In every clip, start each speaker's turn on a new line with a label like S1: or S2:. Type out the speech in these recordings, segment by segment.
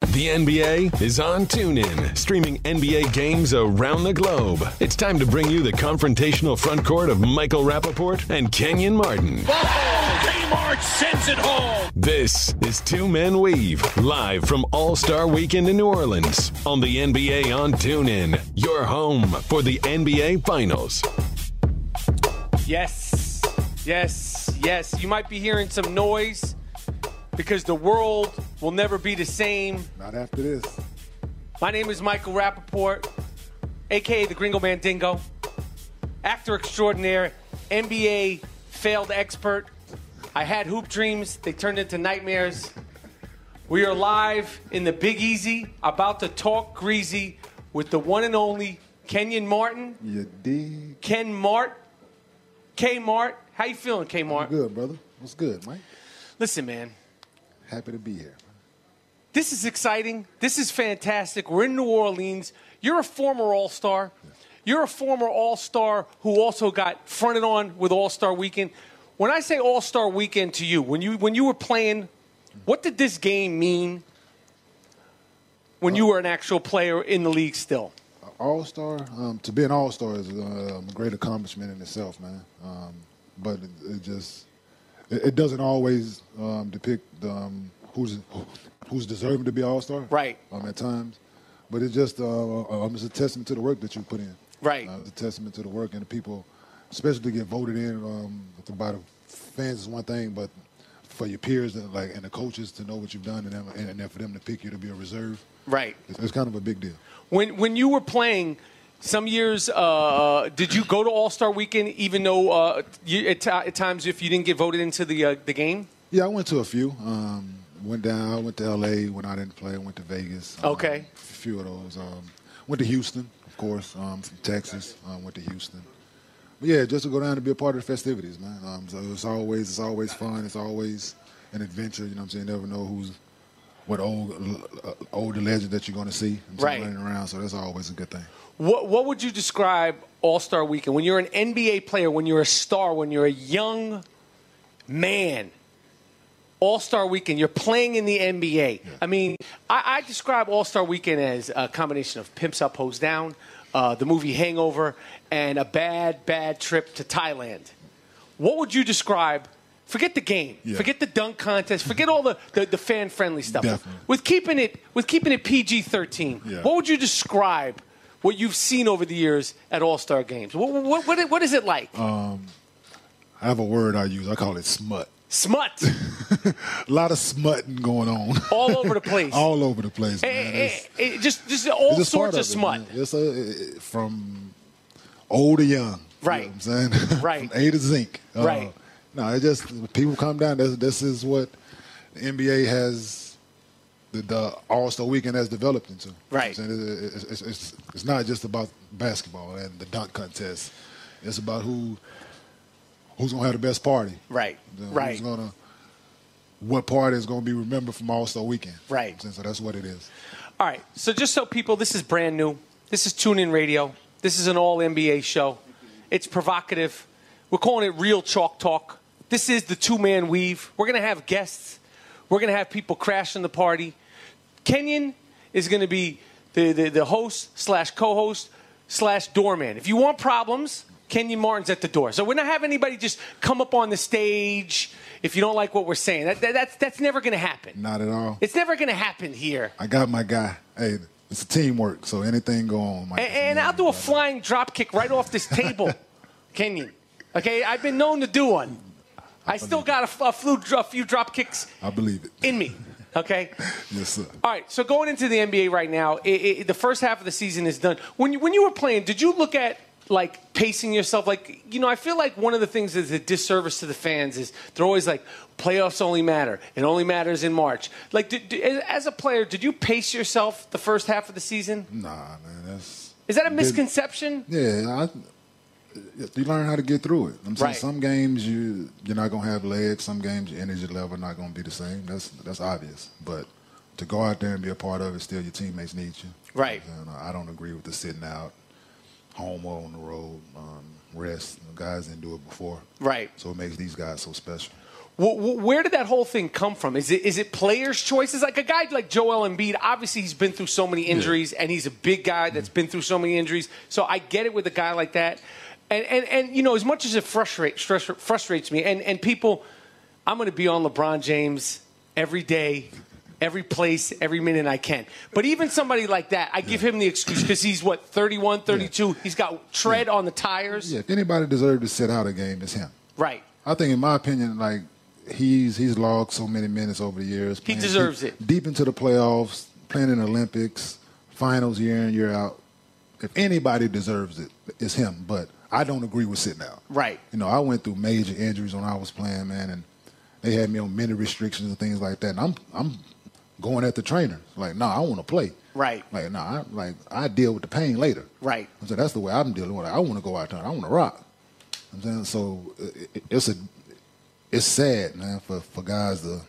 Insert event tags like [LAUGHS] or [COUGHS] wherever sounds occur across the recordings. S1: The NBA is on TuneIn, streaming NBA games around the globe. It's time to bring you the confrontational front court of Michael Rappaport and Kenyon Martin.
S2: Oh, Kmart sends it home.
S1: This is Two Men Weave, live from All Star Weekend in New Orleans on the NBA on TuneIn, your home for the NBA Finals.
S3: Yes, yes, yes. You might be hearing some noise because the world will never be the same.
S4: Not after this.
S3: My name is Michael Rappaport, aka the Gringo Man Dingo, actor extraordinaire, NBA failed expert. I had hoop dreams, they turned into nightmares. We are live in the Big Easy, about to talk greasy with the one and only Kenyon Martin.
S4: You dig?
S3: Ken Mart. K Mart. How you feeling, K Mart?
S4: Good, brother. What's good, Mike?
S3: Listen, man,
S4: Happy to be here.
S3: this is exciting. This is fantastic. We're in New Orleans. You're a former All Star. You're a former All Star who also got fronted on with All Star Weekend. When I say All Star Weekend to you, when you when you were playing, what did this game mean when you were an actual player in the league still?
S4: All star. Um, to be an all star is um, a great accomplishment in itself, man. Um, but it, it just it, it doesn't always um, depict um, who's who's deserving to be all star.
S3: Right.
S4: Um, at times, but it's just uh, um, it's a testament to the work that you put in.
S3: Right.
S4: Uh, it's a testament to the work and the people, especially to get voted in um, by the fans is one thing, but for your peers and like and the coaches to know what you've done and them, and, then for them to pick you to be a reserve.
S3: Right.
S4: It's, it's kind of a big deal.
S3: When when you were playing, some years uh, did you go to All Star Weekend even though uh, you, at, ti at times if you didn't get voted into the uh, the game?
S4: Yeah, I went to a few. Um, went down. I went to L.A. when I didn't play. I went to Vegas. um,
S3: Okay.
S4: a few of those. Um, went to Houston, of course. Um, from Texas, um, went to Houston. But yeah, just to go down and be a part of the festivities, man. Um, so it's always it's always fun. It's always an adventure. You know what I'm saying? You never know who's what old uh, older legend that you're going to see. you know,
S3: Right.
S4: Running around, so that's always a good thing.
S3: What what would you describe All Star Weekend when you're an NBA player, when you're a star, when you're a young man? All Star Weekend, you're playing in the NBA. I mean, I, I describe All Star Weekend as a combination of Pimps Up, Hoes Down, uh, the movie Hangover, and a bad, bad trip to Thailand. What would you describe? Forget the game.
S4: Yeah.
S3: Forget the dunk contest. Forget all the, the, the fan friendly stuff.
S4: Definitely.
S3: With keeping it with keeping it PG thirteen.
S4: Yeah.
S3: What would you describe what you've seen over the years at All Star games? What, what, what, what is it like?
S4: Uh, I have a word I use. I call it smut. [LAUGHS]
S3: Smut
S4: A lot of smutting going on. [LAUGHS]
S3: all over the place.
S4: All over the place,
S3: Eh,
S4: Oh, man.
S3: eh,
S4: It's-
S3: eh, eh, just, just all
S4: It's just part
S3: sorts of
S4: it,
S3: smut.
S4: man. It's a, it- it- from old to young.
S3: Right.
S4: You know what I'm saying? [LAUGHS]
S3: Right.
S4: From A to zinc. Uh,
S3: Right.
S4: No, it just people come down. This, this is what the NBA has the, the All Star Weekend has developed into. You know what I'm
S3: Right.
S4: saying? It- it- it's, it's- it's not just about basketball and the dunk contest. It's about who who's gonna have the best party.
S3: Right.
S4: You know,
S3: Right.
S4: Who's gonna what party is gonna be remembered from All Star Weekend?
S3: Right.
S4: You know what I'm saying? So that's what it is.
S3: All right. So just so people, this is brand new. This is Tune In Radio. This is an all NBA show. It's provocative. We're calling it Real Chalk Talk. This is the two man weave. We're gonna have guests. We're gonna have people crashing the party. Kenyon is gonna be the, the, the host slash co-host slash doorman. If you want problems, Kenyon Martin's at the door. So we're not having anybody just come up on the stage if you don't like what we're saying. That, that, that's, that's never gonna happen.
S4: Not at all.
S3: It's never gonna happen here.
S4: I got my guy. Hey, it's a teamwork, so anything go on. Mike.
S3: And, and I'll do a flying drop kick right off this table, Kenyon. Okay, I've been known to do one. I still got a, f- a flu- a few drop kicks
S4: I believe it.
S3: in me. Okay.
S4: yes, sir.
S3: All right. So going into the NBA right now, i i the first half of the season is done. When you, when you were playing, did you look at like pacing yourself? Like you know, I feel like one of the things that's a disservice to the fans is they're always like playoffs only matter. It only matters in March. Like did, did- as a player, did you pace yourself the first half of the season?
S4: Nah, man, that's.
S3: Is that a misconception?
S4: Yeah, I, you learn how to get through it. I'm saying
S3: Right.
S4: some games you you're not gonna have legs. Some games your energy level not gonna be the same. That's that's obvious. But to go out there and be a part of it, still your teammates need you.
S3: Right.
S4: And I don't agree with the sitting out, home or on the road, um, rest. guys didn't do it before.
S3: Right.
S4: So it makes these guys so special.
S3: Wh- wh- Where did that whole thing come from? Is it is it players' choices? Like a guy like Joel Embiid, obviously he's been through so many injuries, and he's a big guy that's been through so many injuries. So I get it with a guy like that, and and, and you know as much as it frustrates frustrates me, and and people, I'm going to be on LeBron James every day, every place, every minute I can. But even somebody like that, I give him the excuse because he's what 31, 32. He's got tread on the tires,
S4: Yeah, if anybody deserved to sit out a game, it's him.
S3: right?
S4: I think, in my opinion, like he's he's logged so many minutes over the years.
S3: He
S4: playing
S3: deserves
S4: deep,
S3: it.
S4: Deep into the playoffs, playing in the Olympics, finals year in year out. If anybody deserves it, it's him. But I don't agree with sitting out.
S3: Right.
S4: You know, I went through major injuries when I was playing, man, and they had me on many restrictions and things like that. And I'm I'm going at the trainer like, no, I want to play.
S3: Right.
S4: Like, no, I like I deal with the pain later.
S3: Right.
S4: So that's the way I'm dealing with it. I want to go out there. and I want to rock. I'm saying so. it- it- It's a it's sad, man, for for guys to.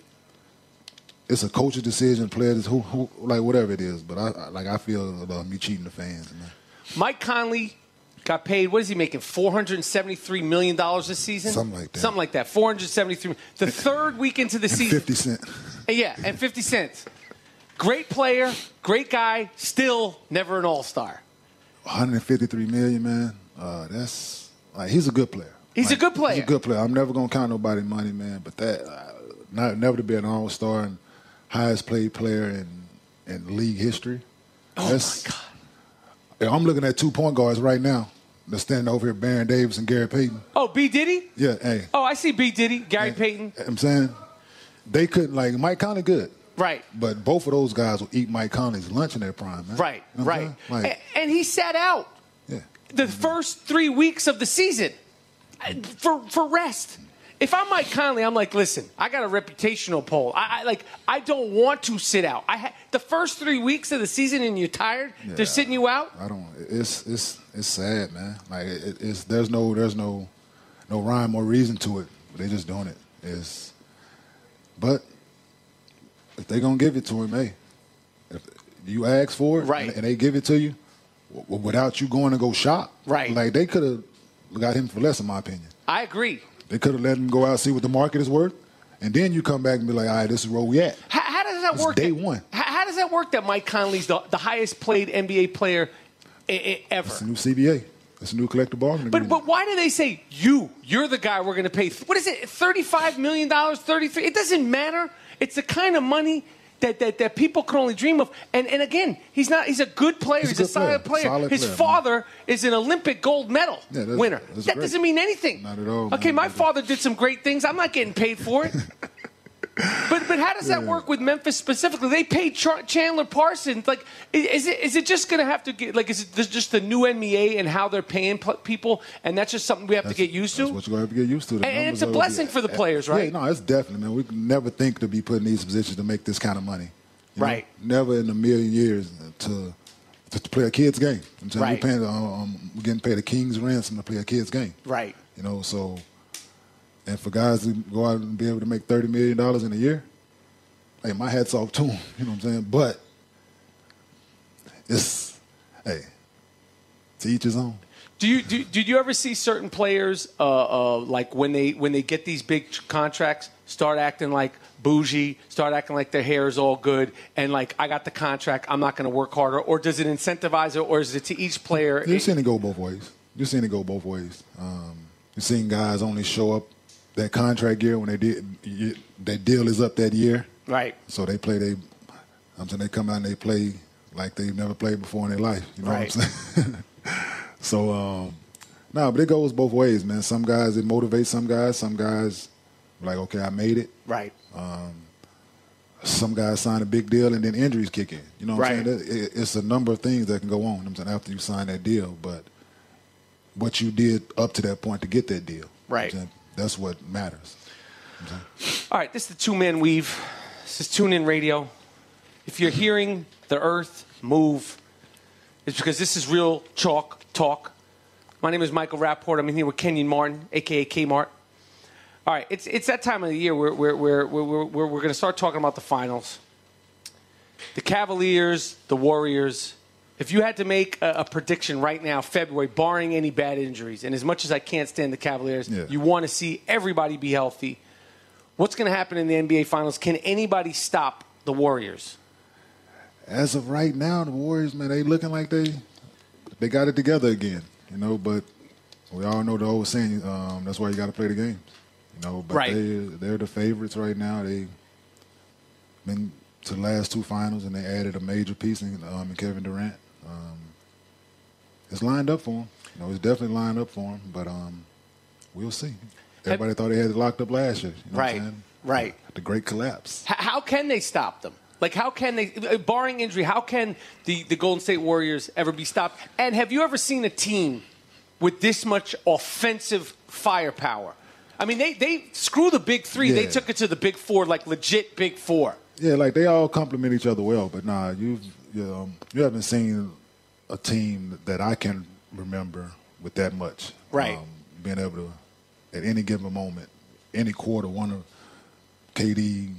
S4: It's a coach's decision, players, who, who, like whatever it is. But I, I like I feel about me cheating the fans, man.
S3: Mike Conley got paid. What is he making? Four hundred and seventy-three million dollars this season.
S4: Something like that.
S3: Something like that. Four hundred seventy-three. The third week into the season.
S4: Fifty cent.
S3: And yeah, and fifty cents. Great player, great guy. Still never an all-star.
S4: 153 million, man. Uh, that's like he's a good player.
S3: He's a
S4: Like,
S3: good player.
S4: He's a good player. I'm never gonna count nobody money, man. But that, uh, not never to be an All Star and highest paid player in in league history.
S3: Oh
S4: That's-
S3: my god.
S4: Yeah, I'm looking at two point guards right now. They're standing over here, Baron Davis and Gary Payton.
S3: Oh, B Diddy.
S4: Yeah, hey.
S3: Oh, I see B Diddy, Gary Payton.
S4: I'm saying they couldn't like Mike Conley good.
S3: Right.
S4: But both of those guys will eat Mike Conley's lunch in their prime, man.
S3: Right.
S4: You know what
S3: right. Eh,
S4: I'm saying? Like,
S3: A- and he sat out.
S4: yeah.
S3: the first three weeks of the season uh, for for rest. If I'm Mike Conley, I'm like, listen, I got a reputational poll. I, I like, I don't want to sit out. I ha- the first three weeks of the season, and you're tired.
S4: Yeah.
S3: They're sitting you out.
S4: I don't. It's it's it's sad, man. Like it, it- it's there's no there's no no rhyme or reason to it. They just doing it. It's but if they gonna give it to him, hey, if you ask for it,
S3: Right.
S4: and, and they give it to you w- w- without you going to go shop,
S3: Right.
S4: Like they could have got him for less, in my opinion.
S3: I agree.
S4: They could have let him go out see what the market is worth, and then you come back and be like, all right, this is where we at.
S3: How, how does that
S4: It's
S3: work?
S4: day
S3: that-
S4: one.
S3: How, how does that work? That Mike Conley's the, the highest played NBA player i- i- ever.
S4: It's a new CBA. It's a new collective bargaining.
S3: But
S4: agreement.
S3: but why do they say you? You're the guy we're going to pay. What is it? Thirty-five million dollars, thirty-three. It doesn't matter. It's the kind of money that, that, that people can only dream of. And and again, he's not. He's a good player. He's,
S4: He's a
S3: a,
S4: good
S3: solid player.
S4: player. Solid
S3: His
S4: player, man.
S3: father is an Olympic gold medal
S4: Yeah, that's-
S3: winner.
S4: that's
S3: that
S4: great.
S3: doesn't mean anything.
S4: Not at all,
S3: Okay,
S4: man.
S3: my
S4: Not at all.
S3: father did some great things. I'm not getting paid for
S4: [LAUGHS]
S3: it. But, but how does that work with Memphis specifically? They paid Char- Chandler Parsons. Like, i- is it is it just going to have to get like is it this- just the new NBA and how they're paying pl- people, and that's just something we have to get used to?
S4: That's what you're going to have to get used to.
S3: And-
S4: The
S3: and
S4: numbers
S3: it's a
S4: are-
S3: blessing for the players,
S4: Yeah,
S3: right?
S4: no, it's definitely, man. We could never think to be put in these positions to make this kind of money. you know?
S3: Right.
S4: Never in a million years to to play a kid's game. I'm telling you,
S3: Right.
S4: we're, paying, um, we're getting paid a king's ransom to play a kid's game.
S3: Right.
S4: You know, so, and for guys to go out and be able to make $30 million in a year, hey, my hat's off to them. [LAUGHS] You know what I'm saying? But it's, hey, to each his own.
S3: Do you do, did you ever see certain players uh, uh, like when they when they get these big tr- contracts start acting like bougie, start acting like their hair is all good, and like I got the contract, I'm not going to work harder, or does it incentivize it, or is it to each player?
S4: You've seen it go both ways. You've seen it go both ways. Um, you've seen guys only show up that contract year when they did you, their deal is up that year,
S3: right.
S4: so they play they. I'm saying they come out and they play like they've never played before in their life. You know
S3: Right.
S4: what I'm saying? [LAUGHS] so, um, no, but it goes both ways, man. Some guys it motivates some guys. Some guys like, okay, I made it
S3: Right.
S4: some guys sign a big deal and then injuries kick in. You know what
S3: Right.
S4: I'm saying? That- it- It's a number of things that can go on. I'm saying after you sign that deal, but what you did up to that point to get that deal. You know what I'm
S3: Right.
S4: saying? That's what matters.
S3: All right, this is the two man weave. This is Tune In Radio. If you're hearing the earth move, it's because this is real chalk talk. My name is Michael Rapport. I'm in here with Kenyon Martin, aka Kmart. All right, it's, it's that time of the year where, where, where, where, where, where we're going to start talking about the finals. The Cavaliers, the Warriors. If you had to make a, a prediction right now, February, barring any bad injuries, and as much as I can't stand the Cavaliers,
S4: Yeah.
S3: you want to see everybody be healthy. What's going to happen in the NBA Finals? Can anybody stop the Warriors?
S4: As of right now, the Warriors, man, they looking like they they got it together again, you know. But we all know the old saying. Um, that's why you got to play the game, you know. But
S3: Right.
S4: they they're the favorites right now. They been to the last two finals, and they added a major piece in, um, in Kevin Durant. Um, it's lined up for him. You know, it's definitely lined up for him. But um, we'll see. Everybody thought they had it locked up last year. You know
S3: Right,
S4: What I'm saying?
S3: right.
S4: The great collapse.
S3: H- how can they stop them? Like, how can they, uh, barring injury, how can the, the Golden State Warriors ever be stopped? And have you ever seen a team with this much offensive firepower? I mean, they, they screw the big three. They
S4: Yeah.
S3: took it to the big four, like legit big four.
S4: Yeah, like they all complement each other well, but nah, you've you, um, you haven't seen a team that I can remember with that much, um,
S3: Right.
S4: being able to, at any given moment, any quarter, one of KD,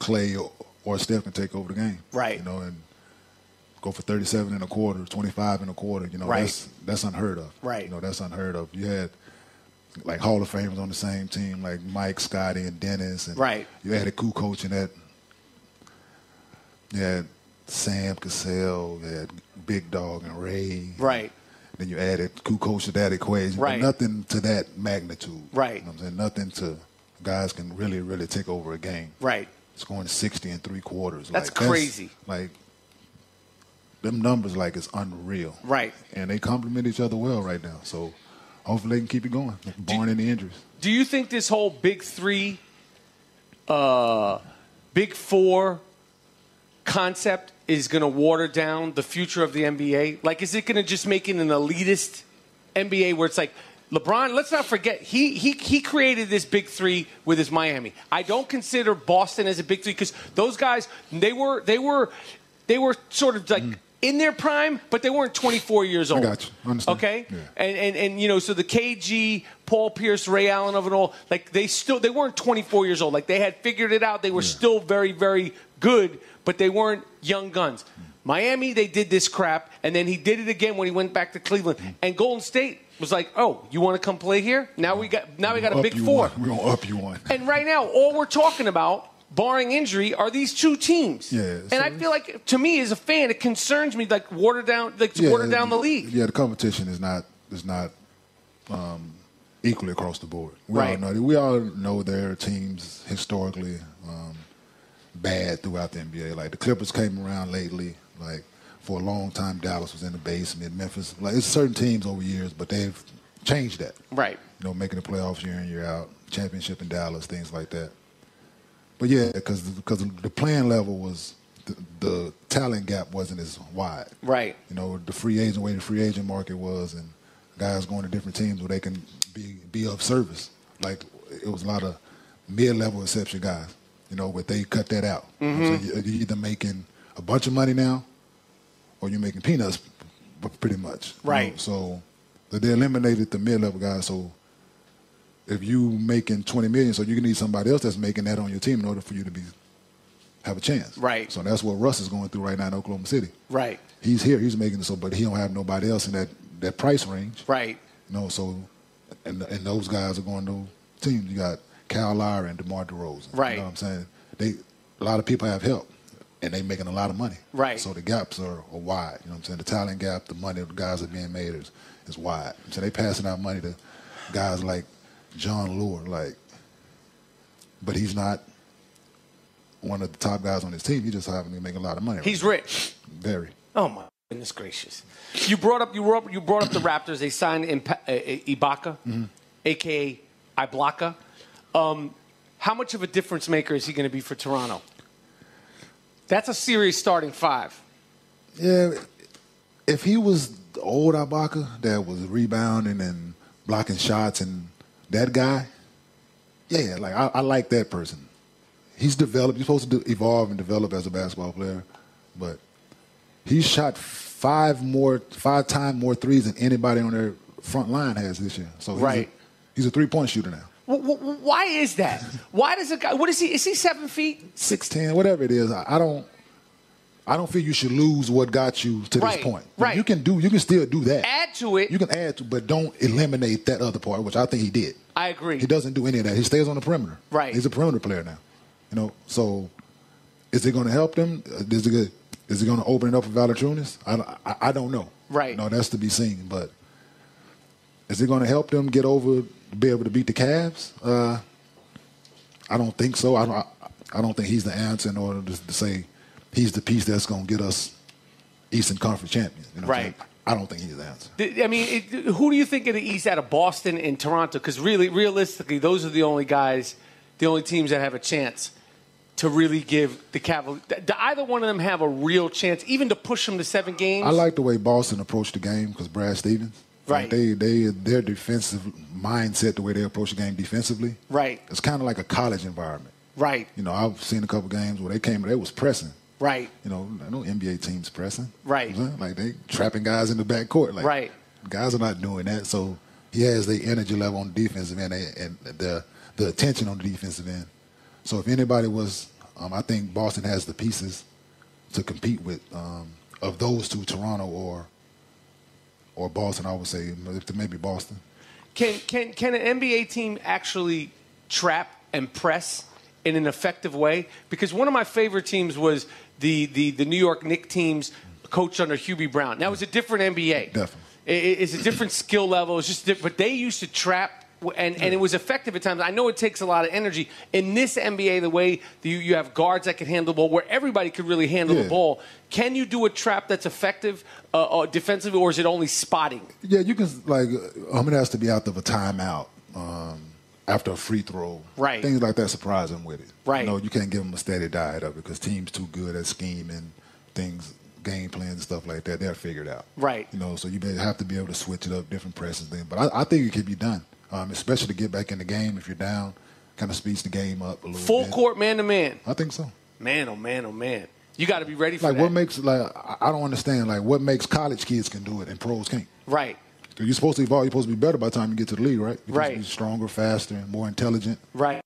S4: Clay, or, or Steph can take over the game,
S3: Right.
S4: You know, and go for thirty-seven and a quarter, twenty-five and a quarter. You know,
S3: Right.
S4: that's that's unheard of,
S3: Right.
S4: You know, that's unheard of. You had like Hall of Famers on the same team, like Mike, Scotty, and Dennis, and
S3: Right.
S4: You had a cool coach in that. You had Sam Cassell, you had Big Dog and Ray.
S3: Right.
S4: Then you added Kukoc to that equation. but
S3: Right.
S4: nothing to that magnitude.
S3: Right.
S4: You know what I'm saying? Nothing to guys can really, really take over a game.
S3: Right.
S4: Scoring 60 and three quarters.
S3: That's crazy.
S4: like, them numbers, like, it's unreal.
S3: Right.
S4: And they complement each other well right now. So hopefully they can keep it going, barring any injuries.
S3: Do you think this whole big three, uh, big four concept is going to water down the future of the NBA? Like, is it going to just make it an elitist NBA where it's like LeBron? Let's not forget he he he created this big three with his Miami. I don't consider Boston as a big three because those guys they were they were they were sort of like. In their prime, but they weren't 24 years old.
S4: got you. Mm. I understand.
S3: Okay,
S4: Yeah.
S3: and and and you know, so the KG, Paul Pierce, Ray Allen of it all, like they still they weren't 24 years old. Like they had figured it out. They were still very very good, but they weren't young guns. Miami, they did this crap, and then he did it again when he went back to Cleveland. And Golden State was like, "Oh, you want to come play here? Now we got now we got a
S4: Up
S3: big
S4: you
S3: four.
S4: One. [LAUGHS] We're going to up you one.
S3: [LAUGHS] And right now, all we're talking about, barring injury, are these two teams.
S4: Yeah,
S3: and
S4: so
S3: I feel like, to me as a fan, it concerns me like water down, like to water down the league.
S4: Yeah, the competition is not is not um, equally across the board. We
S3: Right.
S4: all know we all know there are teams historically um, bad throughout the NBA. Like the Clippers came around lately. Like for a long time, Dallas was in the basement. Memphis, like it's certain teams over years, but they've changed that.
S3: Right.
S4: You know, making the playoffs year in year out, championship in Dallas, things like that. But yeah, because because the playing level was the, the talent gap wasn't as wide.
S3: Right.
S4: You know the free agent way the free agent market was, and guys going to different teams where they can be be of service. Like it was a lot of mid level exception guys. You know, but they cut that out.
S3: Mm-hmm.
S4: So you- you're either making a bunch of money now, or you're making peanuts, p- pretty much. you know?
S3: Right.
S4: So so they eliminated the mid level guys. So if you making 20 million, so you can need somebody else that's making that on your team in order for you to be have a chance.
S3: Right.
S4: So that's what Russ is going through right now in Oklahoma City.
S3: Right.
S4: He's here, he's making it so but he don't have nobody else in that, that price range.
S3: Right.
S4: You know, so and and those guys are going to teams. You got Cal Lyra and DeMar DeRozan.
S3: Right.
S4: You know what I'm saying? They a lot of people have help and they making a lot of money.
S3: Right.
S4: So the gaps are, are wide. You know what I'm saying? The talent gap, the money the guys are being made is, is wide. So they passing out money to guys like John Lure, like but he's not one of the top guys on his team. He just happened to make a lot of money.
S3: He's
S4: right
S3: rich.
S4: now. very.
S3: Oh my goodness gracious! You brought up you brought up, you brought up the Raptors. They signed Impa- uh, uh, Ibaka,
S4: Mm-hmm.
S3: aka Ibaka. Um, how much of a difference maker is he going to be for Toronto? That's a serious starting five.
S4: Yeah, if he was the old Ibaka that was rebounding and blocking shots and that guy, yeah, like I, I like that person. He's developed. You're supposed to de- evolve and develop as a basketball player, but he shot five more, five time more threes than anybody on their front line has this year. So he's
S3: Right.
S4: a, he's a three point shooter now.
S3: W- w- why is that? Why does a guy? What is he? Is he seven feet?
S4: six ten, whatever it is. I, I don't. I don't feel you should lose what got you to
S3: Right,
S4: this point.
S3: right.
S4: You can do. You can still do that.
S3: Add to it.
S4: You can add to, but don't eliminate that other part, which I think he did.
S3: I agree.
S4: He doesn't do any of that. He stays on the perimeter.
S3: Right.
S4: He's a perimeter player now. You know. So, is it going to help them? Uh, Is it good? Is it going to open it up for Valachunas? I, I I don't know.
S3: Right.
S4: No, that's to be seen. But is it going to help them get over, be able to beat the Cavs? Uh, I don't think so. I don't. I don't think he's the answer in order to, to say he's the piece that's going to get us Eastern Conference champions. You know what I'm
S3: Right.
S4: saying? I don't think he's the answer.
S3: Th- I mean, it, who do you think of the East out of Boston and Toronto? Because really, realistically, those are the only guys, the only teams that have a chance to really give the Cavaliers. Do either one of them have a real chance, even to push them to seven games?
S4: I like the way Boston approached the game because Brad Stevens.
S3: Right.
S4: Like they they their defensive mindset, the way they approach the game defensively.
S3: Right.
S4: It's kind of like a college environment.
S3: Right,
S4: You know, I've seen a couple games where they came, they was pressing.
S3: right.
S4: You know, no NBA teams pressing.
S3: Right.
S4: You know what I'm saying? like they trapping guys in the back court. Like
S3: Right.
S4: guys are not doing that. So he has the energy level on the defensive end and and the the attention on the defensive end. So if anybody was, um, I think Boston has the pieces to compete with um, of those two, Toronto or or Boston. I would say maybe Boston.
S3: Can can can an NBA team actually trap and press in an effective way? Because one of my favorite teams was the the, the New York Knicks teams coached under Hubie Brown. Now it was a different NBA.
S4: Definitely.
S3: I- I- it's a different skill level. It's just different. But they used to trap. w- And, and it was effective at times. I know it takes a lot of energy. In this NBA, the way that you, you have guards that can handle the ball, where everybody could really handle the
S4: Yeah.
S3: ball, can you do a trap that's effective uh, uh, defensively, or is it only spotting?
S4: Yeah, you can like um, it has to be out of a timeout um, after a free throw.
S3: Right.
S4: Things like that surprise them with it.
S3: Right.
S4: You know, you can't give them a steady diet of it because teams too good at scheming things, game plans and stuff like that. They'll figure it out.
S3: Right.
S4: You know, so you may have to be able to switch it up, different presses then. But I, I think it can be done, um, especially to get back in the game if you're down. Kind of speeds the game up a little.
S3: Full
S4: bit.
S3: court, man to man.
S4: I think so.
S3: Man, oh man, oh man. You got to be ready for
S4: Like
S3: that.
S4: what makes like I I don't understand like what makes college kids can do it and pros can't.
S3: right,
S4: You're supposed to evolve. You're supposed to be better by the time you get to the league, right? You're supposed to
S3: Right.
S4: be stronger, faster, and more intelligent.
S3: right.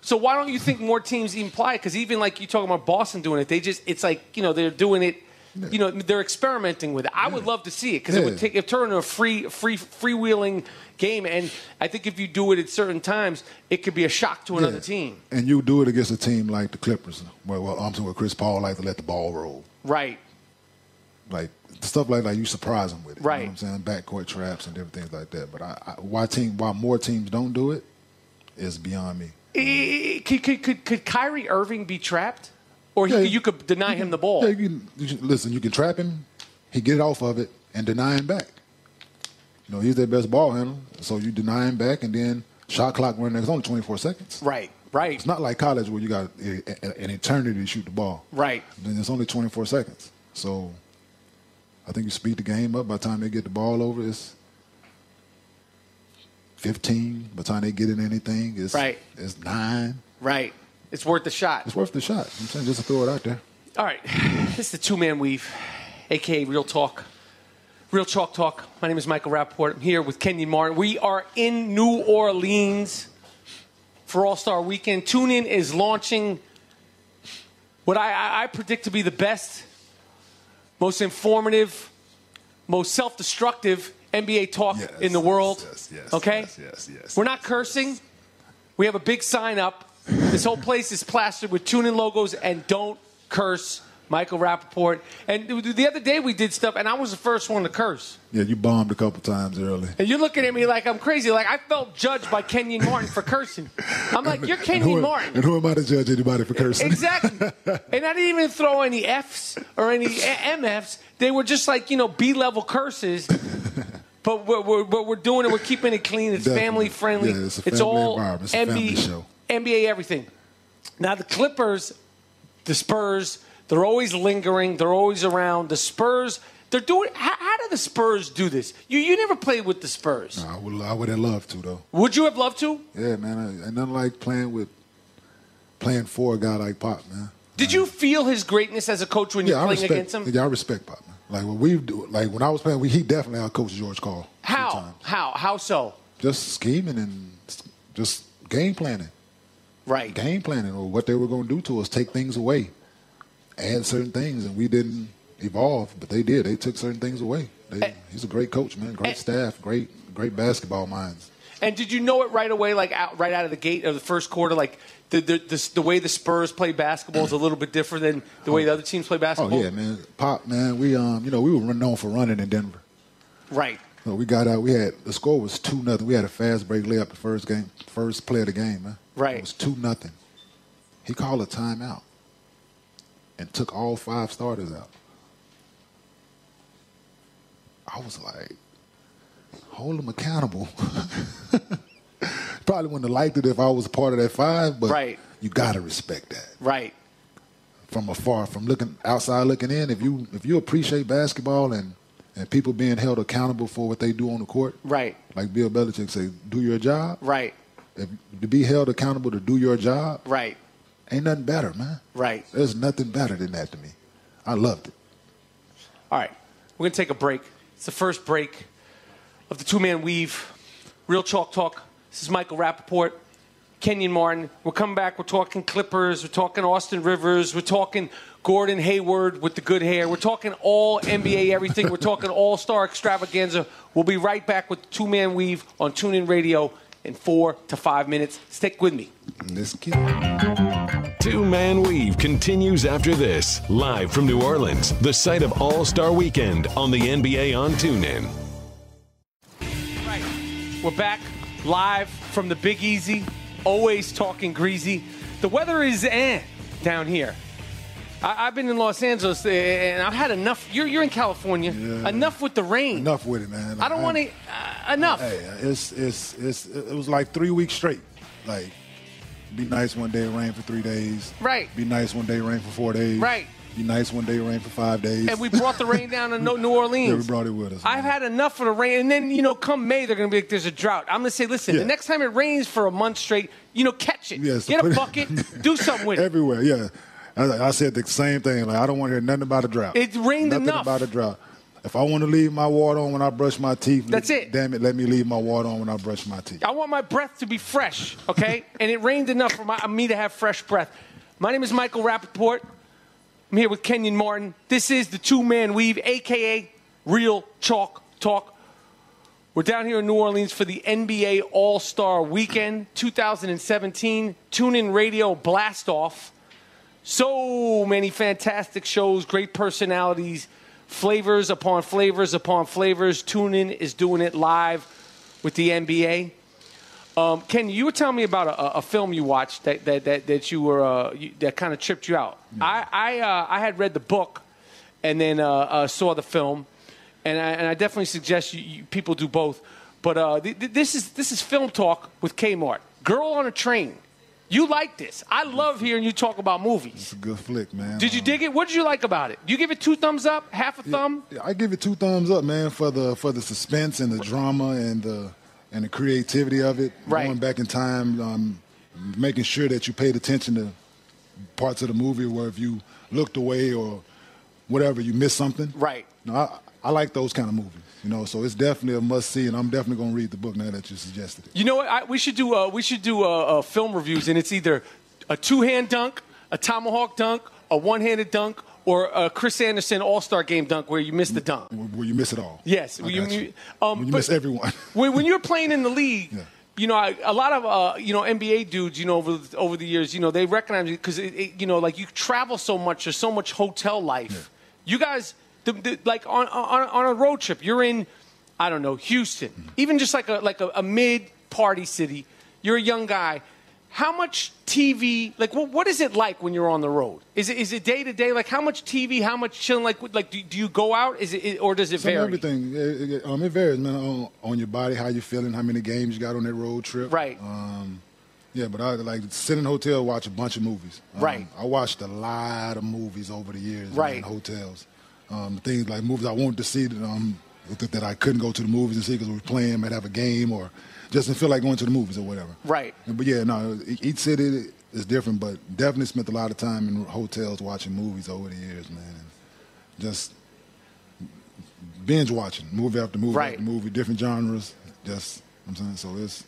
S3: So why don't you think more teams even apply? Because even like you talking about Boston doing it, they just it's like you know they're doing it. You know they're experimenting with it. I would love to see it because it would
S4: Yeah.
S3: take it turn into a free, free, freewheeling game. And I think if you do it at certain times, it could be a shock to another
S4: Yeah.
S3: team.
S4: And you do it against a team like the Clippers, where, where, I'm where Chris Paul likes to let the ball roll.
S3: Right,
S4: Like stuff like that, you surprise them with it.
S3: Right.
S4: You know what I'm saying? Backcourt traps and different things like that. But I, I, why team why more teams don't do it is beyond me.
S3: I- I- I- could, could, could, could Kyrie Irving be trapped, or he,
S4: Yeah,
S3: could- you could deny him the ball?
S4: Yeah, you can, you can- listen, you can trap him, he get it off of it, and deny him back. You know, he's their best ball handler, so you deny him back, and then shot clock running. It's only 24 seconds.
S3: Right, right.
S4: It's not like college where you got a, a- an eternity to shoot the ball.
S3: Right.
S4: Then it's only 24 seconds. So I think you speed the game up. By the time they get the ball over, it's 15. By the time they get in anything, it's,
S3: Right.
S4: it's 9.
S3: Right. It's worth the shot.
S4: It's worth the shot. I'm saying just to throw it out there.
S3: All right. [SIGHS] This is the two man weave, aka Real Talk. Real Chalk Talk. My name is Michael Rapport. I'm here with Kenyon Martin. We are in New Orleans for All Star Weekend. TuneIn is launching what I, I, I predict to be the best, most informative, most self destructive NBA talk
S4: Yes,
S3: in the world.
S4: yes, yes,
S3: okay?
S4: yes, yes, yes,
S3: We're not cursing. We have a big sign up. This whole place is plastered with TuneIn logos and don't curse Michael Rappaport. And the other day we did stuff, and I was the first one to curse.
S4: Yeah, you bombed a couple times early.
S3: And you're looking at me like I'm crazy. Like I felt judged by Kenyon Martin for cursing. I'm like,
S4: [LAUGHS]
S3: you're
S4: And who
S3: Kenyon
S4: am-
S3: Martin.
S4: And who am I to judge anybody for cursing?
S3: Exactly. And I didn't even throw any Fs or any A- MFs. They were just like, you know, B level curses. But we're, we're, but we're doing it. We're keeping it clean. It's family
S4: Definitely.
S3: friendly.
S4: Yeah, it's a family
S3: all
S4: environment. It's a
S3: NBA,
S4: family show.
S3: NBA everything. Now, the Clippers, the Spurs, they're always lingering. They're always around. The Spurs, they're doing. How, how do the Spurs do this? You, you never played with the Spurs.
S4: [LAUGHS] I would, I would have loved to though.
S3: Would you have loved to?
S4: Yeah, man. I, and nothing like playing with, playing for a guy like Pop, man.
S3: Did you feel his greatness as a coach when
S4: Yeah,
S3: you're
S4: I
S3: playing
S4: respect.
S3: against him?
S4: Yeah, I respect Pop, man. Like when we, do, like when I was playing, we, he definitely outcoached George Call. two
S3: How?
S4: times.
S3: How? How so?
S4: Just scheming and s- just game planning.
S5: Right.
S4: game planning or what they were going to do to us, take things away, add certain things, and we didn't evolve, but they did. They took certain things away.
S3: Eh.
S4: They, he's a great coach, man. Great staff, great great basketball minds.
S3: And did you know it right away, like out, right out of the gate of the first quarter, like the the, the, the way the Spurs play basketball is a little bit different than the way the other teams play
S4: Oh
S3: basketball.
S4: yeah, man. Pop, man. We um, you know, we were run- known for running in Denver.
S5: Right.
S4: So we got out. We had the score was two nothing. We had a fast break layup the first game, first play of the game, man.
S5: Right.
S4: It was two nothing. He called a timeout and took all five starters out. I was like, hold them accountable. [LAUGHS] Probably wouldn't have liked it if I was a part of that five, but
S5: Right.
S4: you gotta respect that
S5: Right.
S4: from afar, from looking outside looking in. If you if you appreciate basketball and and people being held accountable for what they do on the court,
S5: Right.
S4: Like Bill Belichick say, do your job.
S5: Right.
S4: If, to be held accountable to do your job,
S5: Right.
S4: ain't nothing better, man.
S5: Right.
S4: There's nothing better than that to me. I loved it.
S3: All right, we're going to take a break. It's the first break of the two man weave. Real Chalk Talk. This is Michael Rappaport, Kenyon Martin. We're coming back. We're talking Clippers. We're talking Austin Rivers. We're talking Gordon Hayward with the good hair. We're talking all NBA everything. We're talking all star extravaganza. We'll be right back with two man weave on TuneIn Radio in four to five minutes. Stick with me.
S4: Let's get.
S1: Two Man Weave continues after this, live from New Orleans, the site of All Star Weekend on the NBA on TuneIn.
S3: Right. We're back live from the Big Easy, always talking greasy. The weather is eh down here. I, I've been in Los Angeles eh, and I've had enough. You're, you're in California.
S4: Yeah.
S3: Enough with the rain.
S4: Enough with it, man.
S3: I don't want to. Uh, enough.
S4: Hey, it's it's it's it was like three weeks straight. Like, be nice one day, rain for three days.
S3: Right.
S4: Be nice one day, rain for four days.
S3: Right.
S4: Be nice one day, rain for five days. [LAUGHS]
S3: And we brought the rain down to no- New Orleans.
S4: Yeah, we brought it with us.
S3: I've
S4: man.
S3: had enough of the rain. And then, you know, come May, they're going to be like, there's a drought. I'm going to say, listen,
S4: Yeah.
S3: the next time it rains for a month straight, you know, catch it.
S4: Yes,
S3: Get a
S4: put it-
S3: bucket, do something
S4: [LAUGHS]
S3: with it.
S4: everywhere. Yeah, I, I said the same thing. Like I don't want to hear nothing about a drought.
S3: It rained
S4: nothing
S3: enough.
S4: about a drought. If I want to leave my water on when I brush my teeth,
S3: That's it.
S4: Damn it, let me leave my water on when I brush my teeth.
S3: I want my breath to be fresh, okay? and it rained enough for my, me to have fresh breath. My name is Michael Rappaport. I'm here with Kenyon Martin. This is the Two Man Weave, aka Real Chalk Talk. We're down here in New Orleans for the NBA All Star Weekend 2017. Tune in radio blast off. So many fantastic shows, great personalities, flavors upon flavors upon flavors. TuneIn is doing it live with the NBA. Um, Ken, you were telling me about a, a- a film you watched that that that, that you were uh, you, that kind of tripped you out. I I, uh, I had read the book and then uh, uh, saw the film, and I, and I definitely suggest you, you, people do both. But uh, th- th- this is this is film talk with Kmart. Girl on a train. You like this? I love hearing you talk about movies.
S4: It's a good flick, man.
S3: Did you
S4: Um,
S3: dig it? What did you like about it? You give it two thumbs up, half a thumb.
S4: Yeah, I give it two thumbs up, man, for the for the suspense and the drama and the and the creativity of it.
S3: Right.
S4: Going back in time, um, making sure that you paid attention to parts of the movie where if you looked away or whatever, you missed something.
S3: Right.
S4: No, I, I like those kind of movies, you know. So it's definitely a must see, and I'm definitely gonna read the book now that you suggested it.
S3: You know what? I, we should do uh, we should do uh, uh, film reviews, and it's either a two hand dunk, a tomahawk dunk, a one handed dunk, or a Chris Anderson All Star Game dunk where you miss the dunk.
S4: Where where you miss it all.
S3: Yes,
S4: I
S3: well, you-
S4: got
S3: you- um,
S4: When you
S3: but-
S4: miss everyone.
S3: when, when you're playing in the league,
S4: Yeah.
S3: you know I, a lot of uh, you know NBA dudes, you know over the, over the years, you know they recognize you because it, it, you know like you travel so much, there's so much hotel life. You guys, the, the, like on, on on a road trip, you're in, I don't know, Houston, even just like a like a, a mid party city. You're a young guy. How much TV? Like, what, what is it like when you're on the road? Is it is it day to day? Like, how much TV? How much chilling? Like, what- like do, do you go out? Is it- it or does it
S4: Some
S3: vary?
S4: everything. It, it, um, it varies, man, on, on your body, how you feeling, how many games you got on that road trip.
S3: Right.
S4: Um, yeah, but I like sit in a hotel, watch a bunch of movies. Um,
S3: Right.
S4: I watched a lot of movies over the years. man,
S3: Right.
S4: In hotels, um, things like movies I wanted to see that, um, that that I couldn't go to the movies and see because we were playing, might have a game, or just didn't feel like going to the movies or whatever.
S3: Right.
S4: But yeah, no, e- each city is different, but definitely spent a lot of time in hotels watching movies over the years, man. And just binge watching movie after movie
S3: Right.
S4: after movie, different genres. Just I'm saying, so it's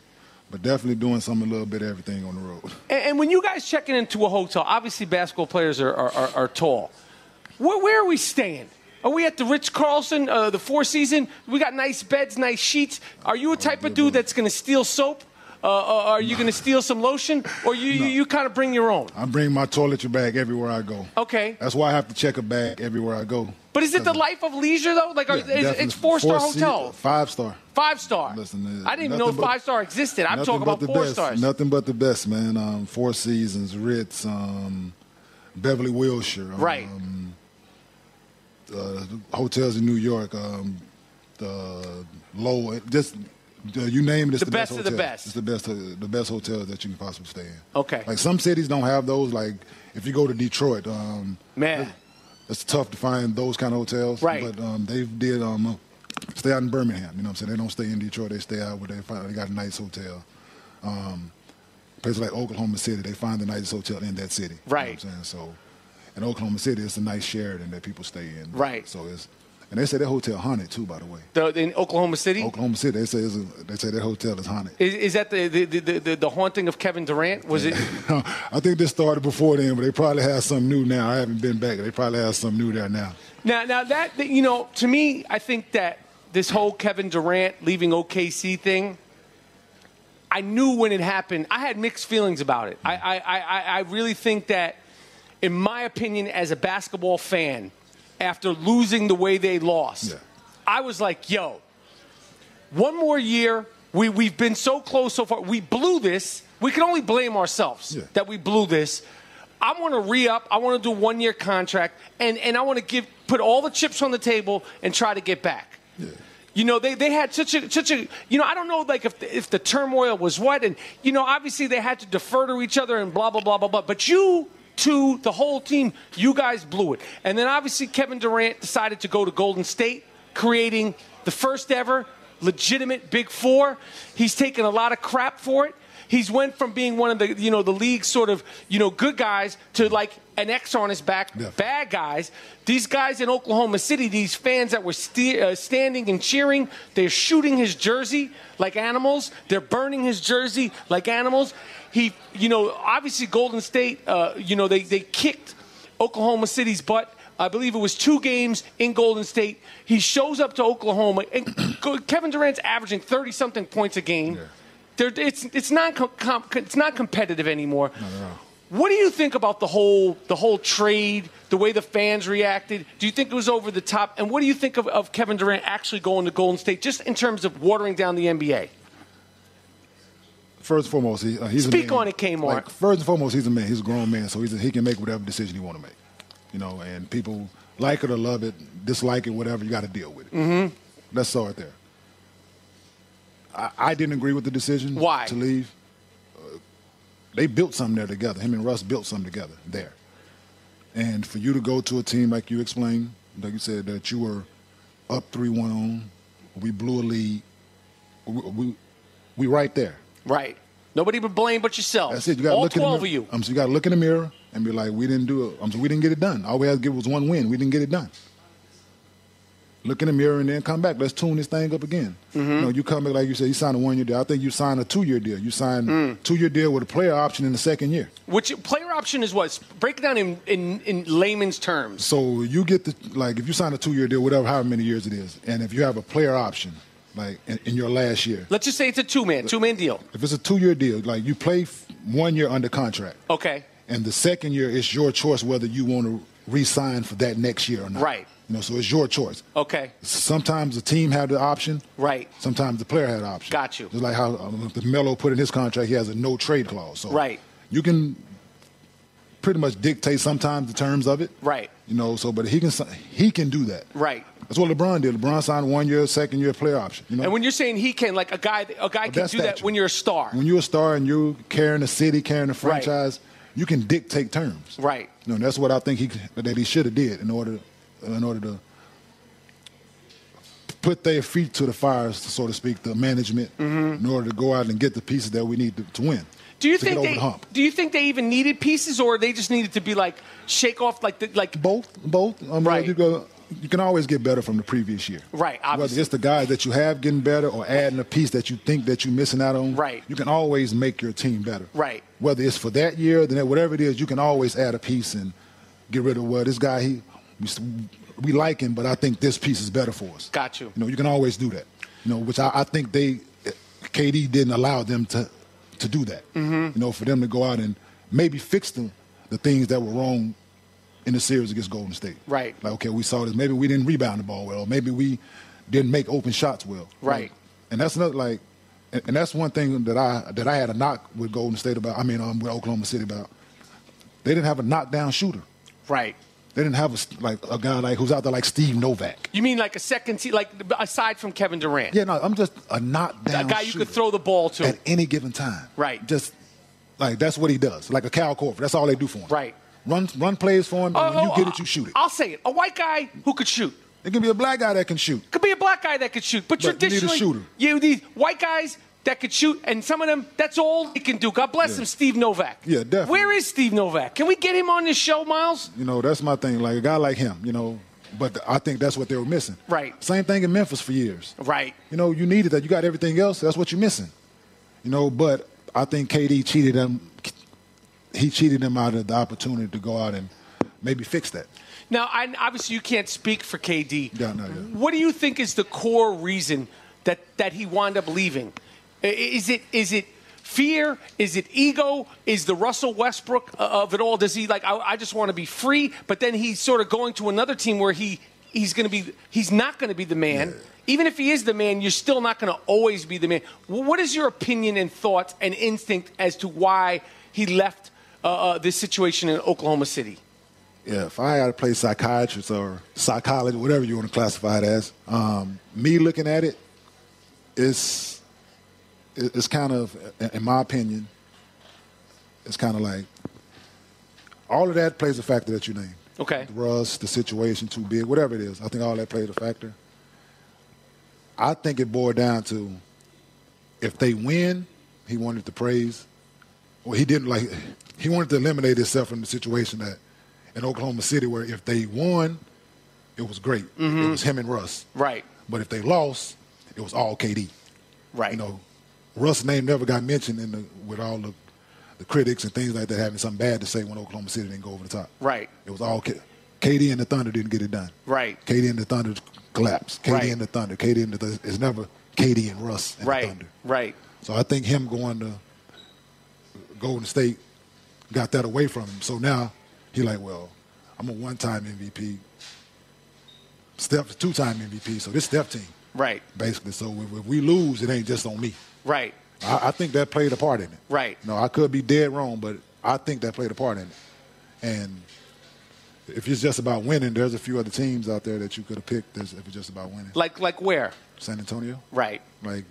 S4: But definitely doing some a little bit of everything on the road.
S3: And, and when you guys checking into a hotel, obviously basketball players are, are, are, are tall. Where, where are we staying? Are we at the Ritz Carlson, uh, the Four Season? We got nice beds, nice sheets. Are you a type of dude that's going to steal soap? Uh, uh, are you going to steal some lotion, or you, you, you kind of bring your own?
S4: I bring my toiletry bag everywhere I go.
S3: Okay.
S4: That's why I have to check a bag everywhere I go.
S3: But is it the life of leisure though? Like, are,
S4: Yeah,
S3: it's,
S4: definitely.
S3: it's four star
S4: Four-seat-
S3: hotel,
S4: Five star.
S3: five star.
S4: Listen, there's
S3: I didn't even
S4: nothing
S3: know
S4: but-
S3: five star existed. I'm
S4: Nothing
S3: talking
S4: but
S3: about
S4: the
S3: four
S4: best.
S3: stars.
S4: Nothing but the best, man. Um, Four Seasons, Ritz, um, Beverly Wilshire. um,
S3: Right.
S4: uh, hotels in New York, um, the low, just uh, you name it. It's
S3: The
S4: the,
S3: best of the
S4: hotel.
S3: best.
S4: It's the best, uh, the best hotel that you can possibly stay in.
S3: Okay.
S4: Like some cities don't have those. Like if you go to Detroit, um,
S3: Man.
S4: it's- it's tough to find those kind of hotels.
S3: Right.
S4: But um, they did um, stay out in Birmingham. You know what I'm saying? They don't stay in Detroit. They stay out where they find. They got a nice hotel. Um, places like Oklahoma City, they find the nicest hotel in that city. You know what I'm
S3: Right.
S4: saying? And so, in Oklahoma City, it's a nice Sheridan that people stay in.
S3: Right.
S4: So it's, and they say that hotel haunted too, by the way.
S3: The- in Oklahoma City.
S4: Oklahoma City, they say it's a, they say that hotel is haunted. [LAUGHS]
S3: Is, is that the the, the, the the haunting of Kevin Durant? Was it?
S4: I think this started before then, but they probably have something new now. I haven't been back. They probably have something new there now.
S3: [LAUGHS] Now, now that that, you know, to me, I think that this whole Kevin Durant leaving OKC thing, I knew when it happened. I had mixed feelings about it. I, I, I, I- I really think that, in my opinion, as a basketball fan, after losing the way they lost,
S4: Yeah.
S3: I was like, yo, one more year. We, we've been so close so far. We blew this. We can only blame ourselves
S4: Yeah.
S3: that we blew this. I want to re up. I want to do one year contract, and, and I want to give put all the chips on the table and try to get back. You know, they, they had such a such a you know I don't know like if the, if the turmoil was what, and you know obviously they had to defer to each other and blah blah blah blah blah. But you two, the whole team, you guys blew it, and then obviously Kevin Durant decided to go to Golden State, creating the first ever legitimate Big Four. He's taken a lot of crap for it. He's went from being one of the you know the league's sort of you know good guys to like an X on his back,
S4: Yeah.
S3: bad guys. These guys in Oklahoma City, these fans that were ste uh, standing and cheering, they're shooting his jersey like animals. They're burning his jersey like animals. He, you know, obviously Golden State, uh, you know, they they kicked Oklahoma City's butt. I believe it was two games in Golden State. He shows up to Oklahoma, and [COUGHS] go- Kevin Durant's averaging thirty something points a game. They're, it's it's not com- com- it's not competitive anymore. What do you think about the whole the whole trade, the way the fans reacted? Do you think it was over the top? And what do you think of, of Kevin Durant actually going to Golden State, just in terms of watering down the NBA?
S4: First and foremost, he, uh, he's a
S3: Speak
S4: man.
S3: on it, Kmart.
S4: Like, first and foremost, he's a man. He's a grown man, so he's a, he can make whatever decision he want to make. You know, and people like it or love it, dislike it, whatever. You got to deal with it. Mm-hmm. Let's start there. I, I didn't agree with the decision.
S3: Why?
S4: to leave? Uh, they built something there together. Him and Russ built something together there. And for you to go to a team like you explained, like you said, that you were up three one on, we blew a lead. We, we we right there.
S3: Right. Nobody would blame but yourself.
S4: That's it. You got to
S3: All
S4: look in the
S3: twelve
S4: mirror.
S3: of you.
S4: Um, so you got to look in the mirror and be like, we didn't do it. Um, so we didn't get it done. All we had to give was one win. We didn't get it done. Look in the mirror and then come back. Let's tune this thing up again.
S3: Mm-hmm.
S4: You know, you come back like you said. You signed a one-year deal. I think you signed a two-year deal. You signed
S3: Mm.
S4: two-year deal with a player option in the second year.
S3: Which player option is what? Break it down in, in, in layman's terms.
S4: So you get the like if you sign a two-year deal, whatever, however many years it is, and if you have a player option, like in, in your last year,
S3: Let's just say it's a two man two man deal.
S4: if it's a two-year deal, like you play f- one year under contract.
S3: Okay.
S4: And the second year, it's your choice whether you want to re-sign for that next year or not.
S3: Right.
S4: You know, so it's your choice.
S3: Okay.
S4: Sometimes the team had the option.
S3: Right.
S4: Sometimes the player had the option.
S3: Got you.
S4: Just like how um, the Melo put in his contract, he has a no trade clause. So
S3: Right.
S4: You can pretty much dictate sometimes the terms of it.
S3: Right.
S4: You know, so but he can si- he can do that.
S3: Right.
S4: That's what LeBron did. LeBron signed one year, second year player option. You know.
S3: And when you're saying he can, like a guy, a guy can
S4: That's
S3: do that
S4: statue.
S3: when you're a star.
S4: When you're a star and you're carrying a city, carrying a
S3: Right.
S4: franchise, you can dictate terms.
S3: Right.
S4: You know, and that's what I think he that he should have did in order in order to put their feet to the fire, so to speak, the management, in order to go out and get the pieces that we need to, to win.
S3: Mm-hmm. Do you
S4: to
S3: think
S4: get over
S3: they
S4: the hump?
S3: do you think they even needed pieces, or they just needed to be like shake off like the like
S4: both, both. Um,
S3: Right.
S4: You go, you can always get better from the previous year.
S3: Right,
S4: Whether
S3: obviously.
S4: it's the guys that you have getting better or adding a piece that you think that you're missing out on.
S3: Right.
S4: You can always make your team better.
S3: Right.
S4: Whether it's for that year, then whatever it is, you can always add a piece and get rid of well, this guy he we, s- we like him, but I think this piece is better for us.
S3: Got you.
S4: You know, you can always do that. You know, which I, I think they KD didn't allow them to to do that.
S3: Mm-hmm.
S4: You know, for them to go out and maybe fix them the things that were wrong in the series against Golden State.
S3: Right.
S4: Like, okay, we saw this. Maybe we didn't rebound the ball well. Maybe we didn't make open shots well.
S3: Right.
S4: Like, and that's not like, and, and that's one thing that I that I had a knock with Golden State about. I mean, um, with Oklahoma City about. They didn't have a knockdown shooter.
S3: Right.
S4: They didn't have a, st- like a guy like who's out there like Steve Novak.
S3: You mean like a second team, like aside from Kevin Durant,
S4: Yeah, no, I'm just a knockdown.
S3: a guy you
S4: shooter
S3: could throw the ball to.
S4: at any given time.
S3: Right.
S4: Just like that's what he does. Like a Cal Corver. That's all they do for him.
S3: Right.
S4: Run run plays for him. and when you
S3: Oh,
S4: get
S3: oh,
S4: it, you shoot it.
S3: I'll say it. A white guy who could shoot.
S4: It can be a black guy that can shoot.
S3: Could be a black guy that could shoot, but,
S4: But you need a
S3: traditionally,
S4: shooter.
S3: you need white guys that could shoot, and some of them, that's all they can do. God bless
S4: Yeah.
S3: him, Steve Novak.
S4: Yeah, definitely.
S3: Where is Steve Novak? Can we get him on this show, Miles?
S4: You know, that's my thing. Like a guy like him, you know. But I think that's what they were missing.
S3: Right.
S4: Same thing in Memphis for years.
S3: Right.
S4: You know, you needed that. You got everything else. That's what you're missing. You know, but I think KD cheated them. He cheated them out of the opportunity to go out and maybe fix that.
S3: Now, I, obviously, you can't speak for KD.
S4: Yeah, no, yeah.
S3: What do you think is the core reason that, that he wound up leaving? I- Is it is it fear? Is it ego? Is the Russell Westbrook o- of it all? Does he like? I, I just want to be free, but then he's sort of going to another team where he he's going to be he's not going to be the man. Even if he is the man, you're still not going to always be the man. Wh- What is your opinion and thoughts and instinct as to why he left uh, uh, this situation in Oklahoma City?
S4: Yeah, if I had to play psychiatrist or psychology, whatever you want to classify it as, um, me looking at it, it's it- it's kind of, in- in my opinion, it's kind of like all of that plays a factor that you named.
S3: Okay.
S4: The Russ, the situation too big, whatever it is. I think all that played a factor. I think it boiled down to if they win, he wanted the praise. Well, he didn't like. He wanted to eliminate himself from the situation that in Oklahoma City, where if they won, it was great. It was him and Russ.
S3: Mm-hmm. Right.
S4: But if they lost, it was all KD.
S3: Right.
S4: You know, Russ' name never got mentioned in the, with all the, the critics and things like that having something bad to say when Oklahoma City didn't go over the top.
S3: Right.
S4: It was all K- KD and the Thunder didn't get it done.
S3: Right.
S4: KD and the Thunder collapsed. KD
S3: Right.
S4: and the Thunder. KD and the Thunder. It's never KD and Russ and the
S3: Right.
S4: Thunder.
S3: Right.
S4: So I think him going to Golden State got that away from him. So now he like, well, I'm a one-time MVP. Steph's two-time MVP, so this Steph team,
S3: Right.
S4: basically. So if, if we lose, it ain't just on me.
S3: Right.
S4: I, I think that played a part in it.
S3: Right.
S4: No, I could be dead wrong, but I think that played a part in it. And if it's just about winning, there's a few other teams out there that you could have picked. That's, if it's just about winning,
S3: Like like where?
S4: San Antonio.
S3: Right.
S4: Like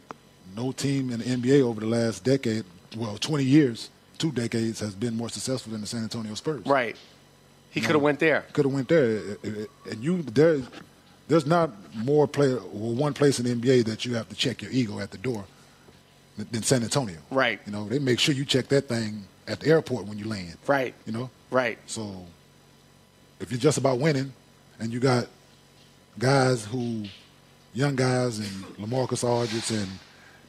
S4: no team in the NBA over the last decade, well, 20 years, two decades, has been more successful than the San Antonio Spurs.
S3: Right. He
S4: Mm.
S3: could have went there.
S4: Could have went there, and you there. There's not more player or one place in the NBA that you have to check your ego at the door than than San Antonio.
S3: Right.
S4: You know they make sure you check that thing at the airport when you land.
S3: Right.
S4: You know.
S3: Right.
S4: So if you're just about winning and you got guys who young guys and LaMarcus Aldridge and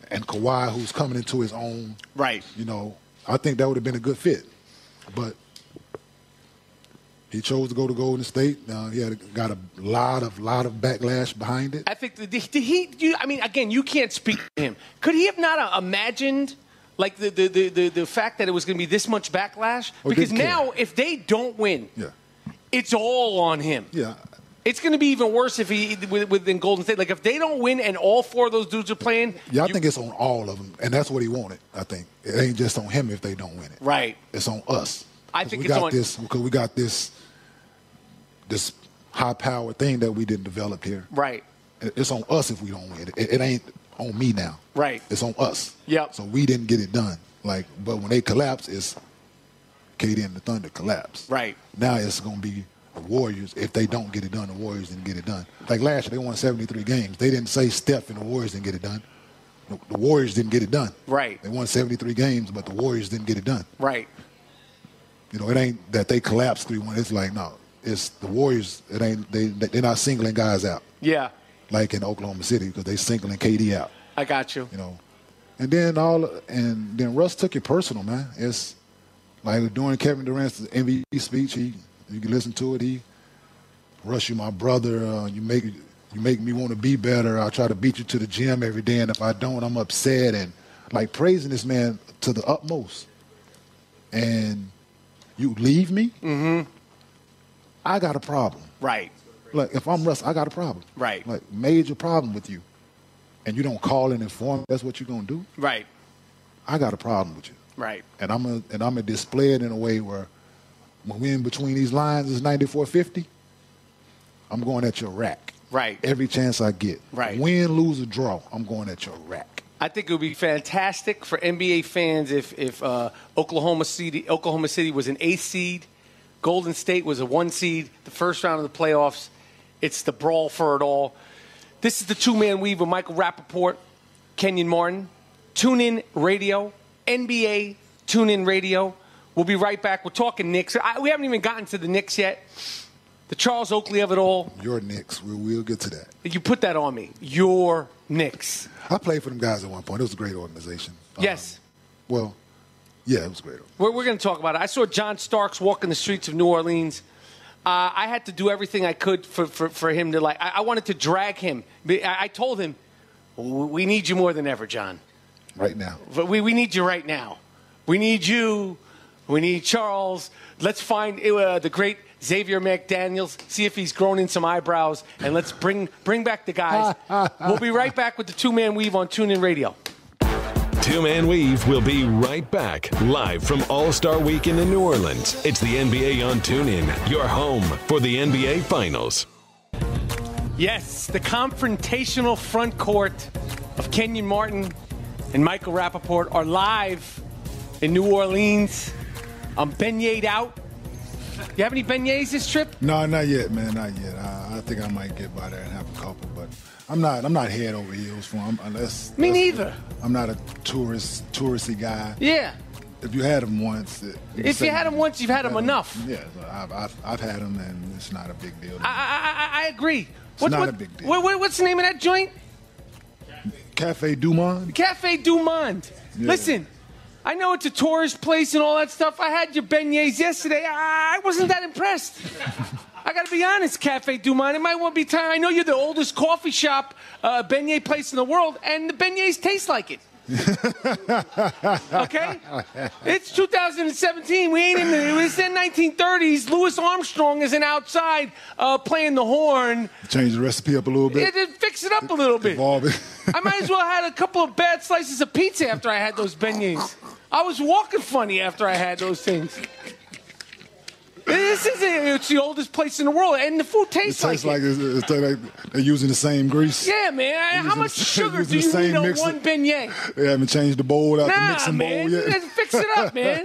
S4: and Kawhi who's coming into his own.
S3: Right.
S4: You know, I think that would have been a good fit. But he chose to go to Golden State. Now he had a, got a lot of lot of backlash behind it.
S3: I think the, the, did he. You, I mean, again, you can't speak to him. Could he have not uh, imagined? Like the, the, the, the, the fact that it was going to be this much backlash?
S4: Or
S3: because
S4: didn't Oh, care.
S3: now, if they don't win,
S4: Yeah.
S3: it's all on him.
S4: Yeah.
S3: It's going to be even worse if he with- within Golden State. Like if they don't win and all four of those dudes are playing,
S4: Yeah, I
S3: you-
S4: think it's on all of them, and that's what he wanted. I think it ain't just on him if they don't win it.
S3: Right.
S4: It's on us.
S3: I
S4: 'Cause
S3: think
S4: we
S3: it's
S4: got
S3: on-
S4: this because we got this this high powered thing that we didn't develop here.
S3: Right.
S4: It- It's on us if we don't win. It, it ain't on me now.
S3: Right.
S4: It's on us.
S3: Yep.
S4: So we didn't get it done. Like, but when they collapse, it's KD and the Thunder collapse.
S3: Right.
S4: Now it's gonna be the Warriors. If they don't get it done, the Warriors didn't get it done. Like last year, they won 73 games. They didn't say Steph and the Warriors didn't get it done. The the Warriors didn't get it done.
S3: Right.
S4: They won 73 games, but the Warriors didn't get it done.
S3: Right.
S4: You know, it ain't that they collapsed 3 1. It's like, no, it- it's the Warriors. It ain't they. They're not singling guys out
S3: Yeah,
S4: like in Oklahoma City because they singling KD out.
S3: I got you.
S4: you know. And then all and then Russ took it personal, man. It's like during Kevin Durant's MVP speech, he you can listen to it. He, Russ, you my brother. Uh, you make you make me want to be better. I try to beat you to the gym every day, and if I don't, I'm upset. And like praising this man to the utmost. And you leave me, mm-hmm. I got a problem.
S3: Right.
S4: Like if I'm Russ, I got a problem.
S3: Right.
S4: Like major problem with you, and you don't call and inform. That's what you're gonna do.
S3: Right.
S4: I got a problem with you,
S3: Right.
S4: and I'm a, and I'm gonna display it in a way where when we're in between these lines, it's 9450. I'm going at your rack.
S3: Right.
S4: Every chance I get.
S3: Right.
S4: Win, lose, or draw, I'm going at your rack.
S3: I think it would be fantastic for NBA fans if if uh, Oklahoma City Oklahoma City was an eighth seed, Golden State was a one seed. The first round of the playoffs, it's the brawl for it all. This is the two man weave with Michael Rappaport, Kenyon Martin. Tune in radio, NBA Tune in radio. We'll be right back. We're talking Knicks. I, we haven't even gotten to the Knicks yet. The Charles Oakley of it all.
S4: Your Knicks. We will get to that.
S3: You put that on me. Your Knicks.
S4: I played for them guys at one point. It was a great organization. Um,
S3: Yes.
S4: well, yeah, it was a great.
S3: We're, we're going to talk about it. I saw John Starks walking the streets of New Orleans. Uh, I had to do everything I could for, for, for him to like. I, I wanted to drag him. Be- I, I told him, "W- "We need you more than ever, John.
S4: Right now.
S3: But we, we need you right now. We need you. We need Charles. Let's find uh, the great Xavier McDaniels. See if he's grown in some eyebrows, and let's bring bring back the guys. we'll be right back with the two man weave on TuneIn Radio.
S1: Two Man Weave will be right back, live from All Star Weekend in New Orleans. It's the NBA on TuneIn, your home for the NBA Finals.
S3: Yes, the confrontational front court of Kenyon Martin and Michael Rappaport are live in New Orleans. I'm beignet out. You have any beignets this trip?
S4: No, not yet, man. Not yet. I, I think I might get by there and have a couple, but I'm not. I'm not head over heels for them unless.
S3: Me
S4: unless-
S3: neither.
S4: I'm not a tourist, touristy guy.
S3: Yeah.
S4: If you had them once, it,
S3: If you had them once, you've had them enough.
S4: Yeah, but I've, I've, I've had them, and it's not a big
S3: I,
S4: deal. to me.
S3: I, I, I agree. It's
S4: not a big deal.
S3: What, what, what's the name of that joint?
S4: Cafe Dumont. [LAUGHS]
S3: Cafe Du Monde.
S4: Yeah.
S3: Listen, I know it's a tourist place and all that stuff. I had your beignets yesterday. I, I wasn't that
S4: [LAUGHS]
S3: impressed. I got to be honest, Cafe Du Monde. It might want to be time. I know you're the oldest coffee shop uh, beignet place in the world, and the beignets taste like it.
S4: [LAUGHS]
S3: okay, it's 2017. We ain't in the. It's in 1930s. Louis Armstrong isn't outside uh, playing the horn.
S4: Change the recipe up a little
S3: It,
S4: bit.
S3: it, fix it up a little bit.
S4: Evolve it.
S3: I might as well have had a couple of bad slices of pizza after I had those beignets. I was walking funny after I had those things. This is it. It's the oldest place in the world, and the food
S4: [LAUGHS] It
S3: tastes,
S4: tastes
S3: like,
S4: like,
S3: it.
S4: it's, it's like they're using the same grease.
S3: Yeah, man. How
S4: Using
S3: much
S4: the-
S3: sugar do
S4: using the
S3: you need
S4: same
S3: on
S4: mixer.
S3: one beignet?
S4: They haven't changed the bowl out the
S3: Nah,
S4: mixing
S3: man.
S4: bowl yet.
S3: Let's Fix it up, man.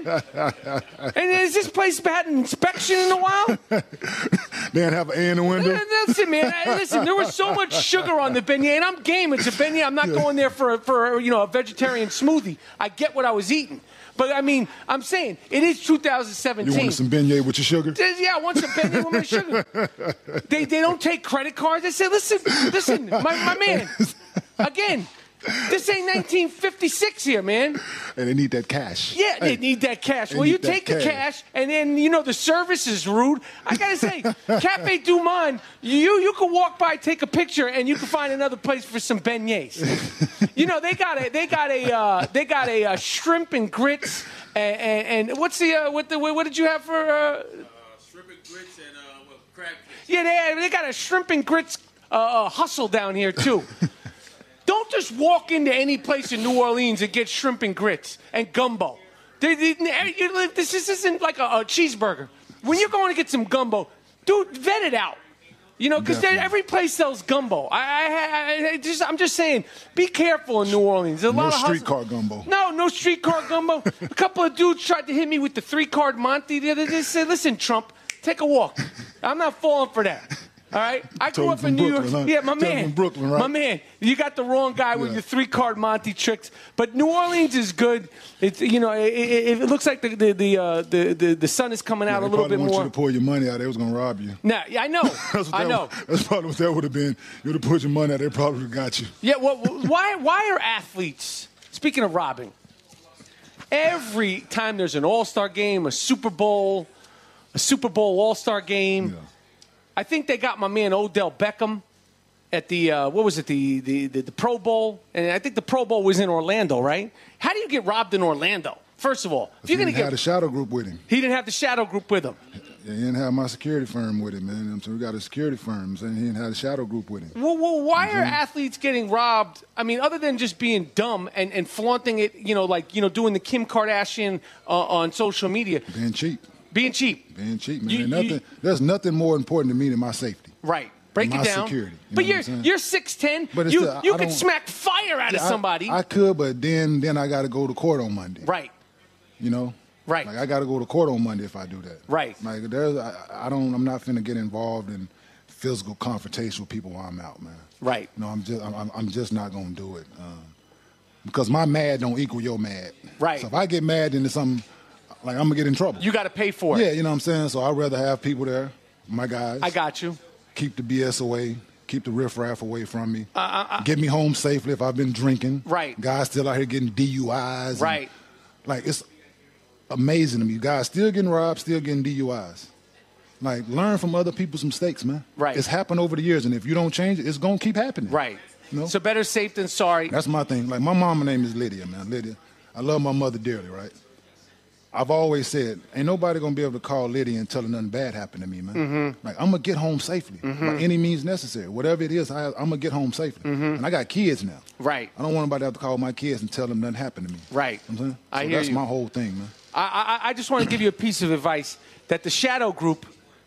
S3: and has this place had an inspection in a
S4: [LAUGHS]
S3: while?
S4: [LAUGHS] They don't have an air in the window.
S3: Listen, man. I- Listen, there was so much sugar on the beignet, and I'm game. It's a beignet. I'm not going there for for you know a vegetarian smoothie. I get what I was eating, but I mean, I'm saying it is
S4: You
S3: 2017.
S4: wanted some beignet with your sugar?
S3: Says, yeah, I want some beignet with my sugar.
S4: [LAUGHS]
S3: They they don't take credit cards. They say, listen, listen, my, my man, again. This ain't 1956 here, man.
S4: And they need that cash.
S3: Yeah,
S4: Hey.
S3: they need that cash.
S4: They
S3: Well, you
S4: need that
S3: take the
S4: cash.
S3: cash, and then you know the service is rude. I gotta
S4: [LAUGHS]
S3: say, Cafe Du Monde, you you can walk by, take a picture, and you can find another place for some beignets. you know they got a they got a uh, they got a uh, shrimp and grits, and, and, and what's the uh, what the what did you have for? Uh,
S5: Shrimp and grits and uh, well, crab cakes.
S3: yeah, they they got a shrimp and grits uh, uh, hustle down here
S4: [LAUGHS]
S3: too. Don't just walk into any place in New Orleans and get shrimp and grits and gumbo. They- they- you live- This is- isn't like a, a cheeseburger. When you're going to get some gumbo, dude, vet it out. You know, because
S4: Definitely.
S3: every place sells gumbo. I, I, I, I just, I'm just saying, be careful in New Orleans. There's a lot of hustle-
S4: streetcar gumbo.
S3: No, no streetcar gumbo. a couple of dudes tried to hit me with the three card Monty the other day. They said, "Listen, Trump, take a walk. I'm not falling for that." All
S4: [LAUGHS]
S3: right, I grew
S4: Tell
S3: up
S4: him
S3: in
S4: from
S3: New York.
S4: Brooklyn, huh?
S3: Yeah, my
S4: Tell him
S3: man,
S4: from Brooklyn, right?
S3: my man. You got the wrong guy with
S4: Yeah.
S3: your three card Monty tricks. But New Orleans is good. It's you know, it, it, it looks like the the the, uh, the the the sun is coming out
S4: They
S3: a little
S4: probably
S3: bit
S4: want
S3: more.
S4: you to pour your money out. They was gonna rob you. [LAUGHS]
S3: Nah, yeah, I know,
S4: That's what
S3: I
S4: that-
S3: know.
S4: That's probably what that would have been. You would have put your money out. They probably would've got you.
S3: Yeah, well, why why are athletes? Speaking of robbing, every time there's an All Star game, a Super Bowl, a Super Bowl All Star game,
S4: Yeah.
S3: I think they got my man Odell Beckham at the uh, what was it the, the the the Pro Bowl, and I think the Pro Bowl was in Orlando, right? How do you get robbed in Orlando? First of all, if
S4: He
S3: you're gonna
S4: didn't
S3: get
S4: have a shadow group with him.
S3: he didn't have the shadow group with him.
S4: He didn't have my security firm with him, man. I'm saying we got a security firm, and he didn't have a shadow group with him.
S3: Well, well why are
S4: Mm-hmm.
S3: athletes getting robbed? I mean, other than just being dumb and, and flaunting it, you know, like, you know, doing the Kim Kardashian uh, on social media,
S4: Being cheap,
S3: being cheap.
S4: being cheap, man.
S3: You- you-
S4: nothing. there's nothing more important to me than my safety.
S3: Right. Break
S4: My
S3: it down.
S4: security, you
S3: but
S4: know
S3: you're
S4: what I'm saying?
S3: you're 6'10.
S4: But it's
S3: you
S4: the-
S3: you
S4: I
S3: could
S4: don't-
S3: smack fire out of
S4: I-
S3: somebody.
S4: I, could, but then then I got to go to court on Monday.
S3: right.
S4: You know.
S3: Right.
S4: Like I got to go to court on Monday if I do that.
S3: Right.
S4: Like there's, I, I don't, I'm not finna get involved in physical confrontation with people while I'm out, man.
S3: Right.
S4: No, I'm just, I'm, I'm- I'm just not gonna do it. Um, because my mad don't equal your mad.
S3: Right.
S4: So if I get mad into something, like I'm gonna get in trouble.
S3: You got to pay for it.
S4: Yeah, you know what I'm saying? So I'd rather have people there, my guys.
S3: I got you.
S4: Keep the BS away. Keep the riffraff away from me. Get me home safely if I've been drinking.
S3: Uh, Right.
S4: Guys still out here getting DUIs. and-
S3: Right.
S4: like, it's amazing to me. Guys still getting robbed, still getting DUIs. Like, learn from other people's mistakes, man.
S3: Right.
S4: It's happened over the years, and if you don't change it, it's going to keep happening.
S3: Right.
S4: You know?
S3: So better safe than sorry.
S4: That's my thing. Like my mama name is Lydia, man. Lydia. I love my mother dearly, right? I've always said, ain't nobody gonna be able to call Lydia and tell her nothing bad happened to me, man.
S3: Mm-hmm.
S4: Like I'm gonna get home safely by any means necessary. Whatever it is, I, I'm gonna get home safely. And I got kids now.
S3: Mm-hmm. Right.
S4: I don't want anybody to have to call my kids and tell them nothing happened to me.
S3: Right.
S4: You know what I'm saying?
S3: I
S4: so
S3: hear
S4: that's
S3: you.
S4: my whole thing, man.
S3: I, I, I just want to give you a piece of advice that the shadow group,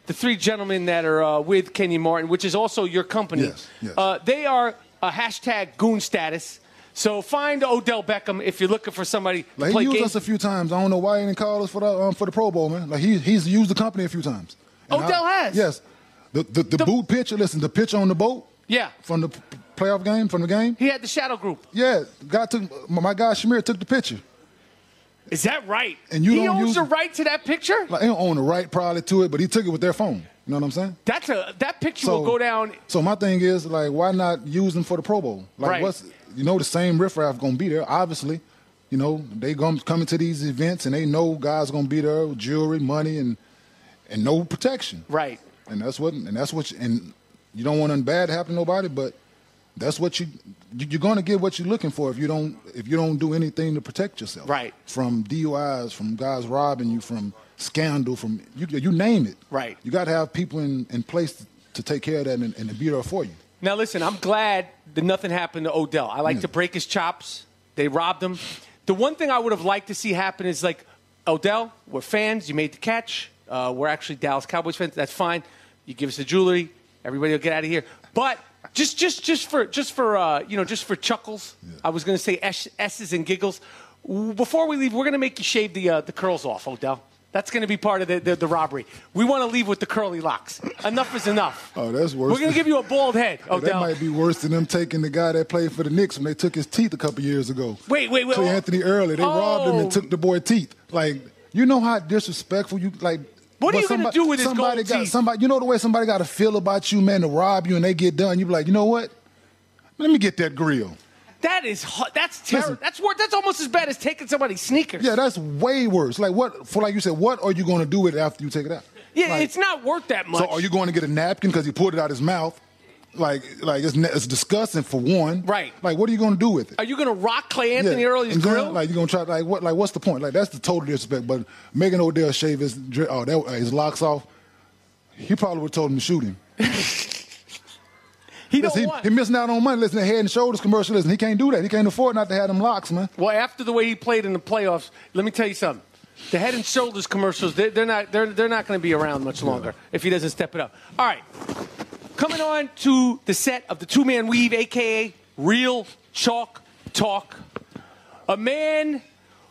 S3: the three gentlemen that are uh, with Kenyon Martin, which is also your company,
S4: Yes, yes.
S3: Uh, they are a hashtag goon status. So find Odell Beckham if you're looking for somebody to
S4: Like
S3: play
S4: he used
S3: games.
S4: us a few times. I don't know why he didn't call us for the um, for the Pro Bowl, man. Like he he's used the company a few times. And
S3: Odell
S4: I-
S3: has.
S4: Yes. The the, the
S3: The-
S4: boot picture, listen, the pitch on the boat.
S3: Yeah.
S4: From the p- playoff game, from the game.
S3: he had the shadow group.
S4: Yeah, guy took my my guy Shamir took the picture.
S3: Is that right?
S4: And you
S3: he
S4: don't
S3: owns
S4: use-
S3: the right to that picture.
S4: Like they don't own the right probably to it, but he took it with their phone. You know what I'm saying?
S3: That's a that picture will go down.
S4: So my thing is like, why not use them for the Pro Bowl? Like,
S3: Right.
S4: what's you know the same riffraff gonna be there? Obviously, you know they gonna coming to these events and they know guys gonna be there, with jewelry, money, and and no protection.
S3: Right.
S4: And that's what and that's what you, and you don't want nothing bad to happen to nobody, but that's what you you- you're gonna get what you're looking for if you don't if you don't do anything to protect yourself.
S3: Right.
S4: From DUIs, from guys robbing you, from scandal, from you you name it.
S3: Right.
S4: You gotta have people in, in place to, take care of that and, and to be there for you.
S3: Now listen, I'm glad that nothing happened to Odell. I like to break his chops. They robbed him. The one thing I would have liked to see happen is like, Odell, we're fans. You made the catch. Uh, we're actually Dallas Cowboys fans. That's fine. You give us the jewelry. Everybody will get out of here. But just, just, just for, just for, uh, you know, just for chuckles. I was going to say S- s's and giggles. W- Before we leave, we're going to make you shave the uh, the curls off, Odell. That's going to be part of the, the, the robbery. We want to leave with the curly locks. Enough is enough.
S4: Oh, that's worse.
S3: We're going to give you a bald head,
S4: That
S3: Odell.
S4: might be worse than them taking the guy that played for the Knicks when they took his teeth a couple years ago.
S3: Wait, wait, wait,
S4: Clay
S3: oh.
S4: Anthony Early. They robbed him
S3: Oh.
S4: and took the boy teeth. Like, you know how disrespectful you like.
S3: What are
S4: but
S3: you gonna
S4: somebody-
S3: do with his
S4: somebody
S3: gold
S4: got,
S3: teeth?
S4: Somebody, you know the way somebody got to feel about you, man, to rob you and they get done. You be like, you know what? Let me get that grill.
S3: That is hu- that's terrible.
S4: Listen.
S3: That's wor- that's almost as bad as taking somebody's sneakers.
S4: Yeah, that's way worse. Like what? For like you said, what are you going to do with it after you take it out?
S3: Yeah,
S4: Like,
S3: it's not worth that much.
S4: So are you going to get a napkin because he pulled it out his mouth? Like, like it's, it's disgusting for one.
S3: Right.
S4: Like, what are you going to do with it?
S3: Are you gonna rock Clay Anthony
S4: Yeah.
S3: Early's
S4: And then,
S3: grill?
S4: Like you gonna try like what? Like what's the point? Like that's the total disrespect. But Megan Odell shave his dri- oh that, his locks off. He probably would have told him to shoot him.
S3: he don't
S4: Listen, he,
S3: want.
S4: he missing out on money. Listen, to Head and Shoulders commercial. Listen, he can't do that. He can't afford not to have them locks, man.
S3: well, after the way he played in the playoffs, let me tell you something. The Head and Shoulders commercials, they're, they're not they're, they're not gonna be around much longer if he doesn't step it up. All right, coming on to the set of the Two Man Weave, aka Real Chalk Talk. A man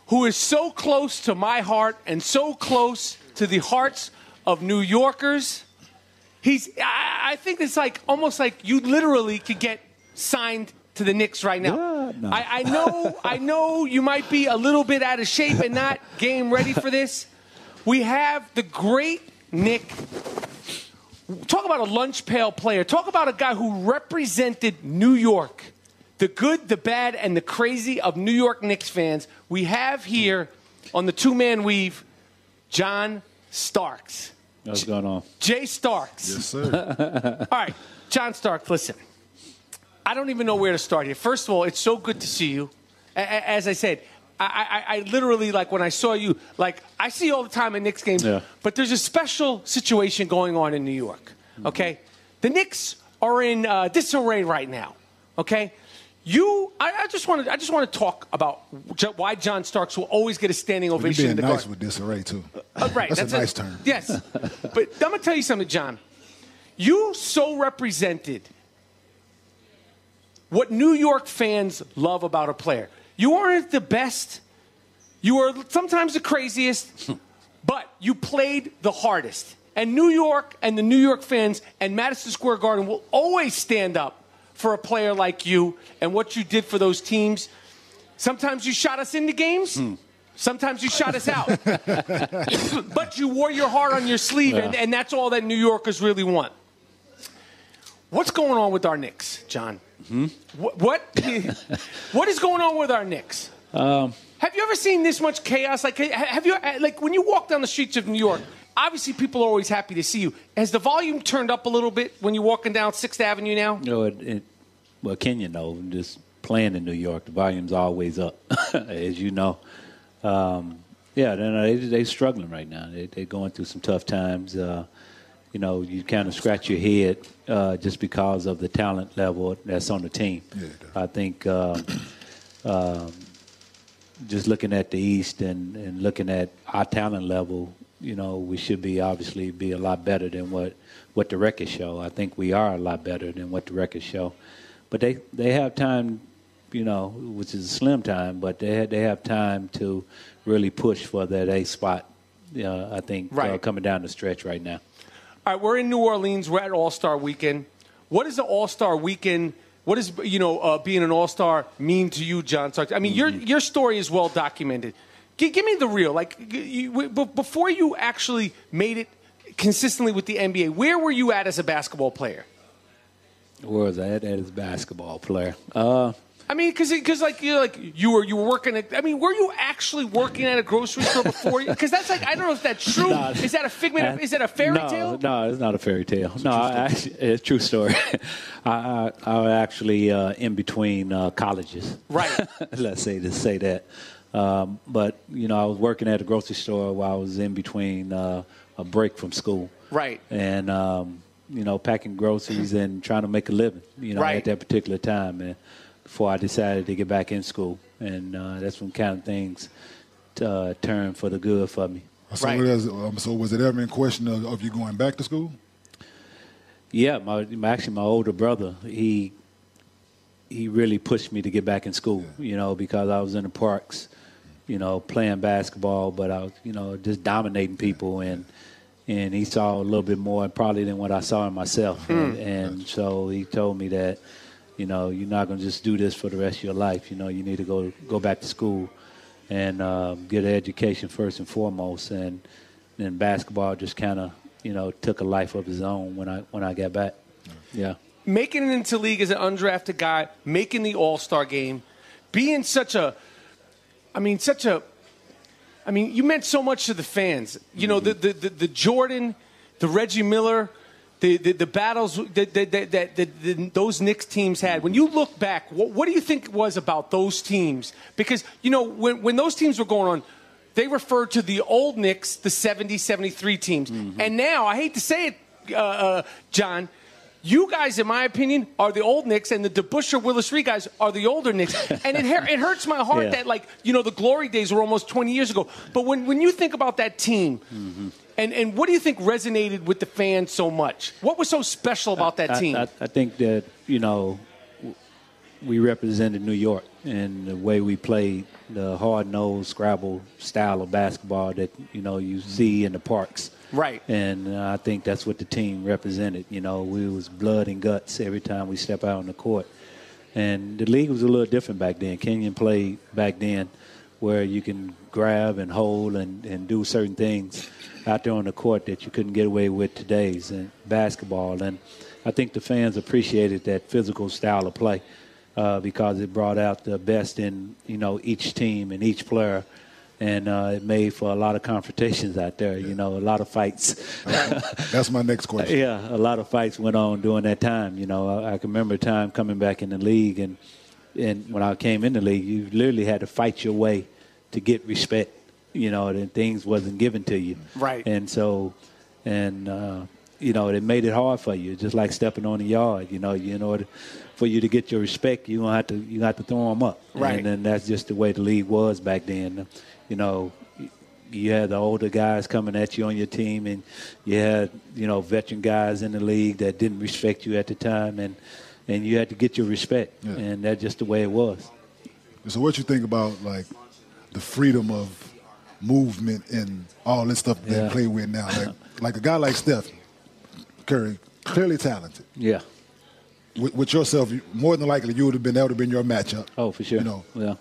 S3: who is so close to my heart and so close to the hearts of New Yorkers. He's I, I think it's like almost like you literally could get signed to the Knicks right now.
S6: Yeah, no.
S3: I, I know, I know you might be a little bit out of shape and not game ready for this. We have the great Nick. Talk about a lunch pail player. Talk about a guy who represented New York. The good, the bad, and the crazy of New York Knicks fans. We have here on the two man weave, John Starks.
S6: What's going on?
S3: Jay Starks.
S4: Yes, sir.
S3: [LAUGHS] All right, John Stark, listen. I don't even know where to start here. First of all, it's so good to see you. A- a- As I said, I, I, I literally, like, when I saw you, like, I see you all the time in Knicks games,
S6: Yeah.
S3: but there's a special situation going on in New York,
S4: Mm-hmm.
S3: okay? The Knicks are in uh, disarray right now, okay? You, I, I just want to, I just want to talk about Jo- why John Starks will always get a standing
S4: You're
S3: ovation.
S4: being
S3: in the
S4: nice
S3: Garden.
S4: with disarray too.
S3: Uh, right.
S4: That's a nice term. [LAUGHS]
S3: Yes. But I'm going to tell you something, John. You so represented what New York fans love about a player. You aren't the best, you are sometimes the
S4: [LAUGHS]
S3: craziest, but you played the hardest. And New York and the New York fans and Madison Square Garden will always stand up for a player like you and what you did for those teams. Sometimes you shot us into games.
S4: Hmm.
S3: Sometimes you shot us
S4: [LAUGHS]
S3: out. but you wore your heart on your sleeve, and, and that's all that New Yorkers really want. What's going on with our Knicks, John? What, [LAUGHS] what what is going on with our Knicks? have you ever seen this much chaos? Like, ha- have you like when you walk down the streets of New York? Obviously, people are always happy to see you. Has the volume turned up a little bit when you're walking down Sixth Avenue now?
S6: You know, it, it, well, Kenya know just playing in New York, the volume's always up, [LAUGHS] as you know. Um, yeah, they they they struggling right now. They they going through some tough times. Uh, you know, you kind of scratch your head uh, just because of the talent level that's on the team.
S4: Yeah, it does.
S6: I think uh, um, just looking at the East and, and looking at our talent level, you know, we should be obviously be a lot better than what, what the records show. I think we are a lot better than what the records show, but they they have time, you know, which is a slim time, but they they have time to really push for that A spot. Uh, I think uh,
S3: Right.
S6: coming down the stretch right now.
S3: All right, we're in New Orleans. We're at All Star Weekend. What is the All Star Weekend? What is you know uh, being an All Star mean to you, John? Stark? I mean, your your story is well documented. G- give me the real. Like g- you, w- b- before you actually made it consistently with the NBA, where were you at as a basketball player?
S6: Where was I at as a basketball player? Uh,
S3: I mean, because because like you like you were you were working. At, I mean, were you actually working at a grocery store before? Because that's like I don't know if that's true.
S6: No.
S3: Is that a figment? Of, is that a fairy
S6: no,
S3: tale?
S6: No, it's not a fairy tale. no, I, actually, [LAUGHS] it's a true story. I, I, I was actually uh, in between uh, colleges.
S3: Right.
S6: [LAUGHS] Let's say to say that. Um, but you know, I was working at a grocery store while I was in between uh, a break from school.
S3: Right.
S6: And um, you know, packing groceries and trying to make a living. You know,
S3: Right.
S6: at that particular time, and before I decided to get back in school, and uh, that's when kind of things uh, turned for the good for me.
S4: So,
S3: Right.
S4: what else- um, so was it ever in question of, of you going back to school?
S6: Yeah, my, my actually my older brother, he he really pushed me to get back in school, you know, because I was in the parks, you know, playing basketball, but I was, you know, just dominating people and and he saw a little bit more probably than what I saw in myself. And, and so he told me that, you know, you're not gonna just do this for the rest of your life. You know, you need to go go back to school and um, get an education first and foremost and then basketball just kinda, you know, took a life of its own when I when I got back. Yeah.
S3: making it into league as an undrafted guy, making the All Star game, being such a, I mean, such a, I mean, you meant so much to the fans. You know, the the the, the Jordan, the Reggie Miller. The, the, the battles that, that, that, that, that, that those Knicks teams had, when you look back, what, what do you think it was about those teams? Because, you know, when, when those teams were going on, they referred to the old Knicks, the 70, 73 teams. And now, I hate to say it, uh, uh, John, you guys, in my opinion, are the old Knicks, and the DeBuscher Willis Reed guys are the older Knicks. And it, hur- it hurts my heart
S6: Yeah.
S3: that, like, you know, the glory days were almost 20 years ago. But when, when you think about that team, and, and what do you think resonated with the fans so much? What was so special about that
S6: I-
S3: team?
S6: I, I, think that you know w- we represented New York and the way we played the hard nosed Scrabble style of basketball that you know you see in the parks.
S3: Right.
S6: And uh, I think that's what the team represented. You know, we was blood and guts every time we step out on the court. And the league was a little different back then. Kenyon played back then where you can grab and hold and, and do certain things out there on the court that you couldn't get away with today's in basketball. And I think the fans appreciated that physical style of play uh, because it brought out the best in you know each team and each player. And uh, it made for a lot of confrontations out there, you know, a lot of fights. [LAUGHS]
S4: That's my next question.
S6: Yeah, a lot of fights went on during that time. You know, I, I can remember a time coming back in the league, and and when I came in the league, you literally had to fight your way to get respect. You know, and things wasn't given to you.
S3: Right.
S6: And so, and uh, you know, it made it hard for you, just like stepping on the yard. You know, you in order for you to get your respect, you gonna have to you gonna have to throw them up.
S3: Right.
S6: And then that's just the way the league was back then. You know, you had the older guys coming at you on your team, and you had you know veteran guys in the league that didn't respect you at the time, and and you had to get your respect,
S4: Yeah.
S6: and that's just the way it was.
S4: So what you think about like the freedom of movement and all this stuff they
S6: Yeah.
S4: play with now?
S6: [LAUGHS]
S4: Like, like a guy like Steph Curry, clearly talented.
S6: Yeah.
S4: With, with yourself, you- more than likely you would have been that would have been your matchup.
S6: Oh, for sure.
S4: You know,
S6: Yeah.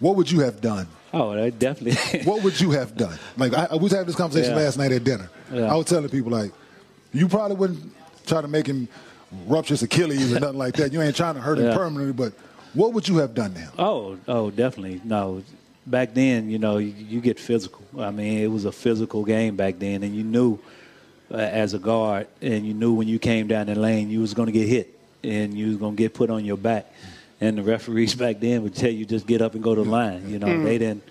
S4: what would you have done?
S6: Oh, that definitely. [LAUGHS]
S4: What would you have done? Like I, I- we was having this conversation
S6: Yeah.
S4: last night at dinner.
S6: Yeah.
S4: I was telling people like, you probably wouldn't try to make him rupture his Achilles
S6: [LAUGHS]
S4: or nothing like that. You ain't trying to hurt him
S6: Yeah.
S4: permanently, but what would you have done now?
S6: Oh, oh, definitely. No, back then, you know, you, you get physical. I mean, it was a physical game back then, and you knew uh, as a guard, and you knew when you came down the lane, you was going to get hit, and you was going to get put on your back. And the referees [LAUGHS] back then would tell you just get up and go to the line. You know, they didn't.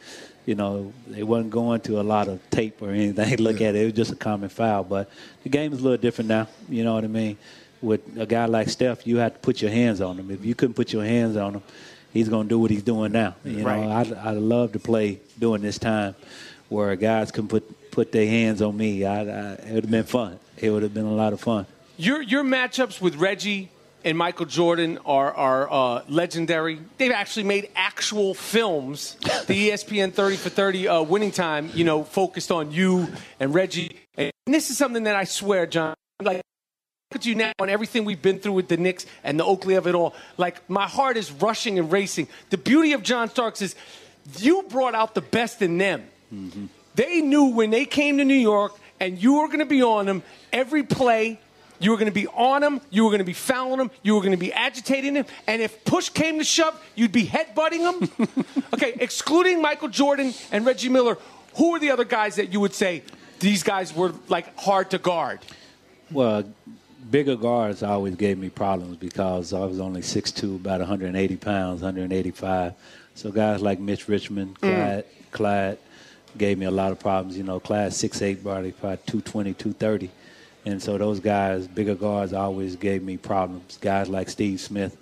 S6: You know, they wasn't going to a lot of tape or anything. [LAUGHS] Look at it; it was just a common foul. But the game is a little different now. You know what I mean? With a guy like Steph, you had to put your hands on him. If you couldn't put your hands on him, he's going to do what he's doing now. You know,
S3: Right.
S6: I I love to play during this time where guys can put put their hands on me. I, I it would have been fun. It would have been a lot of fun.
S3: Your your matchups with Reggie and Michael Jordan are are uh, legendary. They've actually made actual films. The E ESPN 30 for 30 uh, winning time, you know, focused on you and Reggie. And this is something that I swear, John, like look at you now and everything we've been through with the Knicks and the Oakley of it all. Like my heart is rushing and racing. The beauty of John Starks is you brought out the best in them. They knew when they came to New York and you were going to be on them every play. You were going to be on them. You were going to be fouling them. You were going to be agitating them. And if push came to shove, you'd be headbutting them. okay, excluding Michael Jordan and Reggie Miller, who are the other guys that you would say these guys were like hard to guard?
S6: Well, bigger guards always gave me problems because I was only 6'2", about 180 pounds, 185. So guys like Mitch Richmond, Clyde, Clyde gave me a lot of problems. You know, Clyde 6'8", probably, probably 220, 230. And so those guys, bigger guards, always gave me problems. Guys like Steve Smith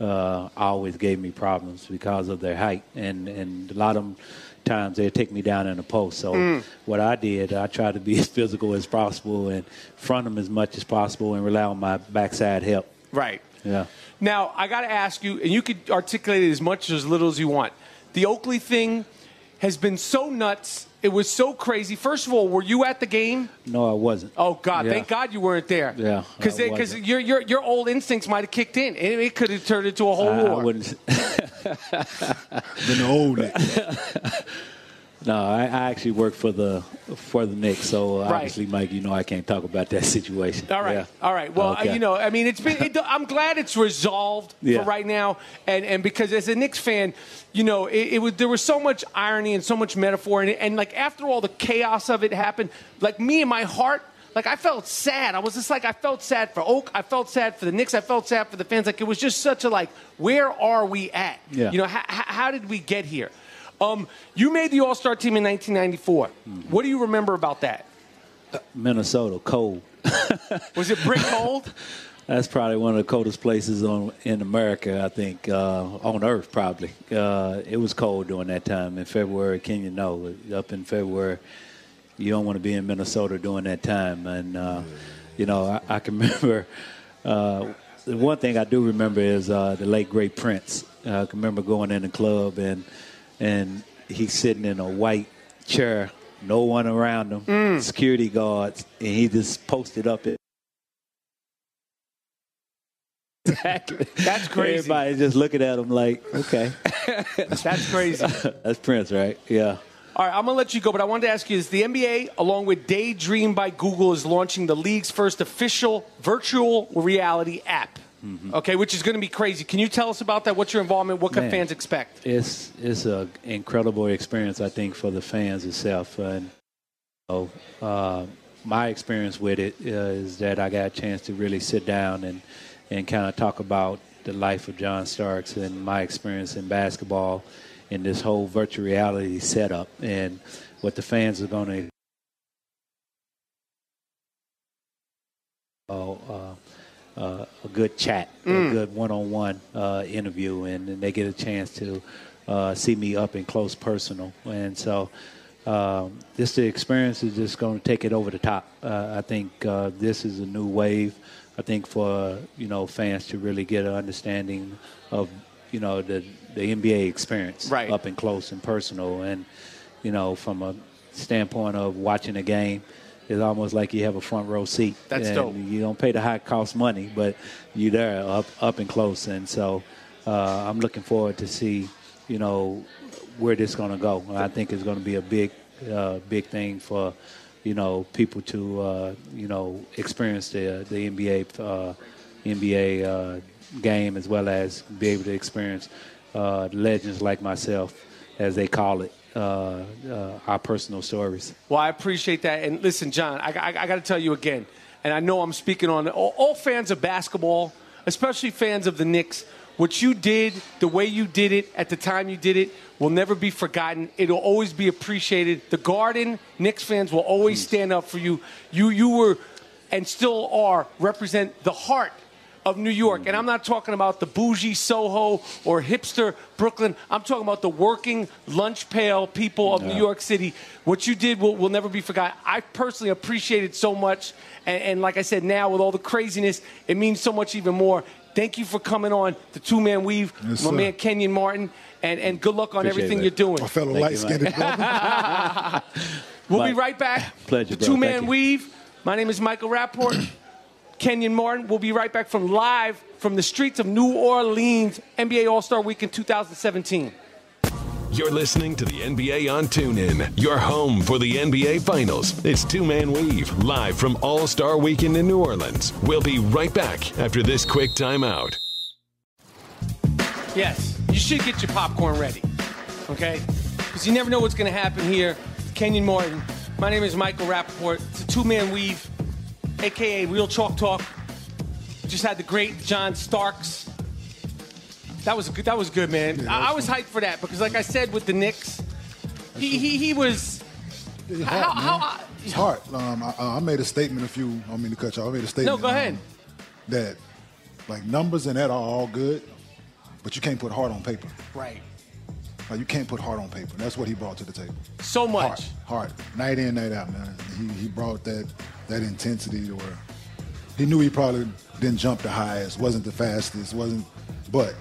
S6: uh, always gave me problems because of their height. And, and a lot of 'em times they'd take me down in the post. So
S3: Mm.
S6: what I did, I tried to be [LAUGHS] as physical as possible and front them as much as possible and rely on my backside help.
S3: Right.
S6: Yeah.
S3: Now I got to ask you, and you could articulate it as much or as little as you want. The Oakley thing has been so nuts. It was so crazy. First of all, were you at the game?
S6: No, I wasn't.
S3: Oh God!
S6: Yeah.
S3: Thank God you weren't there.
S6: Yeah,
S3: Because
S6: I
S3: because
S6: wasn't.
S3: your your your old instincts might have kicked in, and it could have turned into a whole
S6: I, I
S3: war.
S6: wouldn't.
S3: [LAUGHS]
S4: Been the old Nick.
S6: [LAUGHS] No, I, I actually work for the for the Knicks, so
S3: Right.
S6: obviously, Mike, you know I can't talk about that situation.
S3: All right,
S6: Yeah. Oh,
S3: all right. Well,
S6: Okay.
S3: you know, I mean, it's been. It, I'm glad it's resolved
S6: Yeah.
S3: for right now, and and because as a Knicks fan, you know, it, it was there was so much irony and so much metaphor, and and like after all the chaos of it happened, like me in my heart. Like I felt sad. I was just like I felt sad for Oak. I felt sad for the Knicks. I felt sad for the fans. Like it was just such a like, where are we at?
S6: Yeah.
S3: You know, how, how did we get here? Um, you made the All Star team in 1994.
S6: Mm-hmm.
S3: What do you remember about that?
S6: Minnesota, cold. [LAUGHS]
S3: Was it brick cold?
S6: That's probably one of the coldest places on in America, I think, uh, on Earth probably. Uh, it was cold during that time in February. Can you know? Up in February, you don't want to be in Minnesota during that time. And uh, you know, I, I can [LAUGHS] remember. Uh, the one thing I do remember is uh, the late great Prince. Uh, I can remember going in the club and and he's sitting in a white chair no one around him, security guards, and he just posted up it.
S3: [LAUGHS]
S6: Exactly.
S3: That's crazy. [LAUGHS]
S6: Everybody just looking at him like, okay, [LAUGHS]
S3: That's crazy.
S6: that's Prince, right? Yeah.
S3: All right, I'm gonna let you go, but I wanted to ask you: Is the NBA, along with Daydream by Google, is launching the league's first official virtual reality app? Okay, which is going to be crazy. Can you tell us about that? What's your involvement? What can
S6: Man.
S3: fans expect?
S6: it's it's a incredible experience I think for the fans itself and you know, uh, my experience with it uh, is that I got a chance to really sit down and and kind of talk about the life of John Starks and my experience in basketball and this whole virtual reality setup and what the fans are going to uh, uh, a good chat, a good one-on-one uh, interview, and, and they get a chance to uh, see me up and close, personal. And so, um, just the experience is just going to take it over the top. Uh, I think uh, this is a new wave. I think for you know fans to really get an understanding of you know the the NBA experience
S3: Right.
S6: up and close and personal, and you know from a standpoint of watching a game. It's almost like you have a front row seat.
S3: That's
S6: and
S3: dope.
S6: you don't pay the high cost money, but you there up up and close. And so uh, I'm looking forward to see, you know, where this going to go. And I think it's going to be a big, uh, big thing for, you know, people to, uh, you know, experience the the NBA uh, NBA uh, game as well as be able to experience uh, legends like myself, as they call it, uh, uh, our personal stories.
S3: Well, I appreciate that. And listen, John, I, got to tell you again, and I know I'm speaking on all, all fans of basketball, especially fans of the Knicks. What you did, the way you did it, at the time you did it, will never be forgotten. It'll always be appreciated. The Garden, Knicks fans will always stand up for you. You, you were, and still are, represent the heart of New York. And I'm not talking about the bougie Soho or hipster Brooklyn. I'm talking about the working lunch pail people of New York City. What you did will, will never be forgotten. I personally appreciate it so much. And, and like I said, now with all the craziness, it means so much even more. Thank you for coming on the two man weave,
S4: Yes,
S3: my
S4: sir.
S3: man Kenyon Martin, and, and good luck on
S6: Appreciate
S3: everything
S6: that.
S3: you're doing.
S4: My fellow
S6: Uh, Thank
S4: light
S6: you,
S4: skinned
S6: [LAUGHS]
S4: brother.
S3: We'll be
S6: Mike.
S3: right back.
S6: [LAUGHS] Pleasure,
S3: The
S6: bro.
S3: two
S6: Thank
S3: man
S6: you.
S3: weave. My name is Michael Rapport. [CLEARS THROAT] Kenyon Martin. We'll be right back from live from the streets of New Orleans, NBA All Star Week in 2017.
S1: You're listening to the NBA on TuneIn, your home for the NBA Finals. It's Two Man Weave, live from All Star Weekend in New Orleans. We'll be right back after this quick timeout.
S3: Yes, you should get your popcorn ready, okay? Because you never know what's going to happen here. Kenyon Martin. My name is Michael Rappaport. It's a two man weave, aka Real Chalk Talk. Just had the great John Starks. That was good. That was good, man.
S4: that
S3: I, I was
S4: was
S3: hyped for that because, like I said, with the Knicks, he he, he was.
S4: It's
S3: How,
S4: hard,
S3: how, uh,
S4: man. It's hard. Um, I, I made a statement a few, I don't mean to cut you off. I made a statement.
S3: go ahead.
S4: um, that, like, numbers and that are all good, but you can't put heart on paper.
S3: right.
S4: Like, you can't put heart on paper. That's what he brought to the table.
S3: So much.
S4: Heart, heart, night in, night out, man. He he brought that that intensity to where he knew he probably didn't jump the highest, wasn't the fastest, wasn't, but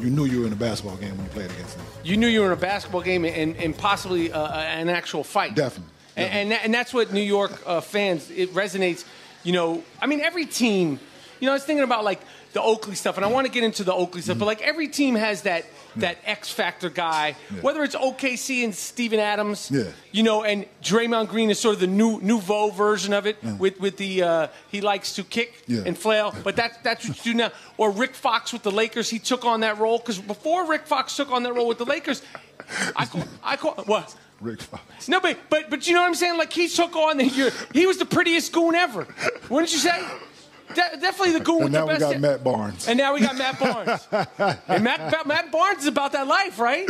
S4: you knew you were in a basketball game when you played against him.
S3: You knew you were in a basketball game and, and possibly uh, an actual fight.
S4: Definitely.
S3: And, and, that, and that's what New York uh, fans, it resonates. You know, I mean, every team, you know, I was thinking about like the Oakley stuff, and I want to get into the Oakley stuff,
S4: Mm-hmm.
S3: but like every team has that that X Factor guy,
S4: Yeah.
S3: whether it's OKC and Steven Adams,
S4: Yeah.
S3: you know, and Draymond Green is sort of the new nouveau version of it
S4: Mm.
S3: with, with the uh, he likes to kick
S4: Yeah.
S3: and flail, but that's that's what you do now. Or Rick Fox with the Lakers, he took on that role because before Rick Fox took on that role with the Lakers, I call, I call what.
S4: Rick Fox.
S3: No, but but but you know what I'm saying? Like he took on the year. He was the prettiest goon ever. Wouldn't you say? De- definitely the goon with
S4: And now
S3: the
S4: we
S3: best.
S4: got Matt Barnes.
S3: And now we got Matt
S4: [LAUGHS]
S3: Barnes. and Matt, Matt Barnes is about that life, right?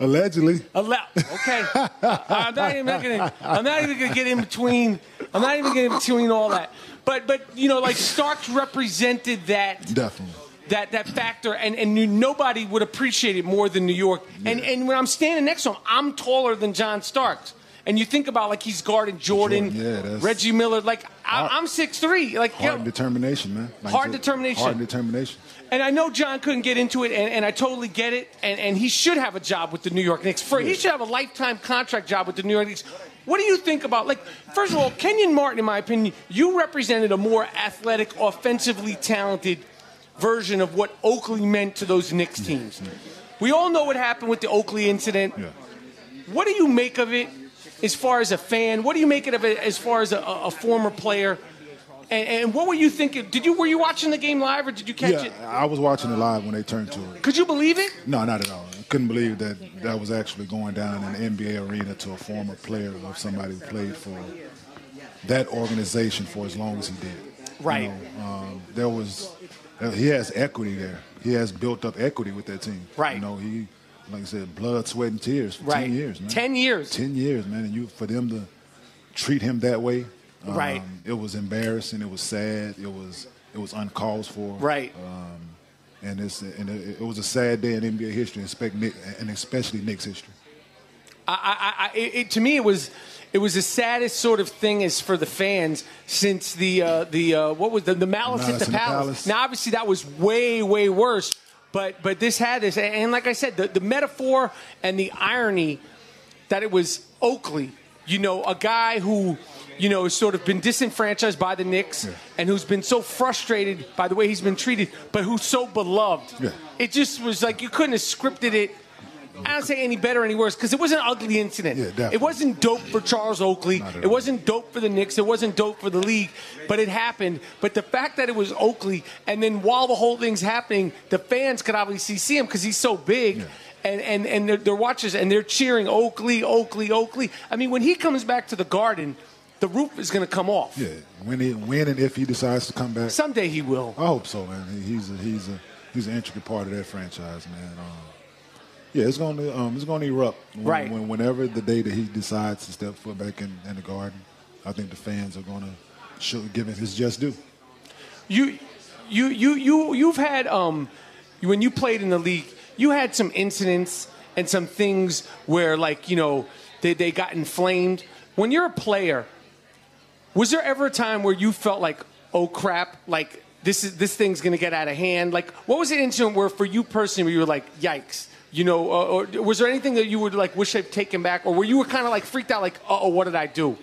S4: Allegedly,
S3: A le- okay. I'm not even gonna. I'm not even gonna get in between. I'm not even getting between all that. But but you know, like Starks represented that
S4: definitely.
S3: that that factor, and and you, nobody would appreciate it more than New York. And and when I'm standing next to him, I'm taller than John Starks. And you think about like he's guarding Jordan,
S4: Jordan, yeah, that's-
S3: Reggie Miller. Like
S4: Hard-
S3: I, I'm six three. Like you
S4: Heart and
S3: know,
S4: determination, man. Like I
S3: Hard
S4: said,
S3: determination.
S4: Heart and determination.
S3: and I know John couldn't get into it, and, and I totally get it. And, and he should have a job with the New York Knicks. For, he should have a lifetime contract job with the New York Knicks. What do you think about like? First of all, Kenyon Martin, in my opinion, you represented a more athletic, offensively talented version of what Oakley meant to those Knicks teams. We all know what happened with the Oakley incident.
S4: Yeah.
S3: What do you make of it as far as a fan? What do you make of it as far as a, a former player? And, and what were you thinking? Did you were you watching the game live or did you catch
S4: Yeah,
S3: it?
S4: I was watching it live when they turned to it.
S3: Could you believe it?
S4: No, not at all. I couldn't believe that that was actually going down in an NBA arena to a former player of somebody who played for that organization for as long as he did. You
S3: Right.
S4: know, um, there was, uh, he has equity there. He has built up equity with that team.
S3: Right.
S4: You know, he, like I said, blood, sweat, and tears for
S3: Right.
S4: 10 years, man.
S3: 10 years.
S4: 10 years, man. And you, for them to treat him that way, um,
S3: Right.
S4: It was embarrassing. It was sad. It was, it was uncalled for.
S3: Right.
S4: Um, and it's and it, it was a sad day in NBA history, expect Nick, and especially Knicks history.
S3: I, I, I, it, it- to me, it was it was the saddest sort of thing is for the fans since the uh, the uh, what was the, the malice,
S4: Malice
S3: at the
S4: in the
S3: palace.
S4: Palace.
S3: Now, obviously, that was way way worse. But but this had this, and, and like I said, the, the metaphor and the irony that it was Oakley, you know, a guy who, you know, has sort of been disenfranchised by the Knicks and who's been so frustrated by the way he's been treated, but who's so beloved.
S4: Yeah.
S3: It just was like you couldn't have scripted it. I don't say any better, any worse, because it was an ugly incident.
S4: Yeah, definitely.
S3: it wasn't dope for Charles Oakley.
S4: Not at
S3: It
S4: all.
S3: wasn't dope for the Knicks. It wasn't dope for the league, but it happened. But the fact that it was Oakley, and then while the whole thing's happening, the fans could obviously see him because he's so big.
S4: Yeah.
S3: And, and, and they're, they're watchers and they're cheering Oakley, Oakley, Oakley. I mean, when he comes back to the garden, the roof is going to come off.
S4: Yeah, when he, when and if he decides to come back,
S3: Someday he will.
S4: I hope so, man. He- He's a, he's a he's an intricate part of that franchise, man. Um, yeah, it's gonna um, it's gonna erupt when,
S3: Right.
S4: when, whenever the day that he decides to step foot back in, in the garden. I think the fans are gonna show, give him his just due.
S3: you you you you you've had um when you played in the league you had some incidents and some things where like you know they, they got inflamed when you're a player was there ever a time where you felt like oh crap like this is this thing's gonna get out of hand like what was the incident where for you personally where you were like yikes you know or, or was there anything that you would like wish they'd taken back or where you were kind of like freaked out like uh-oh what did i do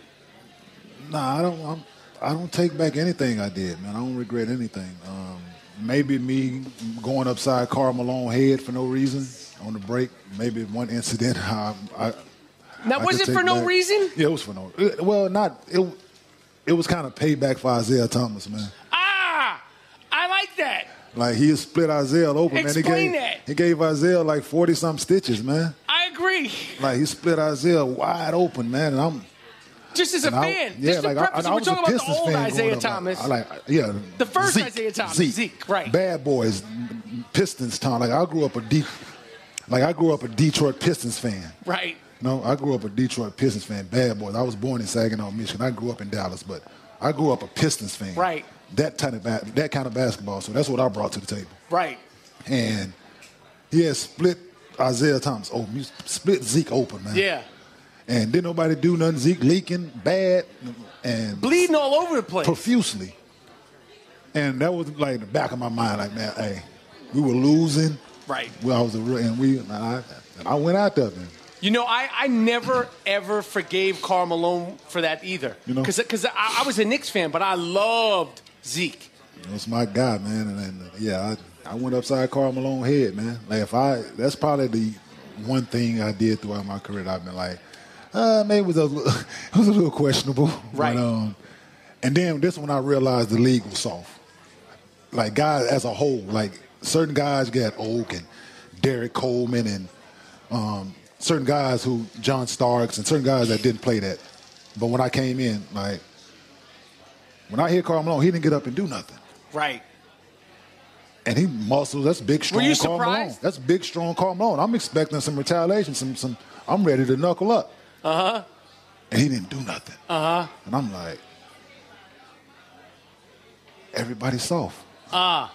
S4: Nah, I don't. I'm, I don't take back anything I did, man. I don't regret anything. Um, maybe me going upside Carl Malone head for no reason on the break. Maybe one incident. [LAUGHS] I, I,
S3: now
S4: I
S3: was
S4: could
S3: it
S4: take
S3: for no
S4: back.
S3: reason
S4: Yeah, it was for no. It, well, not it. It was kind of payback for Isaiah Thomas, man.
S3: ah i like that
S4: Like he split Isaiah open, man. He
S3: Explain
S4: gave,
S3: that.
S4: He gave Isaiah like forty some stitches, man.
S3: i agree
S4: Like he split Isaiah wide open, man. And I'm
S3: Just as a
S4: and I-
S3: fan.
S4: yeah,
S3: just
S4: like
S3: to
S4: I-
S3: preface,
S4: and I,
S3: we're
S4: was a
S3: talking about the
S4: Pistons
S3: old
S4: fan growing
S3: Isaiah
S4: up. I-
S3: Thomas.
S4: I, like, yeah,
S3: The first
S4: Zeke,
S3: Isaiah Thomas,
S4: Zeke,
S3: Zeke, right.
S4: Bad boys, Pistons town. Like I grew up a deep, like I grew up a Detroit Pistons fan.
S3: right.
S4: No, I grew up a Detroit Pistons fan. Bad boys. I was born in Saginaw, Michigan. I grew up in Dallas, but I grew up a Pistons fan.
S3: Right.
S4: That kind of ba- that kind of basketball. So that's what I brought to the table
S3: Right.
S4: and he had split Isaiah Thomas open. He split Zeke open, man.
S3: Yeah.
S4: And didn't nobody do nothing. Zeke leaking bad and
S3: Bleeding all over the place.
S4: profusely. And that was like the back of my mind, like man, hey, we were losing.
S3: Right.
S4: Well, I was a real, and we, and I, and I went out there, man.
S3: You know, I, I never ever forgave Carl Malone for that either.
S4: You know?
S3: Because I, I was a Knicks fan, but I loved Zeke.
S4: It was my guy, man. And, and, uh, yeah, I, I went upside Carl Malone head, man. Like if I, that's probably the one thing I did throughout my career. that I've been like, uh, maybe it was a little, [LAUGHS] it was a little questionable,
S3: Right.
S4: But, um, and then this one I realized the league was soft. Like guys as a whole, like certain guys got Oak and Derek Coleman and um, certain guys who John Starks and certain guys that didn't play that. But when I came in, like when I hear Carl Malone, he didn't get up and do nothing.
S3: Right.
S4: And he muscles. That's big, strong.
S3: you
S4: Karl Malone.
S3: surprised?
S4: That's big, strong Karl Malone. I'm expecting some retaliation. Some, some. I'm ready to knuckle up. Uh huh.
S3: Uh-huh.
S4: And he didn't do nothing. Uh huh. And I'm like, everybody's soft. Ah.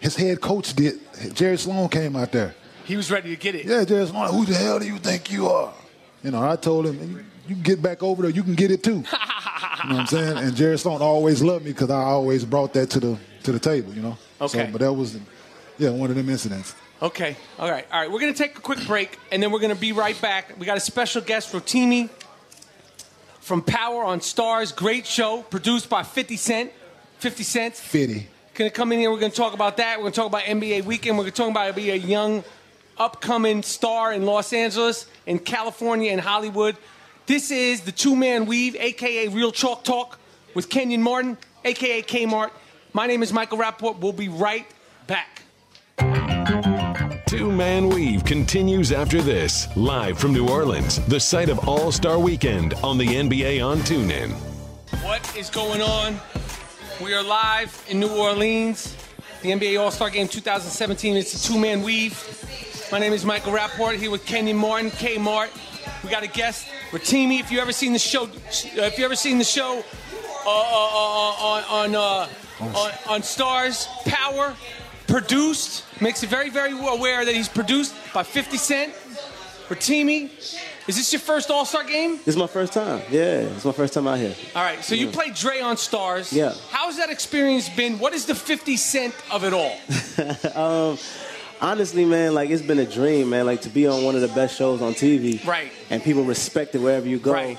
S4: His head coach did. Jerry Sloan came out there.
S3: He was ready to get it.
S4: Yeah, Jerry Sloan. Who the hell do you think you are? You know, I told him, you, you can get back over there. You can get it too. you know what I'm saying? And Jerry Sloan always loved me because I always brought that to the to the table. You know.
S3: Okay.
S4: So, but that was, yeah, one of them incidents.
S3: Okay. All right. All right. We're going to take a quick break, and then we're going to be right back. We got a special guest, Rotimi from Power on Stars. Great show produced by 50 Cent. 50 Cent.
S4: Fitty.
S3: Gonna come in here. We're gonna talk about that. We're gonna talk about NBA weekend. We're gonna talk about be a young, upcoming star in Los Angeles, in California, in Hollywood. This is the Two Man Weave, aka Real Chalk Talk, with Kenyon Martin, aka Kmart. My name is Michael Rapport. We'll be right back.
S1: Two Man Weave continues after this, live from New Orleans, the site of All Star Weekend on the NBA on TuneIn.
S3: What is going on? We are live in New Orleans, the NBA All Star Game 2017. It's a two man weave. My name is Michael Rapport here with Kenyon Martin, K Mart. We got a guest, Ratimi. If you ever seen the show, uh, if you ever seen the show uh, uh, uh, on on, uh, on on Stars Power, produced makes it very very aware that he's produced by 50 Cent. Ratimi, is this your first All Star game?
S7: This is my first time. Yeah, it's my first time out here.
S3: All right, so you played Dre on Stars.
S7: Yeah.
S3: How's that experience been? What is the 50 cent of it all?
S7: Um, honestly, man, like it's been a dream, man. Like to be on one of the best shows on TV,
S3: Right.
S7: And people respect it wherever you go.
S3: Right.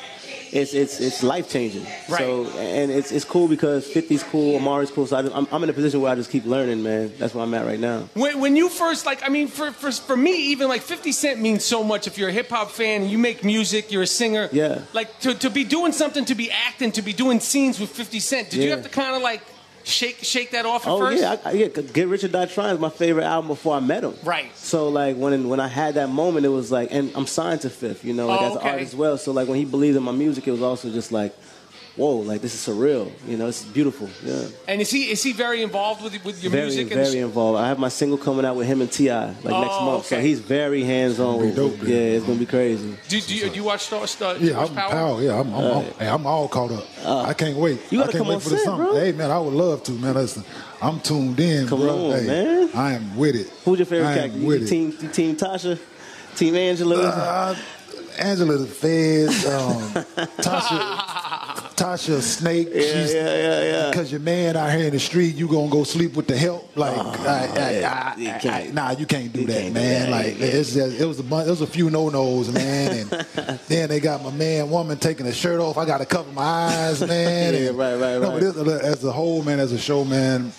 S7: It's it's it's life changing.
S3: Right.
S7: So and it's it's cool because 50's cool, Amari's cool. So I, I'm I'm in a position where I just keep learning, man. That's where I'm at right now.
S3: When, when you first, like, I mean, for, for, for me, even like 50 Cent means so much. If you're a hip hop fan, you make music, you're a singer.
S7: Yeah.
S3: Like, to, to be doing something, to be acting, to be doing scenes with 50 Cent, did you
S7: Yeah.
S3: have to kind of like shake shake that off at
S7: Oh
S3: first?
S7: yeah, I, I, yeah. 'cause Get Rich or Die Trying is my favorite album before I met him.
S3: Right.
S7: So like when when I had that moment, it was like, and I'm signed to Fifth, you know, like
S3: Oh,
S7: as
S3: okay.
S7: an artist as well. So like when he believed in my music, it was also just like, whoa, like this is surreal. You know, it's beautiful. Yeah.
S3: And is he is he very involved with, with your
S7: Very
S3: music? and the-
S7: very involved. I have my single coming out with him and Ti like next
S3: Oh,
S7: month. So
S3: okay.
S7: he's very hands on.
S4: It's gonna be dope, man.
S7: yeah, it's gonna be crazy.
S3: do, do, you, do you watch Star, Star
S4: Yeah,
S3: Stars
S4: I'm power. Yeah, I'm, I'm, I'm, hey, I'm all caught up. I can't wait.
S7: Uh, you gotta
S4: I can't
S7: come
S4: wait
S7: on
S4: for the
S7: set,
S4: summer.
S7: bro.
S4: Hey, man, I would love to, man. Listen, I'm tuned in,
S7: Come
S4: bro.
S7: on,
S4: hey,
S7: man.
S4: I am with it.
S7: Who's your favorite
S4: I am
S7: character? You
S4: with it.
S7: team you team Tasha, team Angela.
S4: Uh, Angela the
S7: [LAUGHS]
S4: Feds, um, Tasha, Tasha Snake.
S7: yeah, yeah, yeah, yeah.
S4: Because your man out here in the street, you gonna go sleep with the help? Like, I, I,
S7: Oh, yeah.
S4: I-
S7: You
S4: I-
S7: can't.
S4: nah, you can't do
S7: You
S4: that,
S7: can't do
S4: man.
S7: that.
S4: Like, it's just, it was a bunch, it was a few no nos,
S7: [LAUGHS]
S4: man. And then they got my man, woman taking the shirt off. I gotta cover my eyes, man.
S7: Yeah,
S4: And-
S7: right, right,
S4: No,
S7: right.
S4: but this, as a whole, man, as a show, man,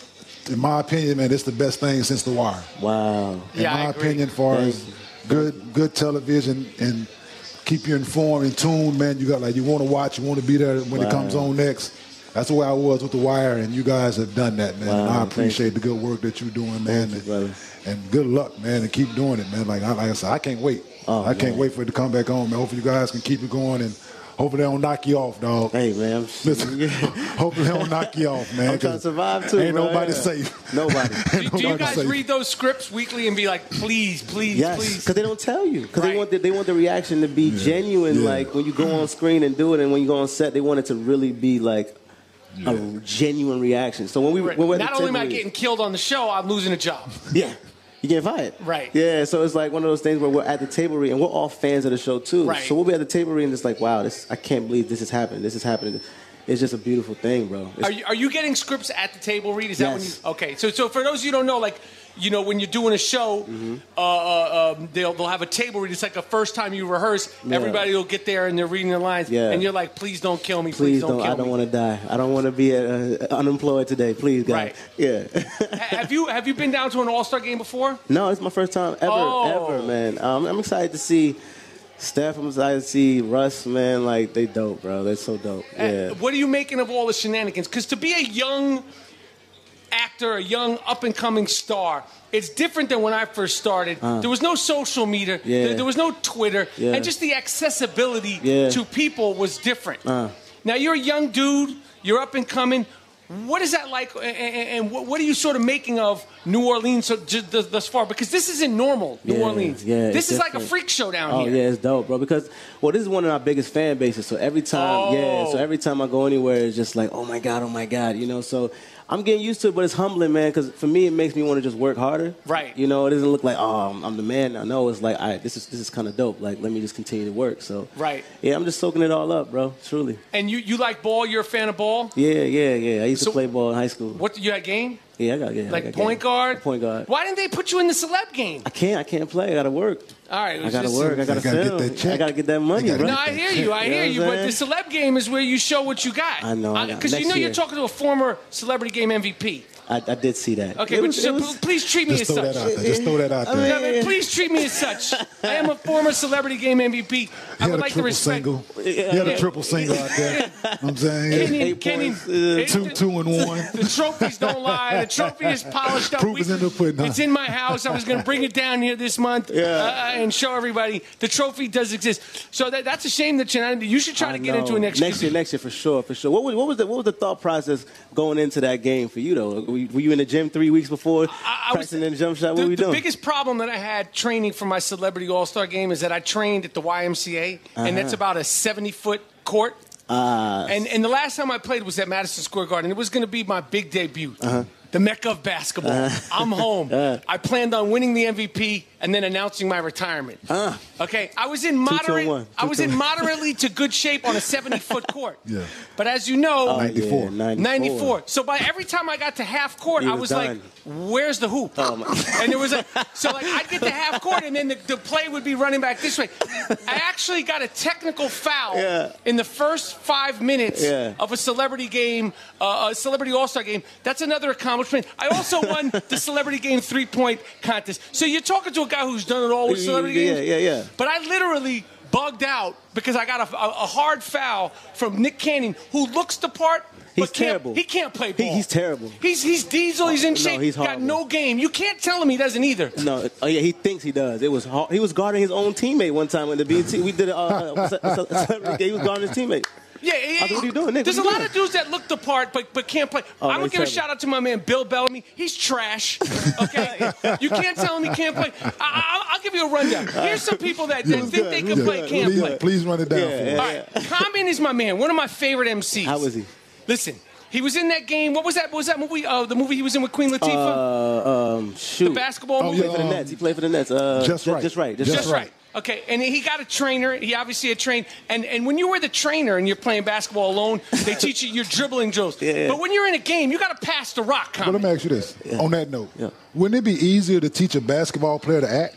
S4: in my opinion, man, it's the best thing since The Wire
S7: Wow.
S4: in
S3: Yeah, I
S4: my
S3: agree.
S4: opinion, far as good good television and keep you informed and tuned, man. You got like you want to watch, you want to be there when it comes on next. That's the way I was with the Wire, and you guys have done that, man. and
S7: Wow,
S4: I
S7: thank
S4: appreciate the good work that you're doing, man.
S7: you,
S4: and,
S7: brother.
S4: and good luck, man, and keep doing it, man. Like I, like I said, I can't wait.
S7: Oh,
S4: I can't
S7: man.
S4: wait for it to come back on, man. Hopefully, you guys can keep it going, and hopefully, they don't knock you off, dog.
S7: Hey man, I'm-
S4: [LAUGHS]
S7: [LAUGHS]
S4: Listen, hopefully, they don't knock you off, man.
S7: I'm trying to
S4: 'cause [LAUGHS]
S7: survive too.
S4: Ain't
S7: bro.
S4: nobody
S7: Yeah.
S4: safe. [LAUGHS]
S7: [LAUGHS] Nobody.
S3: [LAUGHS] Do, do you
S4: Nobody
S3: guys
S4: safe.
S3: read those scripts weekly and be like, please, please,
S7: Yes,
S3: please?
S7: because they don't tell you. Because
S3: Right.
S7: they want the, they want the reaction to be genuine.
S4: Yeah.
S7: Like when
S4: [CLEARS THROAT]
S7: you go on screen and do it, and when you go on set, they want it to really be like a genuine reaction. So when we when we're at
S3: Not
S7: the
S3: only am
S7: table
S3: I
S7: with-
S3: getting killed on the show, I'm losing a job.
S7: Yeah. You get fired.
S3: Right.
S7: Yeah, so it's like one of those things where we're at the table read, and we're all fans of the show too.
S3: Right.
S7: So we'll be at the table read, and it's like, wow, this I can't believe this is happening. This is happening. It's just a beautiful thing, bro. It's,
S3: Are you, are you getting scripts at the table read? Is
S7: Yes.
S3: that when you? Okay, so so for those of you who don't know, like you know, when you're doing a show,
S7: Mm-hmm.
S3: uh, uh, um, they'll they'll have a table read. It's like the first time you rehearse.
S7: Yeah.
S3: Everybody will get there and they're reading their lines.
S7: Yeah.
S3: and you're like, please don't kill me. Please,
S7: please, don't.
S3: kill
S7: I don't
S3: me.
S7: want to die. I don't want to be uh, unemployed today. Please, God.
S3: Right.
S7: Yeah. [LAUGHS]
S3: Ha- have you have you been down to an All Star game before?
S7: No, it's my first time ever,
S3: Oh.
S7: ever, man. Um, I'm excited to see Steph. I'm excited to see Russ, man. Like they dope, bro. They're so dope. Yeah.
S3: What are you making of all the shenanigans? Because to be a young actor, a young up and coming star, it's different than when I first started. There was no social media,
S7: Uh. Yeah.
S3: there, there was no Twitter,
S7: Yeah.
S3: and just the accessibility
S7: Yeah. Uh.
S3: to people was different. Now you're a young dude, you're up and coming. What is that like, a- a- a- and what what are you sort of making of New Orleans so- ju- thus thus far? Because this isn't normal, New
S7: Yeah,
S3: Orleans.
S7: yeah, it's
S3: this is like a
S7: different.
S3: freak show down
S7: Oh
S3: here.
S7: yeah, it's dope, bro. Because well, this is one of our biggest fan bases. So every time, yeah.
S3: Oh.
S7: So every time I go anywhere, it's just like, oh my god, oh my god, you know. So I'm getting used to it, but it's humbling, man. Because for me, it makes me want to just work harder.
S3: Right.
S7: You know, it doesn't look like oh, I'm, I'm the man now. No, it's like, all right, this is this is kind of dope. Like, let me just continue to work. So
S3: Right.
S7: Yeah, I'm just soaking it all up, bro. Truly.
S3: And you, you like ball? You're a fan of ball?
S7: Yeah, yeah, yeah. I used
S3: So-
S7: to play ball in high school.
S3: What you had game?
S7: Yeah, I got yeah. I
S3: like
S7: got
S3: point
S7: game.
S3: guard.
S7: Point guard. [LAUGHS]
S3: Why didn't they put you in the celeb game?
S7: I can't. I can't play. I gotta work.
S3: All right, it
S7: I
S3: was
S7: gotta
S3: just-
S7: work. I gotta,
S4: You gotta get
S7: film.
S4: that check.
S7: I gotta get that money,
S4: You gotta
S7: bro.
S4: get
S3: No, I hear you. I
S7: You know
S3: hear
S7: what
S3: you.
S7: I'm
S3: But the
S7: saying?
S3: celeb game is where you show what you got.
S7: I know, I know.
S3: Because you
S7: Next
S3: know you're
S7: year.
S3: talking to a former celebrity game MVP.
S7: I, I did see that.
S3: Okay,
S7: It
S3: but
S7: was-
S3: so
S7: it was-
S3: please treat me
S4: Just
S3: as
S4: throw
S3: such.
S4: that out there. Just throw that out
S7: I
S4: there.
S3: I mean, please treat me as such. I am a former celebrity game MVP.
S4: He
S3: I
S4: had
S3: would
S4: a
S3: like to
S4: triple
S3: respect.
S4: single. He had
S3: yeah.
S4: a triple single out
S3: [LAUGHS]
S4: there. I'm
S3: Can
S4: saying
S3: you,
S7: Eight
S3: can you-
S7: points, uh,
S3: it-
S4: two, two and one.
S3: The trophies don't lie. The trophy is polished up.
S4: Proof is in the pudding, huh?
S3: It's in my house. I was going to bring it down here this month uh, and show everybody the trophy does exist. So that, that's a shame that you're not. You should try
S7: I
S3: to get into
S7: know.
S3: it next,
S7: year. Next year, for sure, for sure. What was, what was the what was the thought process going into that game for you though? Were you, were you in the gym three weeks
S3: I, I
S7: before
S3: was
S7: practicing in the jump shot? What
S3: the,
S7: were you
S3: the
S7: doing?
S3: biggest problem that I had training for my celebrity all star game is that I trained at the YMCA, and
S7: Uh-huh.
S3: that's about a seventy foot court.
S7: Ah.
S3: and and the last time I played was at Madison Square Garden. It was going to be my big debut.
S7: Uh-huh.
S3: The mecca of basketball. I'm
S7: [LAUGHS]
S3: home. I planned on winning the MVP and then announcing my retirement. okay, I was in moderate.
S7: Uh-huh. one.
S3: I was
S7: Two to
S3: in
S7: [LAUGHS]
S3: moderately to good shape on a 70 foot court.
S4: Yeah.
S3: But as you know,
S7: Oh, yeah,
S4: 94.
S3: 94. So by every time I got to half court,
S7: You
S3: I
S7: were
S3: was
S7: done.
S3: like, "Where's the hoop?"
S7: Oh,
S3: [LAUGHS] and there was a so like I'd get to half court, and then the, the play would be running back this way. I actually got a technical foul
S7: Yeah.
S3: in the first five minutes
S7: Yeah.
S3: of a celebrity game, uh, a celebrity All Star game. That's another accomplishment. I also won the celebrity game three point contest. So you're talking to a guy who's done it all with
S7: Yeah,
S3: celebrity
S7: yeah,
S3: games.
S7: yeah, yeah.
S3: But I literally bugged out because I got a, a- a hard foul from Nick Cannon, who looks the part.
S7: He's
S3: but can't-
S7: terrible.
S3: He can't play
S7: He-
S3: ball.
S7: he's terrible.
S3: He's he's diesel. He's in
S7: No,
S3: shape.
S7: he's
S3: got
S7: horrible.
S3: no game. You can't tell him he doesn't either.
S7: No, oh yeah, he thinks he does. It was hard. he was guarding his own teammate one time in the BT. We did
S4: [LAUGHS]
S7: a, uh, a, ce- a celebrity game. He was guarding his teammate.
S3: Yeah, yeah,
S7: I said, "What are you doing, Nick?
S3: There's
S7: What
S3: a
S7: you
S3: lot
S7: doing?"
S3: of dudes that look the part but but can't play. I'm
S7: Oh, no,
S3: gonna
S7: he's
S3: give a
S7: terrible.
S3: shout out to my man Bill Bellamy. He's
S7: [LAUGHS]
S3: trash. Okay, you can't tell him he can't play. I, I, I'll give you a rundown. Here's some people that, that think [LAUGHS] they can
S4: Yeah.
S3: play can't
S4: please,
S3: play.
S4: please run it down
S7: Yeah,
S4: for
S7: yeah.
S4: us.
S3: All right, Common is my man. One of my favorite MCs.
S7: How is he?
S3: Listen, he was in that game. What was that? What was that movie? Uh, the movie he was in with Queen Latifah,
S7: Uh, um, shoot.
S3: the basketball
S4: oh,
S3: movie.
S7: He played for
S4: yeah,
S7: the Nets. He played for the Nets. Uh,
S4: Just
S7: ju-
S4: right.
S7: Just right.
S4: Just
S3: That's right. Okay, and he got a trainer. He obviously had trained. And and when you were the trainer and you're playing basketball alone,
S4: [LAUGHS]
S3: they teach you your dribbling drills.
S7: Yeah.
S3: But when you're in a game, you got to pass the rock.
S4: But let
S3: Common.
S4: me ask you this. On that note,
S7: Yeah.
S4: wouldn't it be easier to teach a basketball player to act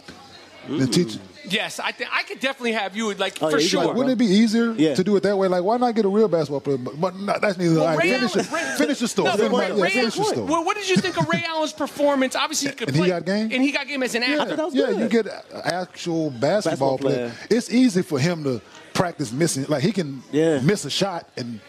S4: than
S3: Mm-hmm.
S4: teach?
S3: Yes, I think I could definitely have you like
S7: Oh,
S3: for
S7: yeah, he's
S3: sure.
S7: like,
S4: Like, wouldn't it be easier
S7: Yeah.
S4: to do it that way? Like, why not get a real basketball player? But, but no, that's neither.
S3: Well,
S4: All right,
S3: Ray
S4: finish,
S3: Allen-
S4: it.
S3: Ray-
S4: [LAUGHS] finish the story.
S3: No,
S4: finish
S3: but
S4: my- yeah,
S3: Ray
S4: finish the
S3: Allen-
S4: story.
S3: well, what did you think of Ray Allen's performance? Obviously, he could
S4: And he
S3: play.
S4: got game?
S3: And he got game as an actor.
S7: thought that was
S4: yeah,
S7: good.
S4: you get an actual basketball,
S7: Basketball
S4: player.
S7: player.
S4: It's easy for him to practice missing. Like he can
S7: Yeah.
S4: miss a shot and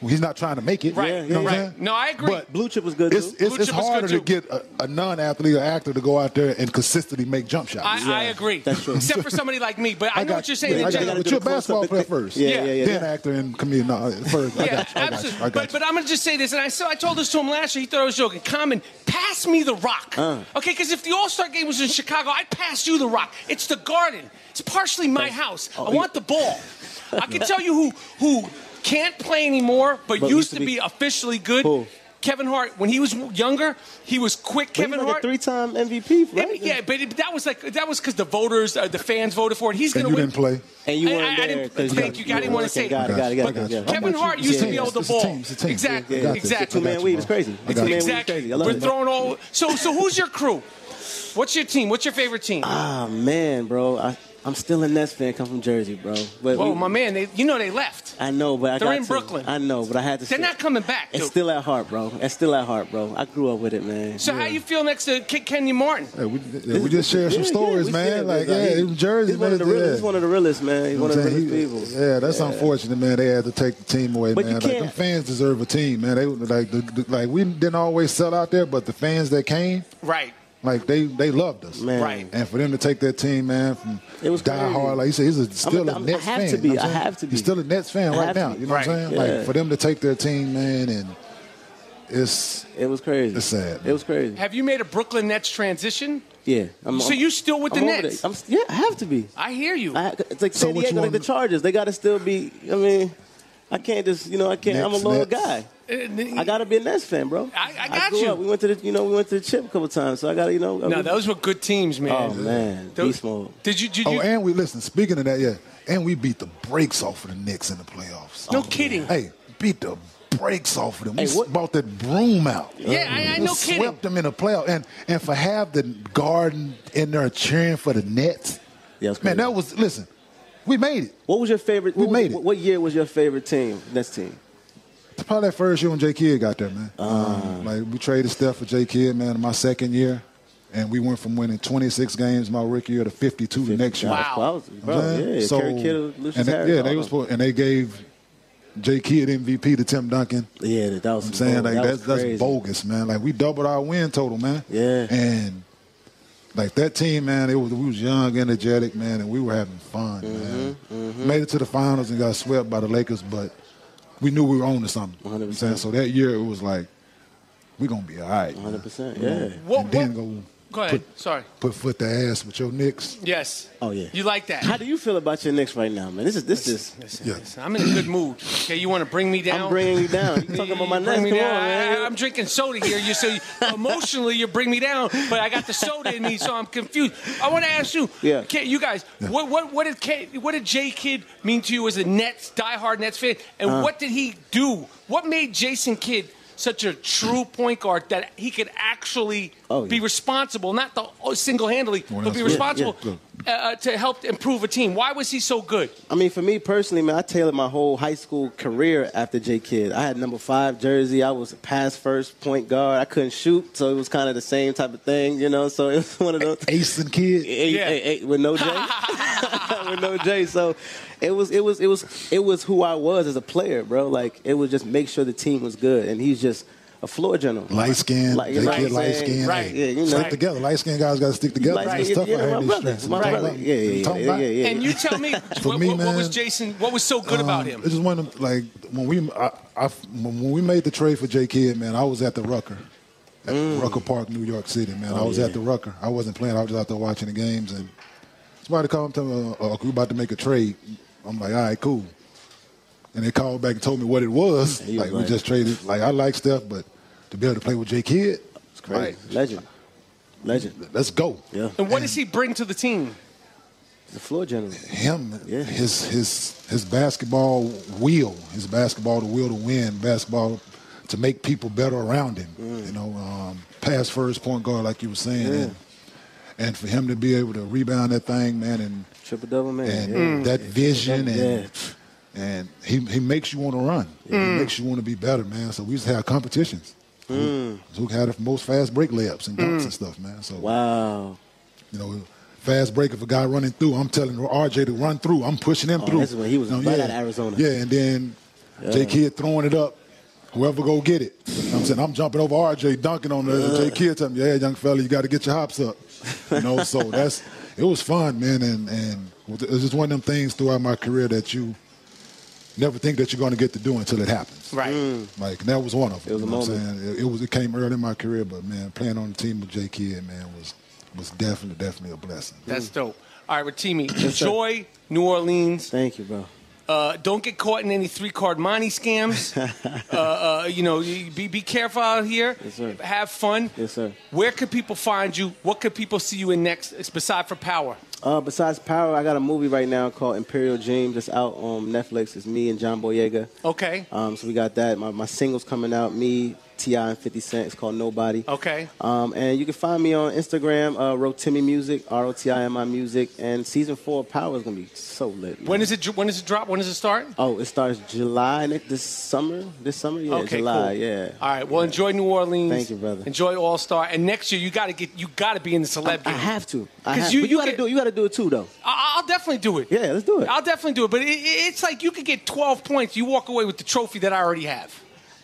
S4: he's not trying to make it.
S3: Right,
S4: You know what I'm
S3: right.
S4: saying?
S3: No, I agree.
S4: But
S7: Blue chip was good.
S4: it's
S7: too.
S4: it's,
S3: Blue
S4: it's
S3: chip is good,
S4: harder to
S3: too.
S4: get a, a non-athlete or actor to go out there and consistently make jump shots.
S3: I, I agree.
S7: That's true.
S3: Except for somebody like me. But I, know
S4: got-
S3: what you're saying.
S4: yeah, I
S3: in
S4: got-
S3: general.
S7: gotta
S4: but
S7: do
S4: you're a
S7: the close
S4: basketball
S7: up.
S4: player first.
S7: Yeah, yeah, yeah,
S4: Then
S7: yeah.
S4: actor and comedian. No, first. I
S3: Yeah,
S4: got you. I got you.
S3: absolutely.
S4: I got
S3: But,
S4: you.
S3: but I'm gonna just say this, and I so I told this to him last year. He thought I was joking. Common, pass me the rock,
S4: Uh.
S3: okay? Because if the All Star game was in Chicago, I'd pass you the rock. It's the Garden. It's partially my house.
S4: Oh,
S3: I want the ball. I can tell you who who can't play anymore, but,
S7: But
S3: used to be, officially good.
S7: Who?
S3: Kevin Hart. When he was younger, he was quick.
S7: But he's
S3: Kevin
S7: like
S3: Hart.
S7: a three-time MVP,
S3: Yeah,
S7: right?
S3: but- yeah, but it, that was like that was because the voters, uh, the fans voted for it. He's
S4: and
S3: gonna
S4: you
S3: win.
S4: didn't play.
S7: And you
S3: I-
S7: weren't
S3: I
S7: there.
S3: didn't-
S7: 'cause
S3: thank you. I didn't wanna say it.
S7: Got it, got it,
S4: I
S7: got
S4: got you.
S7: it. got it.
S4: I
S3: Kevin
S4: got
S3: Hart
S4: you.
S3: used to
S4: It's
S3: be
S4: a
S3: able to
S4: team.
S3: ball.
S4: It's a team.
S3: Exactly,
S4: Yeah, I got you.
S3: exactly.
S4: I got
S7: Two-man
S4: you,
S7: weave
S4: bro.
S7: is crazy.
S4: I got you.
S7: Two-man weave.
S3: Exactly.
S7: I love
S3: We're
S7: it.
S3: throwing all. So so who's your crew? What's your team? What's your favorite team?
S7: Ah man, bro, I, I'm still a Nets fan. Come from Jersey, bro. But
S3: Whoa,
S7: we-
S3: Oh, my man, they, you know they left.
S7: I know, but I
S3: They're
S7: got
S3: in
S7: to.
S3: Brooklyn.
S7: I know, but I had to.
S3: They're
S7: say-
S3: not coming back,
S7: It's
S3: dude.
S7: still at heart, bro. It's still at heart, bro. I grew up with it, man.
S3: So how you feel next to K- Kenya Martin?
S4: Hey, we, yeah, we just shared some
S7: Yeah, yeah,
S4: stories,
S7: we
S4: man.
S7: said,
S4: like,
S7: bro,
S4: yeah,
S7: he-
S4: in Jersey,
S7: He's one of the
S4: man,
S7: realest.
S4: yeah.
S7: He's one of the realest, man. He's
S4: You know
S7: one
S4: what
S7: of
S4: I'm
S7: the
S4: saying?
S7: realest
S4: He-
S7: people.
S4: Yeah, that's unfortunate, man. They had to take the team away,
S7: But you
S4: man. Like
S7: can't-
S4: them fans deserve a team, man. They like the, the, like we didn't always sell out there, but the fans that came,
S3: Right.
S4: like they they loved us,
S7: Man.
S3: Right.
S4: And for them to take that team, man, from
S7: It was
S4: die
S7: crazy.
S4: hard, like you said, he's a, still a,
S7: I'm- I
S4: Nets
S7: have
S4: fan.
S7: to be.
S4: you know what I'm
S7: I
S4: saying?
S7: have to be.
S4: He's still a Nets fan
S7: I
S4: right
S7: have
S4: now.
S7: to.
S4: You know what I'm
S3: Right.
S4: saying?
S7: Yeah.
S4: Like for them to take their team, man, and it's
S7: It was crazy.
S4: It's sad,
S7: It was crazy.
S3: Have you made a Brooklyn Nets transition?
S7: Yeah. I'm,
S3: So you still with the
S7: I'm over
S3: Nets?
S7: there. I'm, yeah, I have to be.
S3: I hear you.
S7: I, it's like
S4: So
S7: San
S4: what you
S7: Diego, like
S4: want-
S7: the Chargers. They got to still be. I mean, I can't just. You know, I can't. I'm a
S4: Nets,
S7: loyal
S4: Nets.
S7: guy.
S3: Uh,
S7: I gotta be a Nets fan, bro.
S3: I- I got
S7: grew
S3: you.
S7: Up. We went to the, you know, we went to the chip a couple times, so I gotta, you know.
S3: no, those were good teams, man.
S7: Oh man,
S3: Those-
S7: beast mode.
S3: Did you? Did
S4: oh,
S3: you?
S4: and we listen. Speaking of that, yeah, and we beat the brakes off of the Knicks in the playoffs. Oh,
S3: no kidding.
S4: Hey, beat the brakes off of them.
S7: Hey,
S4: we
S7: what-
S4: bought that broom out.
S3: Yeah, I- I- no
S4: We swept
S3: kidding.
S4: them in the playoff, and and for have the garden in there cheering for the Nets.
S7: Yeah, it was
S4: man,
S7: crazy.
S4: that was listen. We made it.
S7: What was your favorite?
S4: We
S7: what,
S4: made it.
S7: What year was your favorite team? Next team.
S4: It's probably that first year when J Kidd got there, man.
S3: Uh-huh.
S4: Um, like we traded Steph for J Kidd, man, in my second year, and we went from winning 26 games my rookie year to 52 the next year.
S7: Wow.
S4: You know what I'm
S7: Bro,
S4: saying?
S7: yeah.
S4: So-
S7: Kerry Kittle, Lucius
S4: and they-
S7: Harris.
S4: yeah,
S7: all
S4: they was
S7: of them.
S4: supposed- and they gave J Kidd MVP to Tim Duncan.
S7: Yeah, that, that was.
S4: I'm saying like
S7: Oh, that was
S4: that's that's
S7: crazy.
S4: bogus, man. Like we doubled our win total, man.
S7: Yeah.
S4: And like that team, man, it was we was young, energetic, man, and we were having fun,
S7: Mm-hmm,
S4: man. Made it to the finals and got swept by the Lakers, but we knew we were on to something. You know what I'm saying? So that year it was like we're gonna be all right. man.
S7: 100%. Yeah.
S4: And
S8: What,
S4: then
S8: what-
S4: go
S8: Go ahead. Sorry.
S4: put foot to ass with your Knicks.
S8: Yes.
S7: Oh, yeah.
S8: You like that?
S7: How do you feel about your Knicks right now, man? This is this is.
S4: Yeah.
S3: Listen, I'm in a good mood. Okay, you want to bring me down?
S7: I'm bringing you down. You talking about my
S3: You bring
S7: Knicks?
S3: me
S7: Come on,
S3: down. I,
S7: man.
S3: am drinking soda here. You
S7: [LAUGHS]
S3: so emotionally you bring me down, but I got the soda in me, so I'm confused. I want to ask you,
S7: Yeah.
S3: Kid- you guys, what what what did K, what did J Kidd mean to you as a Nets diehard Nets fan, and
S7: Uh-huh.
S3: what did he do? What made Jason Kidd such a true point guard that he could actually
S7: Oh, yeah.
S3: be responsible, not the oh, single-handedly,
S4: Well,
S3: but be
S4: that's-
S7: Yeah,
S3: responsible Uh, uh, to help improve a team? Why was he so good?
S7: I mean, for me personally, man, I tailored my whole high school career after J Kidd. I had number five jersey. I was pass first point guard. I couldn't shoot, so it was kind of the same type of thing, you know. So [LAUGHS] it was one of those.
S4: Ace and Kid.
S7: eight,
S3: Yeah.
S7: eight, eight with no J, [LAUGHS] with no J. So it was, it was, it was, it was who I was as a player, bro. Like it was just make sure the team was good, and he's just a floor general,
S4: Light skin,
S7: Like, you
S4: J
S7: know what
S4: Kidd,
S7: I'm
S4: light
S7: saying?
S4: skin.
S7: Right. Yeah,
S4: Hey,
S7: you know.
S4: stick
S7: Right.
S4: together. Light skin guys got to stick together.
S7: Light
S4: It's
S7: skin-
S4: tough
S7: yeah,
S4: out here
S7: my
S4: in these
S7: brother,
S4: streets.
S7: my
S4: I'm talking
S7: brother.
S4: about-
S7: Yeah, yeah,
S4: I'm talking
S7: yeah,
S4: about-
S7: yeah, yeah.
S3: And you tell me, what,
S4: me,
S3: what, what was
S4: man,
S3: Jason? What was so good about
S4: Um,
S3: him?
S4: It's just one of them, like when we I, I, when when we made the trade for J Kidd, man. I was at the Rucker, at
S7: Mm.
S4: Rucker Park, New York City, man.
S7: Oh,
S4: I was at the Rucker. I wasn't playing. I was just out there watching the games, and somebody called me, and told me, uh, uh, "We about to make a trade." I'm like, "All right, cool." And they called back and told me what it was.
S7: he was
S4: Like,
S7: like-
S4: we just traded. Like I like stuff, but to be able to play with J Kidd, it's
S7: Crazy. legend, legend.
S4: let's go.
S7: Yeah,
S3: And what does he bring to the team?
S7: the floor general.
S4: him
S7: Yeah.
S4: his his his basketball will, his basketball the will to win, basketball to make people better around him.
S7: Mm.
S4: You know, um, pass first point guard like you were saying, and, and for him to be able to rebound that thing, man, and
S7: Triple double man.
S4: and
S7: yeah. Mm.
S4: that vision
S7: Yeah. Mm.
S4: and. And he, he makes you want to run. He makes you want to be better, man. So we used to have competitions. Who, who had the most fast break layups and dunks and stuff, man. So
S7: Mm. Wow.
S4: you know, fast break if a guy running through, I'm telling RJ to run through. I'm pushing him through.
S7: this is Oh, when he was
S4: You know,
S7: right out of Arizona.
S4: Yeah, and then J Kid throwing it up. Whoever go get it. You know what I'm saying I'm jumping over RJ, dunking on the J Kid telling me, "Yeah, young fella, you got to get your hops up." You know,
S7: [LAUGHS]
S4: so that's it was fun, man, and and it was just one of them things throughout my career that you never think that you're going to get to do until it happens.
S3: Right.
S4: Like and that was one of them.
S7: Mm. It was a
S4: you know what I'm
S7: moment.
S4: saying? It, it was it came early in my career, but man, playing on the team with J Kidd, man, was was definitely definitely a blessing.
S3: That's dope. All right, Ratimi, enjoy New Orleans.
S7: Thank you, bro.
S3: Uh, don't get caught in any three card money
S7: [LAUGHS]
S3: scams. uh, uh, you know, you- be, be careful out here.
S7: Yes, sir.
S3: Have fun.
S7: Yes, sir.
S3: Where can people find you? What could people see you in next, beside for power?
S7: Uh, besides Power, I got a movie right now called Imperial Dream that's out on Netflix. It's me and John Boyega.
S3: Okay.
S7: Um, so we got that. My, my single's coming out. Me, Ti, and Fifty Cent. It's called Nobody.
S3: Okay.
S7: Um, and you can find me on Instagram, uh, Rotimi Music, R O T I M I Music. And season four of Power is gonna be so lit. man.
S3: When is it? dr- When does it drop? When does it start?
S7: Oh, it starts July next, this summer. This summer, yeah,
S3: okay.
S7: July,
S3: cool.
S7: yeah.
S3: All right. Well, enjoy New Orleans.
S7: Thank you, brother.
S3: Enjoy All Star. And next year, you got to get. You got to be in the celeb.
S7: I
S3: game.
S7: have to. I
S3: 'Cause
S7: have,
S3: you-
S7: but
S3: you
S7: you, gotta
S3: get-
S7: do. You gotta do it too, though.
S3: I- I'll definitely do it.
S7: Yeah, let's do it.
S3: I'll definitely do it. But it, it, it's like you could get 12 points, you walk away with the trophy that I already have.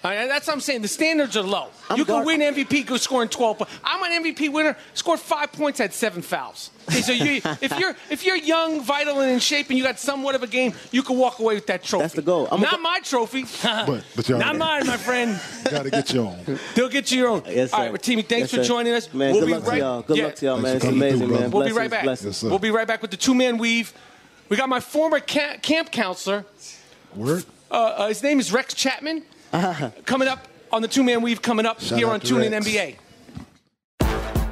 S3: All right, that's what I'm saying. The standards are low.
S7: I'm
S3: you can
S7: guard-
S3: win MVP go scoring 12 points. I'm an MVP winner, scored five points, had seven fouls. Okay, so
S7: [LAUGHS]
S3: you, if you're if you're young, vital, and in shape, and you got somewhat of a game, you can walk away with that trophy.
S7: That's the goal. I'm a-
S3: Not my
S7: [LAUGHS]
S3: trophy.
S4: But- but y'all-
S3: Not mine, my friend.
S4: Got to get your
S8: [LAUGHS]
S4: own.
S3: They'll get you your own.
S7: Yes, sir.
S3: All right, Ratimi, thanks
S7: Yes,
S3: for
S7: sir.
S3: joining us.
S7: Man,
S3: we'll
S7: good
S3: be
S7: luck
S3: right.
S7: to y'all. Good
S3: yeah.
S7: luck to y'all,
S4: Thanks
S7: man.
S4: for
S7: It's
S4: coming through,
S7: amazing,
S4: brother.
S7: man.
S3: We'll
S7: Blessings,
S3: be right back.
S7: blessings.
S4: sir.
S3: We'll be right back with the two man weave. We got my former ca- camp counselor.
S4: Word.
S3: Uh, uh, his name is Rex Chapman.
S7: Uh-huh.
S3: Coming up on the two man weave. Coming up
S4: Shout
S3: here
S4: out
S3: on
S4: to
S3: Tune In
S4: Rex.
S3: NBA.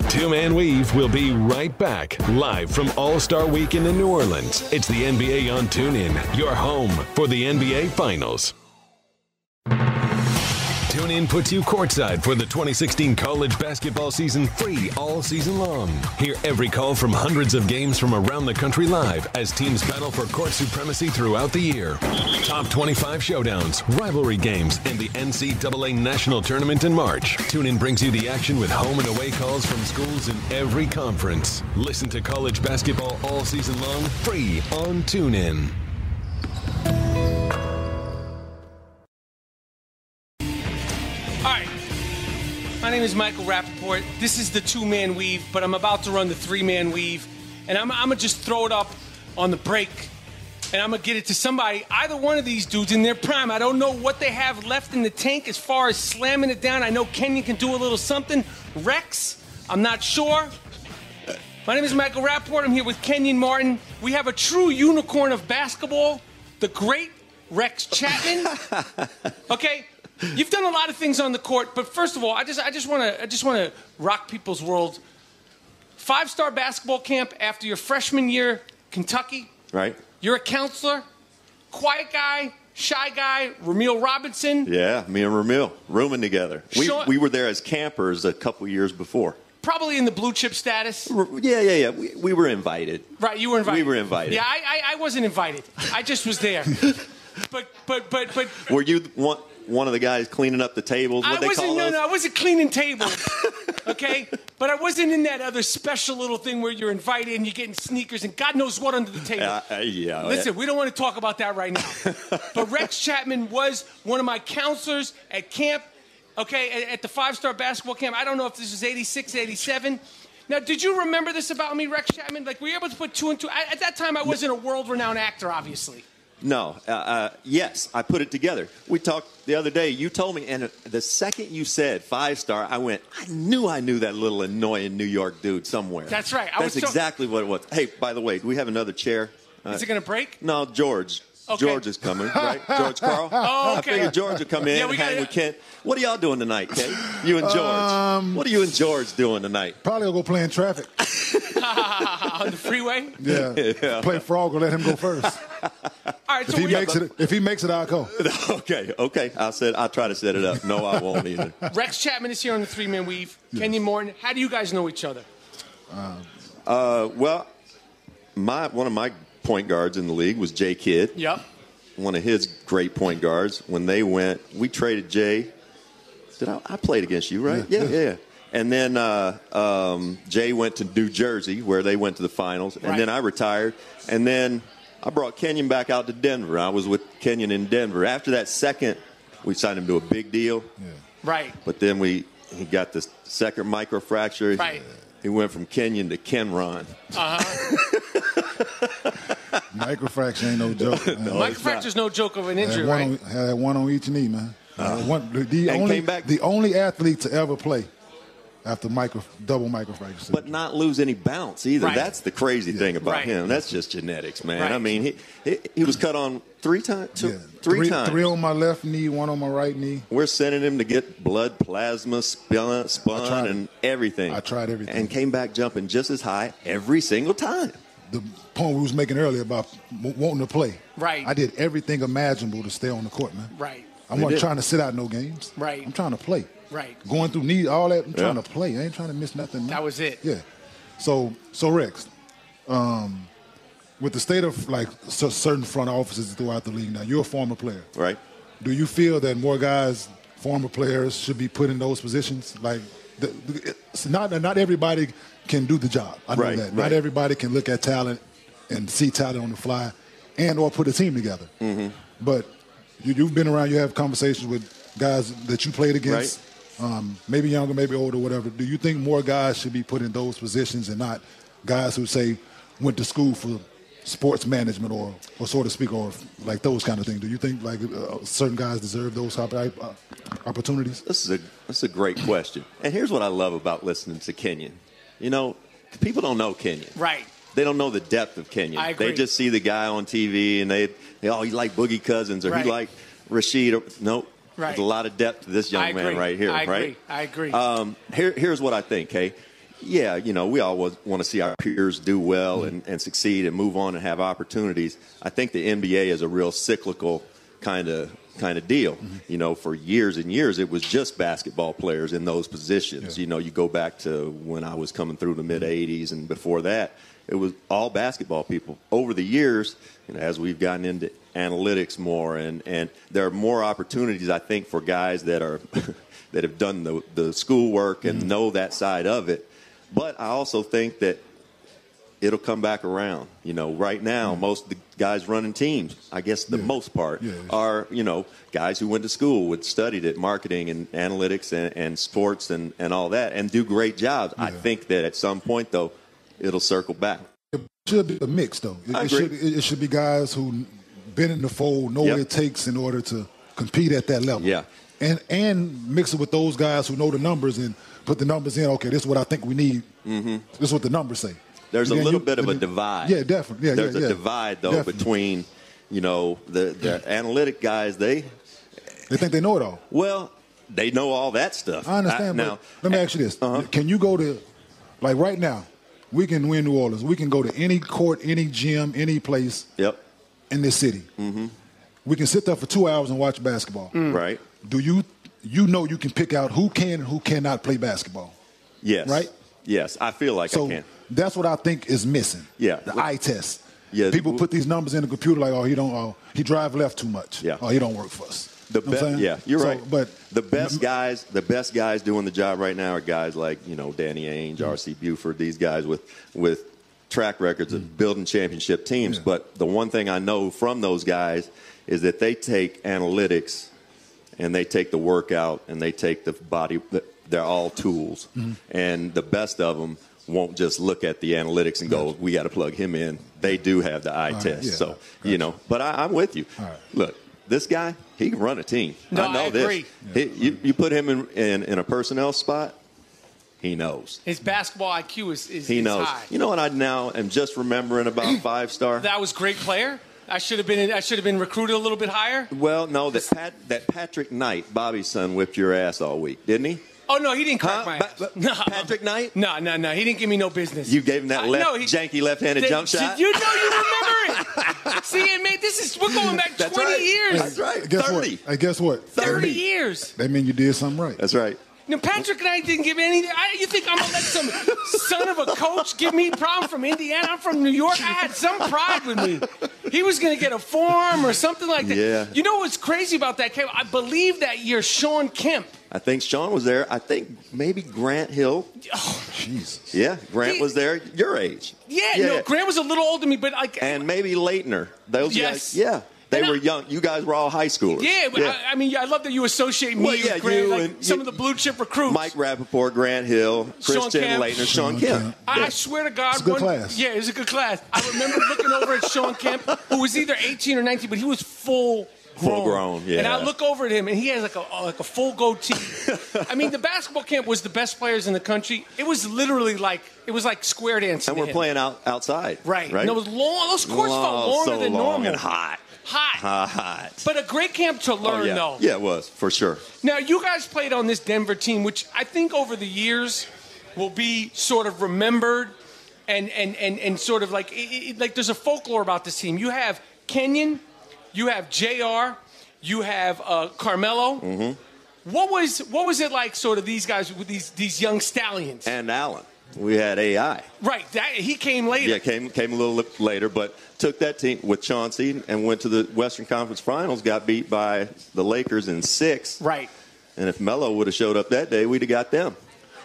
S1: Two Man Weave will be right back, live from All Star Weekend in New Orleans. It's the NBA on TuneIn, your home for the NBA Finals. Two TuneIn puts you courtside for the 2016 college basketball season free all season long. Hear every call from hundreds of games from around the country live as teams battle for court supremacy throughout the year. Top 25 showdowns, rivalry games, and the NCAA National Tournament in March. TuneIn brings you the action with home and away calls from schools in every conference. Listen to college basketball all season long free on TuneIn.
S3: All right. My name is Michael Rappaport. This is the two man weave, but I'm about to run the three man weave. And I'm, I'm going to just throw it up on the break. And I'm going to get it to somebody, either one of these dudes in their prime. I don't know what they have left in the tank as far as slamming it down. I know Kenyon can do a little something. Rex, I'm not sure. My name is Michael Rapport. I'm here with Kenyon Martin. We have a true unicorn of basketball, the great Rex Chapman. Okay, you've done a lot of things on the court, but first of all, I just I just want to I just want to rock people's world. Five star basketball camp after your freshman year, Kentucky.
S8: Right?
S3: You're a counselor, quiet guy, shy guy, Ramil Robinson.
S8: Yeah, me and Ramil rooming together. We,
S3: Sure.
S8: we were there as campers a couple years before.
S3: Probably in the blue chip status.
S8: R- Yeah, yeah, yeah. We, we were invited.
S3: Right, you were invited.
S8: We were invited.
S3: Yeah, I, I, I wasn't invited. I just was
S8: [LAUGHS]
S3: there. but but but but
S8: Were you one, one of the guys cleaning up the tables? What
S3: I
S8: they
S3: wasn't.
S8: call
S3: no,
S8: those?
S3: no, I wasn't cleaning tables. okay, [LAUGHS] but I wasn't in that other special little thing where you're invited and you're getting sneakers and God knows what under the table.
S8: Uh, uh, yeah.
S3: Listen, we don't want to talk about that right
S8: [LAUGHS]
S3: now. but Rex Chapman was one of my counselors at camp, okay, at, at the five star basketball camp. I don't know if this was 86, 87. Now, did you remember this about me, Rex Chapman? Like, were you able to put two and two? I, at that time, I wasn't a world renowned actor, obviously.
S8: No. Uh, uh, yes, I put it together. We talked the other day. You told me, and the second you said five star, I went, I knew I knew that little annoying New York dude somewhere.
S3: That's right. I
S8: That's
S3: was so-
S8: exactly what it was. Hey, by the way, do we have another chair? Uh,
S3: Is it going to break?
S8: No, George.
S3: Okay.
S8: George is
S3: [LAUGHS]
S8: coming, right? George Carl.
S3: Oh,
S8: I
S3: okay.
S8: figured George would come in
S3: Yeah, we
S8: and hang
S3: gotta-
S8: with Kent. What are y'all doing tonight, Kate? You and George.
S4: Um,
S8: what are you and George doing tonight? [LAUGHS]
S4: Probably will go play in traffic.
S3: uh, On the freeway?
S8: [LAUGHS]
S4: Yeah. Play frog or let him go first.
S3: All right,
S4: If
S3: so
S4: he
S3: we,
S4: makes it, if he makes it, I'll go.
S8: okay, okay. I said I try to set it up. No, I
S4: [LAUGHS]
S8: won't either.
S3: Rex Chapman is here on the three man weave. Kenyon Morton, how do you guys know each other?
S8: Uh, well, my one of my point guards in the league was Jay Kidd.
S3: Yep.
S8: One of his great point guards. When they went, we traded Jay. Did I, I played against you, right? Yeah,
S4: Yeah,
S8: yeah.
S4: yeah.
S8: And then uh, um, Jay went to New Jersey, where they went to the finals. And
S3: Right.
S8: then I retired. And then I brought Kenyon back out to Denver. I was with Kenyon in Denver. After that second, we signed him to a big deal.
S3: Right.
S8: But then we he got this second microfracture.
S3: Right.
S8: He went from Kenyon to Kenron.
S4: Microfraction ain't no
S8: [LAUGHS]
S4: joke. man.
S8: Oh,
S3: Mike Fracture's no joke of an
S4: Had
S3: injury,
S4: one
S3: right?
S4: on- had one on each knee, man. Had one- the, the
S8: Uh-huh. And
S4: only,
S8: came back-
S4: the only athlete to ever play after micro, double microfraction.
S8: but not lose any bounce either.
S3: Right.
S8: That's the crazy thing about
S3: Right.
S8: him. That's just genetics, man.
S3: Right.
S8: I mean, he, he he was cut on three times,
S4: Yeah.
S8: three, times.
S4: Three on my left knee, one on my right knee.
S8: We're sending him to get blood plasma, spun,
S4: I
S8: spun
S4: tried-
S8: and everything.
S4: I tried everything.
S8: and came back jumping just as high every single time.
S4: The point we was making earlier about w- wanting to play.
S3: Right.
S4: I did everything imaginable to stay on the court, man.
S3: Right.
S4: I'm
S8: You
S4: not
S8: did.
S4: trying to sit out no games.
S3: Right.
S4: I'm trying to play.
S3: Right.
S4: Going through knee, all that. I'm trying
S8: Yeah.
S4: to play. I ain't trying to miss nothing. man.
S3: That was it.
S4: Yeah. So so Rex, um, with the state of like cer- certain front offices throughout the league now, you're a former player.
S8: Right?
S4: Do you feel that more guys, former players, should be put in those positions? Like, the, the, it's not not everybody can do the job. I know
S8: Right,
S4: that. Not
S8: right.
S4: everybody can look at talent and see talent on the fly, and or put a team together. But you, you've been around. You have conversations with guys that you played against. Um, maybe younger, maybe older, whatever. Do you think more guys should be put in those positions and not guys who say went to school for sports management or, or so to speak, or like those kind of things? Do you think like uh, certain guys deserve those type of, uh, opportunities?
S8: This is a this is a great question. And here's what I love about listening to Kenyon. You know, people don't know Kenyon.
S3: Right.
S8: They don't know the depth of Kenyon.
S3: I agree.
S8: They just see the guy on TV and they, they oh, he like Boogie Cousins or
S3: Right.
S8: he like Rashid. Or, nope.
S3: Right.
S8: There's a lot of depth to this young
S3: I
S8: man
S3: agree.
S8: right here,
S3: I agree.
S8: right?
S3: I agree.
S8: Um, here, here's what I think, hey. Yeah, you know, we all want to see our peers do well and, and succeed and move on and have opportunities. I think the NBA is a real cyclical kind of kind of deal. You know, for years and years, it was just basketball players in those positions.
S4: Yeah.
S8: You know, you go back to when I was coming through the mid 80s and before that, it was all basketball people. Over the years, you know, as we've gotten into analytics more, and, and there are more opportunities, I think, for guys that are. [LAUGHS] That have done the, the schoolwork
S4: Mm-hmm.
S8: and know that side of it. But I also think that it'll come back around. You know, right now, most of the guys running teams, I guess the
S4: Mm-hmm. Yeah.
S8: most part,
S4: Yeah.
S8: are, you know, guys who went to school, would studied it, marketing and analytics and, and sports and, and all that, and do great jobs. I
S4: Yeah.
S8: think that at some point, though, it'll circle back.
S4: It should be a mix, though. It,
S8: I
S4: it
S8: agree.
S4: should it, it should be guys who been in the fold, know
S8: Yep.
S4: what it takes in order to compete at that level.
S8: Yeah.
S4: and and mix it with those guys who know the numbers and put the numbers in. Okay, this is what I think we need. Mm-hmm. This is what the numbers say.
S8: There's
S4: And
S8: a
S4: then
S8: little
S4: you-
S8: bit of a
S4: and then-
S8: divide.
S4: Yeah, definitely. Yeah,
S8: There's
S4: yeah,
S8: a
S4: yeah.
S8: divide, though,
S4: Definitely.
S8: between, you know, the, the analytic guys, they,
S4: they think they know it all.
S8: well, they know all that stuff.
S4: I understand,
S8: I-
S4: but let me ask you this:
S8: Uh-huh.
S4: Can you go to, like right now, we can win New Orleans. We can go to any court, any gym, any place
S8: Yep.
S4: in this city. Mm-hmm. We can sit there for two hours and watch basketball.
S8: Right.
S4: Do you you know you can pick out who can and who cannot play basketball?
S8: Yes.
S4: Right?
S8: Yes. I feel like I
S4: So
S8: can.
S4: that's what I think is missing.
S8: Yeah.
S4: the eye test.
S8: Yeah.
S4: people put these numbers in the computer like, oh, he don't, oh, he drive left too much.
S8: Yeah.
S4: oh, he don't work for us.
S8: The
S4: You know what I'm
S8: best,
S4: saying?
S8: yeah, you're
S4: So,
S8: right.
S4: But
S8: the best guys, the best guys doing the job right now are guys like you know Danny Ainge, R.C. Buford, these guys with with track records of building championship teams.
S4: Mm. Yeah.
S8: But the one thing I know from those guys is that they take analytics and they take the workout and they take the body. They're all tools,
S4: Mm-hmm.
S8: and the best of them won't just look at the analytics and go, "We got to plug him in." They do have the eye
S4: right,
S8: test,
S4: yeah,
S8: so you
S4: gotcha.
S8: know. But I, I'm with you.
S4: All right.
S8: Look, this guy, he can run a team.
S3: No,
S8: I know
S3: I
S8: this.
S3: agree.
S8: He- you, you put him in, in, in a personnel spot, he knows.
S9: His basketball IQ is, is,
S8: He
S9: is
S8: knows.
S9: high.
S8: You know what I now am just
S3: [CLEARS THROAT]
S8: remembering about five star?
S3: That was great player. I should have been. I should have been recruited a little bit higher.
S8: well, no, that Pat, that Patrick Knight, Bobby's son, whipped your ass all week, didn't he?
S3: Oh no, he didn't crack
S8: Huh?
S3: my
S8: Ba-
S3: ass.
S8: ba-
S3: [LAUGHS] no,
S8: Patrick Knight?
S3: No, no, no. He didn't give me no business.
S8: You gave him that
S3: I-
S8: left,
S3: he-
S8: janky left-handed
S3: Did-
S8: jump
S3: did
S8: shot?
S3: You know you remember
S8: [LAUGHS]
S3: it. See, and mate, this is we're going back
S8: That's
S3: 20
S8: right.
S3: years,
S8: That's right.
S4: guess
S8: 30.
S4: what? Hey, guess what?
S3: 30 years.
S4: That mean you did something right.
S8: That's right.
S3: Now Patrick and I didn't give any. I, you think I'm gonna let some son of a coach give me prom from Indiana? I'm from New York. I had some pride with me. He was gonna get a form or something like that.
S8: Yeah.
S3: You know what's crazy about that? Kev? I believe that year Sean Kemp.
S8: I think Sean was there. I think maybe Grant Hill.
S4: Jesus.
S8: Yeah, Grant
S3: He-
S8: was there. Your age.
S3: Yeah, no, Grant was a little older than me, but like,
S8: and maybe Leitner. Those
S3: Yes.
S8: guys, yeah, they
S3: And I-
S8: were young. You guys were all high schoolers.
S3: yeah, I, I mean, yeah, I love that you associate me
S8: Well,
S3: with
S8: yeah,
S3: Grant,
S8: you
S3: like
S8: and-
S3: some of
S8: you-
S3: the blue chip recruits.
S8: Mike Rappaport, Grant Hill,
S3: Sean
S8: Christian
S3: Kemp.
S8: Leitner, Sean
S4: Sean
S8: Kemp.
S4: Kemp.
S3: I, I swear to God,
S4: It's a good
S3: one,
S4: class.
S3: yeah, it was a good class. I remember looking over at Sean Kemp, who was either 18 or 19, but he was full grown.
S8: Full grown, yeah.
S3: And I look over at him, and he has like a uh, like a full
S8: [LAUGHS]
S3: goatee. I mean, the basketball camp was the best players in the country. It was literally like it was like square dancing.
S8: And
S3: to
S8: we're
S3: him.
S8: playing out outside,
S3: right,
S8: Right.
S3: And it was long. Those courts felt
S8: Long,
S3: longer
S8: so
S3: than
S8: long
S3: normal.
S8: and hot,
S3: Hot.
S8: hot, hot. Oh,
S3: But a great camp to learn,
S8: yeah.
S3: though.
S8: yeah, it was for sure.
S3: Now, you guys played on this Denver team, which I think over the years will be sort of remembered and, and, and, and sort of like, it, it, like there's a folklore about this team. You have Kenyon, you have JR, you have uh, Carmelo. What was what was it like, sort of these guys with these these young stallions?
S8: And Allen, we had AI.
S3: right, that, he came later.
S8: Yeah, came came a little li- later, but took that team with Chauncey and went to the Western Conference Finals. Got beat by the Lakers in six.
S3: Right.
S8: And if Melo would have showed up that day, we'd have got them.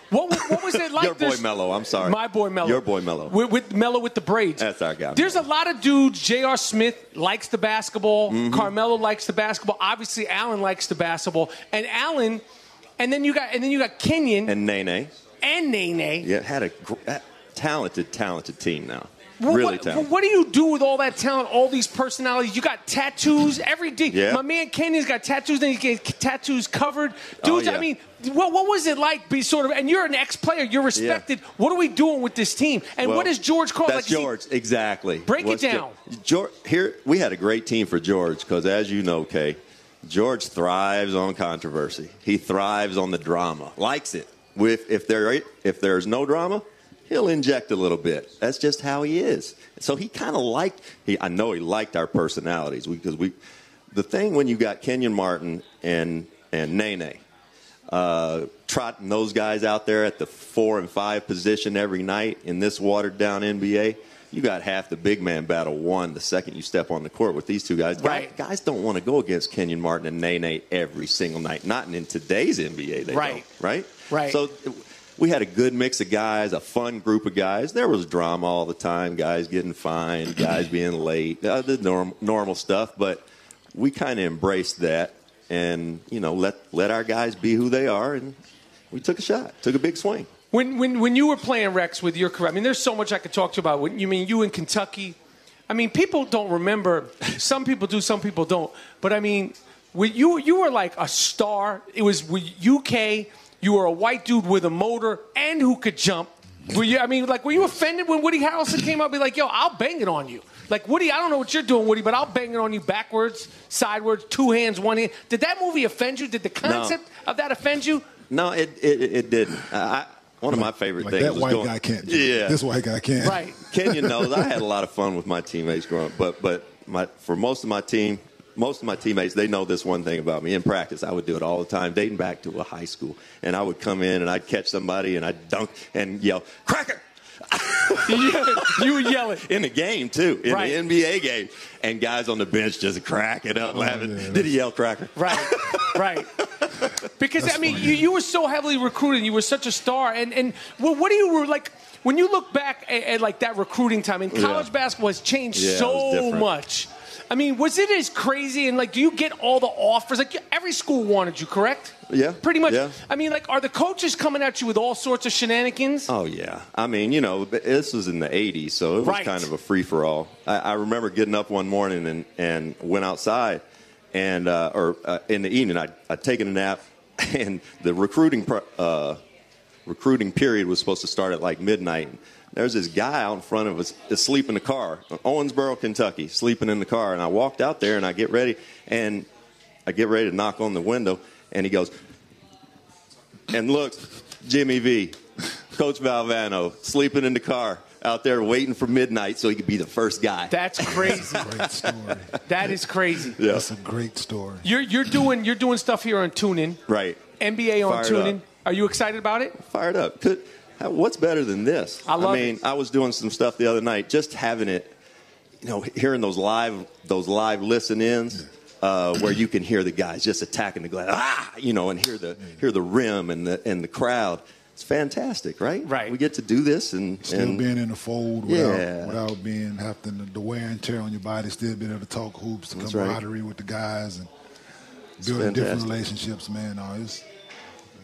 S3: What, wa- what was it like?
S8: Your boy
S3: There's-
S8: Melo, I'm sorry.
S3: My boy Mello.
S8: Your boy Melo.
S3: With, with Mello with the braids.
S8: That's our guy.
S3: There's a lot of dudes. J.R. Smith likes the basketball.
S8: Mm-hmm.
S3: Carmelo likes the basketball. Obviously, Allen likes the basketball. And Allen, and then you got and then you got Kenyon and,
S8: And Nene.
S3: Nene.
S8: Yeah, had a gr- uh, talented, talented team now.
S3: Well,
S8: really
S3: what,
S8: talented.
S3: what do you do with all that talent, all these personalities? You got tattoos every day.
S8: Yeah.
S3: My man Kenyon's got tattoos, then he gets tattoos covered. Dudes,
S8: Oh, yeah.
S3: I mean, what, what was it like? Be sort of, and you're an ex-player, you're respected. What are we doing with this team? And
S8: Well,
S3: what is George Karl?
S8: That's
S3: like, is he-
S8: George, exactly.
S3: Break it
S8: Ge-
S3: down.
S8: George, here we had a great team for George because, as you know, Kay, George thrives on controversy. He thrives on the drama. Likes it. With if there if there's no drama, he'll inject a little bit. That's just how he is. So he kind of liked. He I know he liked our personalities because we. The thing when you got Kenyon Martin and and Nene, uh, trotting those guys out there at the four and five position every night in this watered down NBA, you got half the big man battle won the second you step on the court with these two guys.
S9: Right.
S8: Guys, guys don't want to go against Kenyon Martin and Nene every single night. Not in today's NBA. They
S9: Right.
S8: Don't, right.
S9: Right.
S8: So we had a good mix of guys, a fun group of guys. There was drama all the time, guys
S4: [CLEARS THROAT]
S8: getting fined, guys being late, uh, the norm, normal stuff. But we kind of embraced that, and you know, let let our guys be who they are, and we took a shot, took a big swing.
S3: When, when, when you were playing Rex with your career, I mean, there's so much I could talk to you about. When, you mean you in Kentucky? I mean, people don't remember. Some people do, some people don't. But I mean, when you you were like a star. It was with UK. You were a white dude with a motor and who could jump. Were you? I mean, like, were you offended when Woody Harrelson came out? Be like, yo, I'll bang it on you. Like Woody, I don't know what you're doing, Woody, but I'll bang it on you backwards, sideways, two hands, one hand. Did that movie offend you? Did the concept of that offend you?
S8: No, it it, it didn't. I, one of my favorite
S4: Like
S8: things
S4: that
S8: was
S4: white
S8: going-
S4: guy
S8: [LAUGHS]
S4: can't. do it.
S8: Yeah,
S4: This white guy can't.
S8: [LAUGHS]
S3: Right.
S8: Kenyon knows I had a lot of fun with my teammates growing up, but but my for most of my team, most of my teammates, they know this one thing about me. In practice, I would do it all the time, dating back to a high school, and I would come in and I'd catch somebody and I'd dunk and yell "cracker"
S3: you would yell it.
S8: in the game too, in
S3: Right.
S8: the NBA game, and guys on the bench just crack it up, laughing.
S4: yeah.
S8: Did he yell "cracker"?
S3: Right, right. Because I mean, you, you were so heavily recruited, you were such a star, and and well, what do you like when you look back at, at like that recruiting time? And college basketball has changed
S8: Yeah, it was
S3: so
S8: different.
S3: much. I mean, was it as crazy? And like, do you get all the offers? Like, every school wanted you, correct?
S8: Yeah,
S3: pretty much.
S8: yeah.
S3: I mean, like, are the coaches coming at you with all sorts of shenanigans?
S8: Oh yeah, I mean, you know, th- this was in the '80s, so it was
S3: Right.
S8: kind of a free for all. I, I remember getting up one morning and and went outside, and uh, or uh, in the evening, I I'd taken a nap, [LAUGHS] and the recruiting pro- uh, recruiting period was supposed to start at like midnight. There's this guy out in front of us asleep in the car, Owensboro, Kentucky, sleeping in the car. And I walked out there and I get ready and I get ready to knock on the window and he goes and looks, Jimmy V, Coach Valvano, sleeping in the car out there waiting for midnight so he could be the first guy.
S3: That's
S8: [LAUGHS]
S3: crazy.
S4: Great story.
S3: that is crazy.
S4: That's a great story.
S3: You're you're doing you're doing stuff here on TuneIn,
S8: right.
S3: NBA on
S8: Fired up.
S3: TuneIn. Are you excited about it?
S8: fired up. Could, how- what's better than this?
S3: I love
S8: mean,
S3: it.
S8: I was doing some stuff the other night, just having it, you know, hearing those live those live listen-ins. Uh, where you can hear the guys just attacking the glass, ah, you know, and hear the hear the rim and the and the crowd. It's fantastic, right?
S3: Right.
S8: We get to do this and
S4: Still
S8: and
S4: being in the fold without,
S8: Yeah.
S4: without being having the, the wear and tear on your body, still being able to talk hoops, the
S8: That's right.
S4: camaraderie with the guys, and building different
S8: fantastic.
S4: relationships, man. No, it's,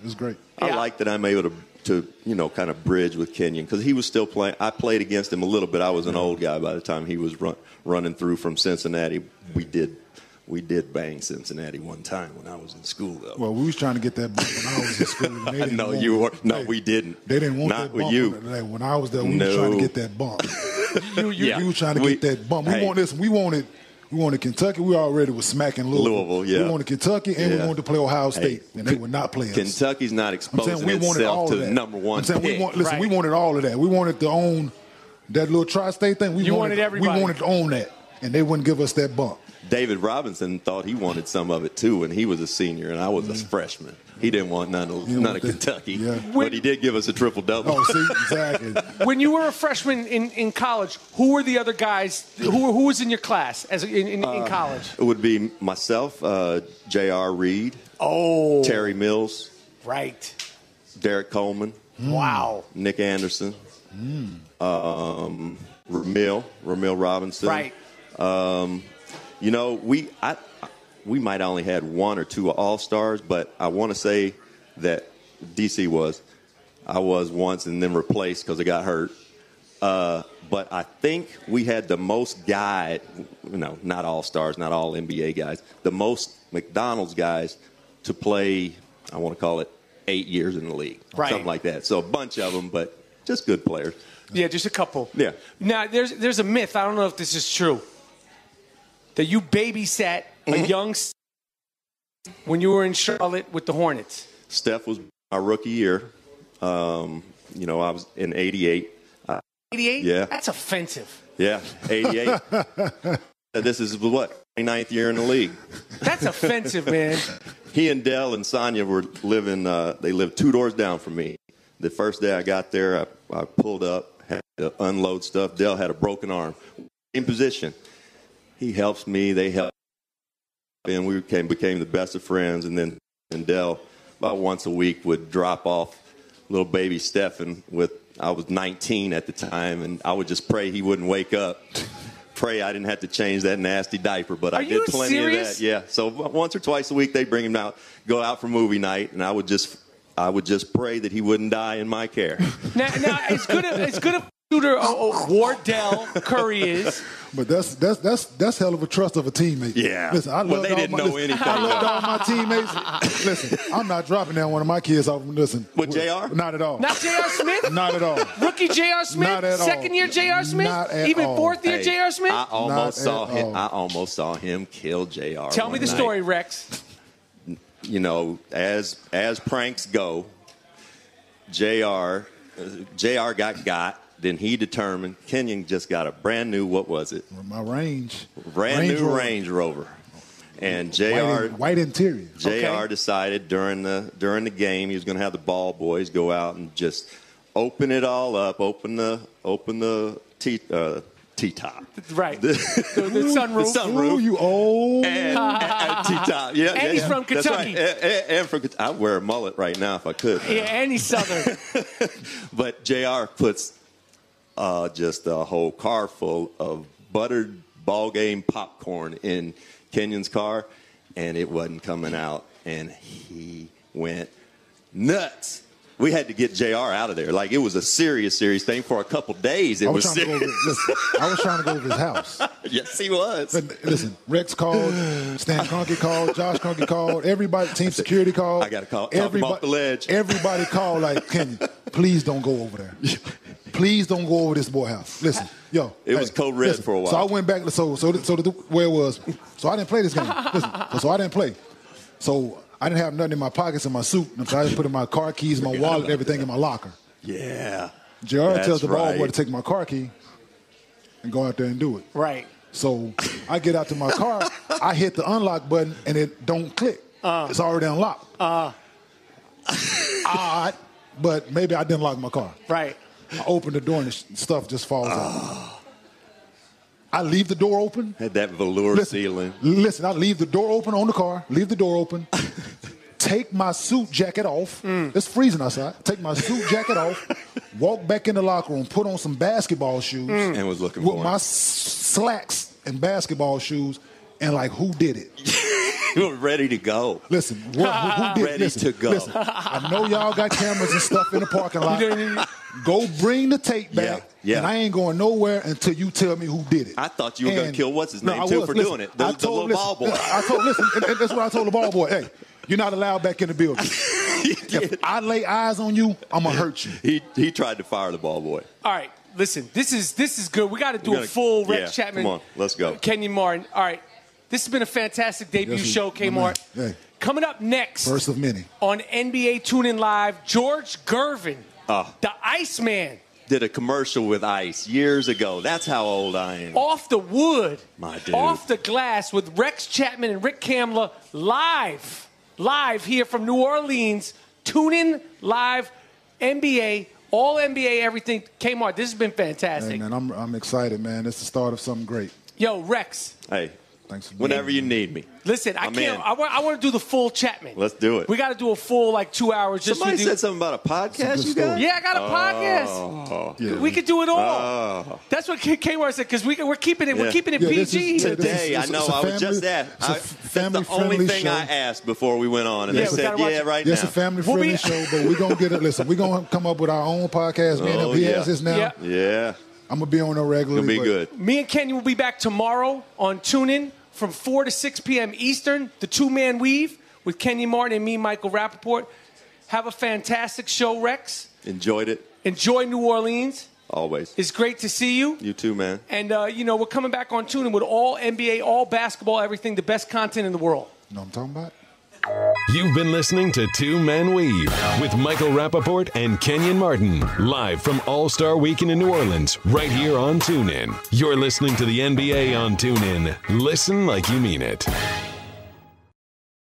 S4: it's great.
S8: I
S3: Yeah.
S8: like that I'm able to to you know kind of bridge with Kenyon because he was still playing. I played against him a little bit. I was an old guy by the time he was run, running through from Cincinnati. We did we did bang Cincinnati one time when I was in school though.
S4: Well, we was trying to get that bump when I was in school.
S8: [LAUGHS]
S4: and they didn't
S8: no,
S4: want
S8: you
S4: it.
S8: were no,
S4: Hey,
S8: we didn't.
S4: They didn't want
S8: Not
S4: that
S8: with
S4: bump.
S8: you.
S4: Like, when I was there, we
S8: No.
S4: were trying to get that
S8: [LAUGHS]
S4: bump.
S3: You you
S8: Yeah.
S4: We were trying to
S8: We-
S4: get that bump. We
S8: hey.
S4: want this. We wanted. We wanted Kentucky. We already was smacking Louisville.
S8: Louisville, yeah.
S4: We wanted Kentucky, and
S8: Yeah.
S4: we wanted to play Ohio
S8: Hey,
S4: State, and they would not play us.
S8: Kentucky's not
S4: I'm saying
S8: exposing
S4: we wanted all
S8: itself to
S4: of that.
S8: number one
S4: I'm saying
S8: pick.
S4: we want. Listen, we
S3: Right.
S4: wanted all of that. We wanted to own that little tri-state thing. We
S3: You wanted
S4: wanted,
S3: everybody.
S4: We wanted to own that, and they wouldn't give us that bump.
S8: David Robinson thought he wanted some of it too when he was a senior and I was a freshman. He didn't want none of,
S4: Mm. didn't
S8: none of
S4: want that.
S8: Kentucky,
S4: Yeah.
S8: but he did give us a triple double.
S4: Oh,
S8: [LAUGHS]
S4: see, exactly.
S3: when you were a freshman in, in college, who were the other guys? Who were, who was in your class as in, in, in college?
S8: It would be myself, uh, J.R. Reed. Oh. Terry Mills,
S3: Right.
S8: Derek Coleman,
S3: Wow.
S8: Nick Anderson, um, Ramil, Ramil Robinson.
S3: Right.
S8: You know, we I we might only had one or two All Stars, but I want to say that DC was. I was once and then replaced because I got hurt. Uh, but I think we had the most guy, you know, not all stars, not all NBA guys, the most McDonald's guys to play. I want to call it eight years in the league,
S3: Right.
S8: something like that. So a bunch of them, but just good players.
S3: Yeah, just a couple.
S8: Yeah.
S3: Now there's there's a myth. I don't know if this is true. That you babysat a young s- when you were in Charlotte with the Hornets.
S8: Steph was my rookie year. Um, you know, I was in '88.
S3: 88?
S8: Yeah.
S3: That's offensive.
S8: Yeah, 88. This is what 29th year in the league.
S3: [LAUGHS] That's offensive, man.
S8: He and Dell and Sonia were living. Uh, they lived two doors down from me. The first day I got there, I, I pulled up, had to unload stuff. Dell had a broken arm, in position. He helps me. They help, and we became became the best of friends. And then and Dell about once a week would drop off little baby Stefan with I was 19 at the time, and I would just pray he wouldn't wake up. Pray I didn't have to change that nasty diaper, but
S3: Are
S8: I
S3: you
S8: did plenty
S3: serious?
S8: of that. Yeah, so once or twice a week they bring him out, go out for movie night, and I would just, I would just pray that he wouldn't die in my care.
S3: Now, now as good a, as good a shooter oh, oh, Wardell Curry is,
S4: But that's that's that's that's hell of a trust of a teammate.
S8: Yeah.
S4: Listen, I
S8: Well,
S4: loved
S8: they
S4: all
S8: didn't
S4: my,
S8: know
S4: listen,
S8: anything,
S4: I loved
S8: though.
S4: all my
S8: [LAUGHS]
S4: teammates. listen, I'm not dropping down one of my kids off. Listen,
S8: With JR?
S4: Not at all.
S3: not J.R. Smith,
S4: Not at all.
S3: rookie J.R. Smith,
S4: Not at all.
S3: second year J.R. Smith,
S4: Not at
S3: even
S4: all.
S3: fourth year
S8: Hey,
S3: J.R. Smith.
S8: I almost
S4: at
S8: saw him.
S4: all.
S8: I almost saw him kill Jr.
S3: Tell me
S8: one
S3: the
S8: night.
S3: story, Rex.
S8: you know, as as pranks go, Jr. uh, Jr. got got. Then he determined Kenyon just got a brand new what was it?
S4: My range.
S8: Brand
S4: Range
S8: new
S4: Rover.
S8: Range Rover. And Jr.
S4: White, in- white interior.
S8: Jr.
S3: Okay.
S8: decided during the during the game he was going to have the ball boys go out and just open it all up, open the open the t uh, t top.
S3: Right, the, the sunroof.
S8: The sunroof.
S4: Ooh, you old. [LAUGHS]
S8: and, and T-top. Yeah,
S3: And
S8: yeah,
S3: he's
S8: yeah.
S3: from
S8: That's right.
S3: Kentucky.
S8: And, and- and from Kentucky. I'd wear a mullet right now if I could.
S3: Yeah, and he's southern.
S8: But JR puts uh, just a whole car full of buttered ball game popcorn in Kenyon's car, and it wasn't coming out, and he went nuts. We had to get JR out of there. Like it was a serious, serious thing for a couple days. It
S4: I
S8: was
S4: was, trying to go
S8: serious. [LAUGHS]
S4: over, listen, I was trying to go over his house.
S8: yes, he was.
S4: But listen, Rex called,
S8: [LAUGHS]
S4: Stan Conkey called, Josh Conkey called, everybody, team security called.
S8: I gotta call- talk him off the ledge.
S4: Everybody called, like, Kenny, please don't go over there. Please don't go over this boy house. Listen, yo.
S8: It was code red
S4: listen,
S8: for a
S4: So I
S8: while.
S4: went back. So so so the, where it was. So I didn't play this game. Listen, so I didn't play. So I didn't have nothing in my pockets in my suit. So I just put in my car keys, my wallet, everything in my locker.
S8: yeah.
S4: Jr. tells
S8: That's
S4: the ball boy to
S8: right.
S4: take my car key and go out there and do it.
S3: Right.
S4: So I get out to my car, I hit the unlock button, and it don't click.
S3: Uh.
S4: it's already unlocked. Odd, but maybe I didn't lock my car.
S3: Right.
S4: I open the door and the sh- stuff just falls out. I leave the door open.
S8: Had that velour
S4: Listen,
S8: ceiling.
S4: listen, I leave the door open on the car, leave the door open, take my suit jacket off. It's freezing outside. Take my suit jacket off, walk back in the locker room, put on some basketball shoes,
S8: And was looking
S4: with
S8: for
S4: my
S8: [LAUGHS] him.
S4: s- slacks and basketball shoes, and like, who did it?
S8: You were ready to go.
S4: Listen, what, who,
S8: [LAUGHS]
S4: who did it?
S8: Ready
S4: Listen,
S8: to go.
S4: listen, I know y'all got cameras and stuff in the parking
S8: [LAUGHS]
S4: lot. Go bring the tape
S8: Yeah,
S4: back,
S8: yeah.
S4: and I ain't going nowhere until you tell me who did it.
S8: I thought you were gonna
S4: And-
S8: kill what's his
S4: No,
S8: name,
S4: I
S8: too,
S4: was.
S8: for
S4: Listen,
S8: doing it. The-
S4: I
S8: the
S4: told,
S8: little ball
S4: listen,
S8: boy.
S4: I told, listen, and- and that's what I told the ball boy. Hey, you're not allowed back in the
S8: [LAUGHS]
S4: building. if I lay eyes on you, I'm gonna hurt you.
S8: He he tried to fire the ball boy.
S3: All right, listen. This is this is good. We got to do
S8: We
S3: a
S8: gotta-
S3: full Rex
S8: yeah,
S3: Chapman.
S8: come on, let's go.
S3: Kenyon Martin. All right, this has been a fantastic debut
S4: Yes,
S3: show, K
S4: my
S3: Mart.
S4: man. Hey.
S3: Coming up next
S4: First of many.
S3: on NBA Tune In Live, George Gervin,
S8: Ah.
S3: the Iceman,
S8: Did a commercial with Ice years ago. That's how old I am.
S3: off the wood,
S8: My dude.
S3: off the glass with Rex Chapman and Rick Kamla live, live here from New Orleans. Tune in live, NBA, all NBA, everything. Kmart, this has been
S4: Hey
S3: fantastic.
S4: man, I'm I'm excited, man. It's the start of something great.
S3: Yo, Rex,
S8: Hey,
S4: Thanks for being
S8: whenever
S4: here.
S8: you need me.
S3: Listen, I
S8: I'm
S3: can't.
S8: in.
S3: I want, I want to do the full Chapman.
S8: Let's do it.
S3: We got to do a full like two hours. Just
S8: Somebody
S3: with you.
S8: said Oh. something about a podcast.
S4: good
S8: You got
S4: story.
S3: Yeah, I got a podcast. We could do it all. That's what K- KY said because we, we're keeping it. We're
S8: Oh. Yeah.
S3: keeping it
S4: Yeah, this
S3: PG.
S4: is- yeah, this
S8: today. I
S4: It's-
S8: know.
S4: it's a
S8: I was just
S4: family-
S8: that.
S4: it's a
S8: I-
S4: f-
S8: that's the only
S4: family-friendly
S8: thing
S4: show.
S8: I asked before we went on, and
S3: Yeah,
S8: they
S3: we
S8: said,
S3: gotta watch
S8: "Yeah,
S3: it.
S8: right
S4: Yes,
S8: now."
S4: a family
S3: We'll
S4: friendly
S3: be-
S4: show, but we're gonna get it. Listen, we're gonna come up with our own podcast. Man,
S8: Oh,
S4: if he
S8: yeah.
S4: has this now,
S3: Yeah.
S8: yeah,
S4: I'm gonna be on a regular.
S8: it'll be
S4: but
S8: good.
S3: Me and Kenyon will be back tomorrow on TuneIn from 4 to 6 p.m. Eastern, the two man weave with Kenyon Martin and me, Michael Rappaport. Have a fantastic show, Rex.
S8: Enjoyed it
S3: Enjoy New Orleans.
S8: always.
S3: It's great to see you.
S8: You too, man.
S3: And, uh, you know, we're coming back on TuneIn with all NBA, all basketball, everything, the best content in the world.
S4: You know what I'm talking about?
S1: You've been listening to Two Man Weave with Michael Rappaport and Kenyon Martin, live from All Star Weekend in New Orleans, right here on TuneIn. You're listening to the NBA on TuneIn. Listen like you mean it.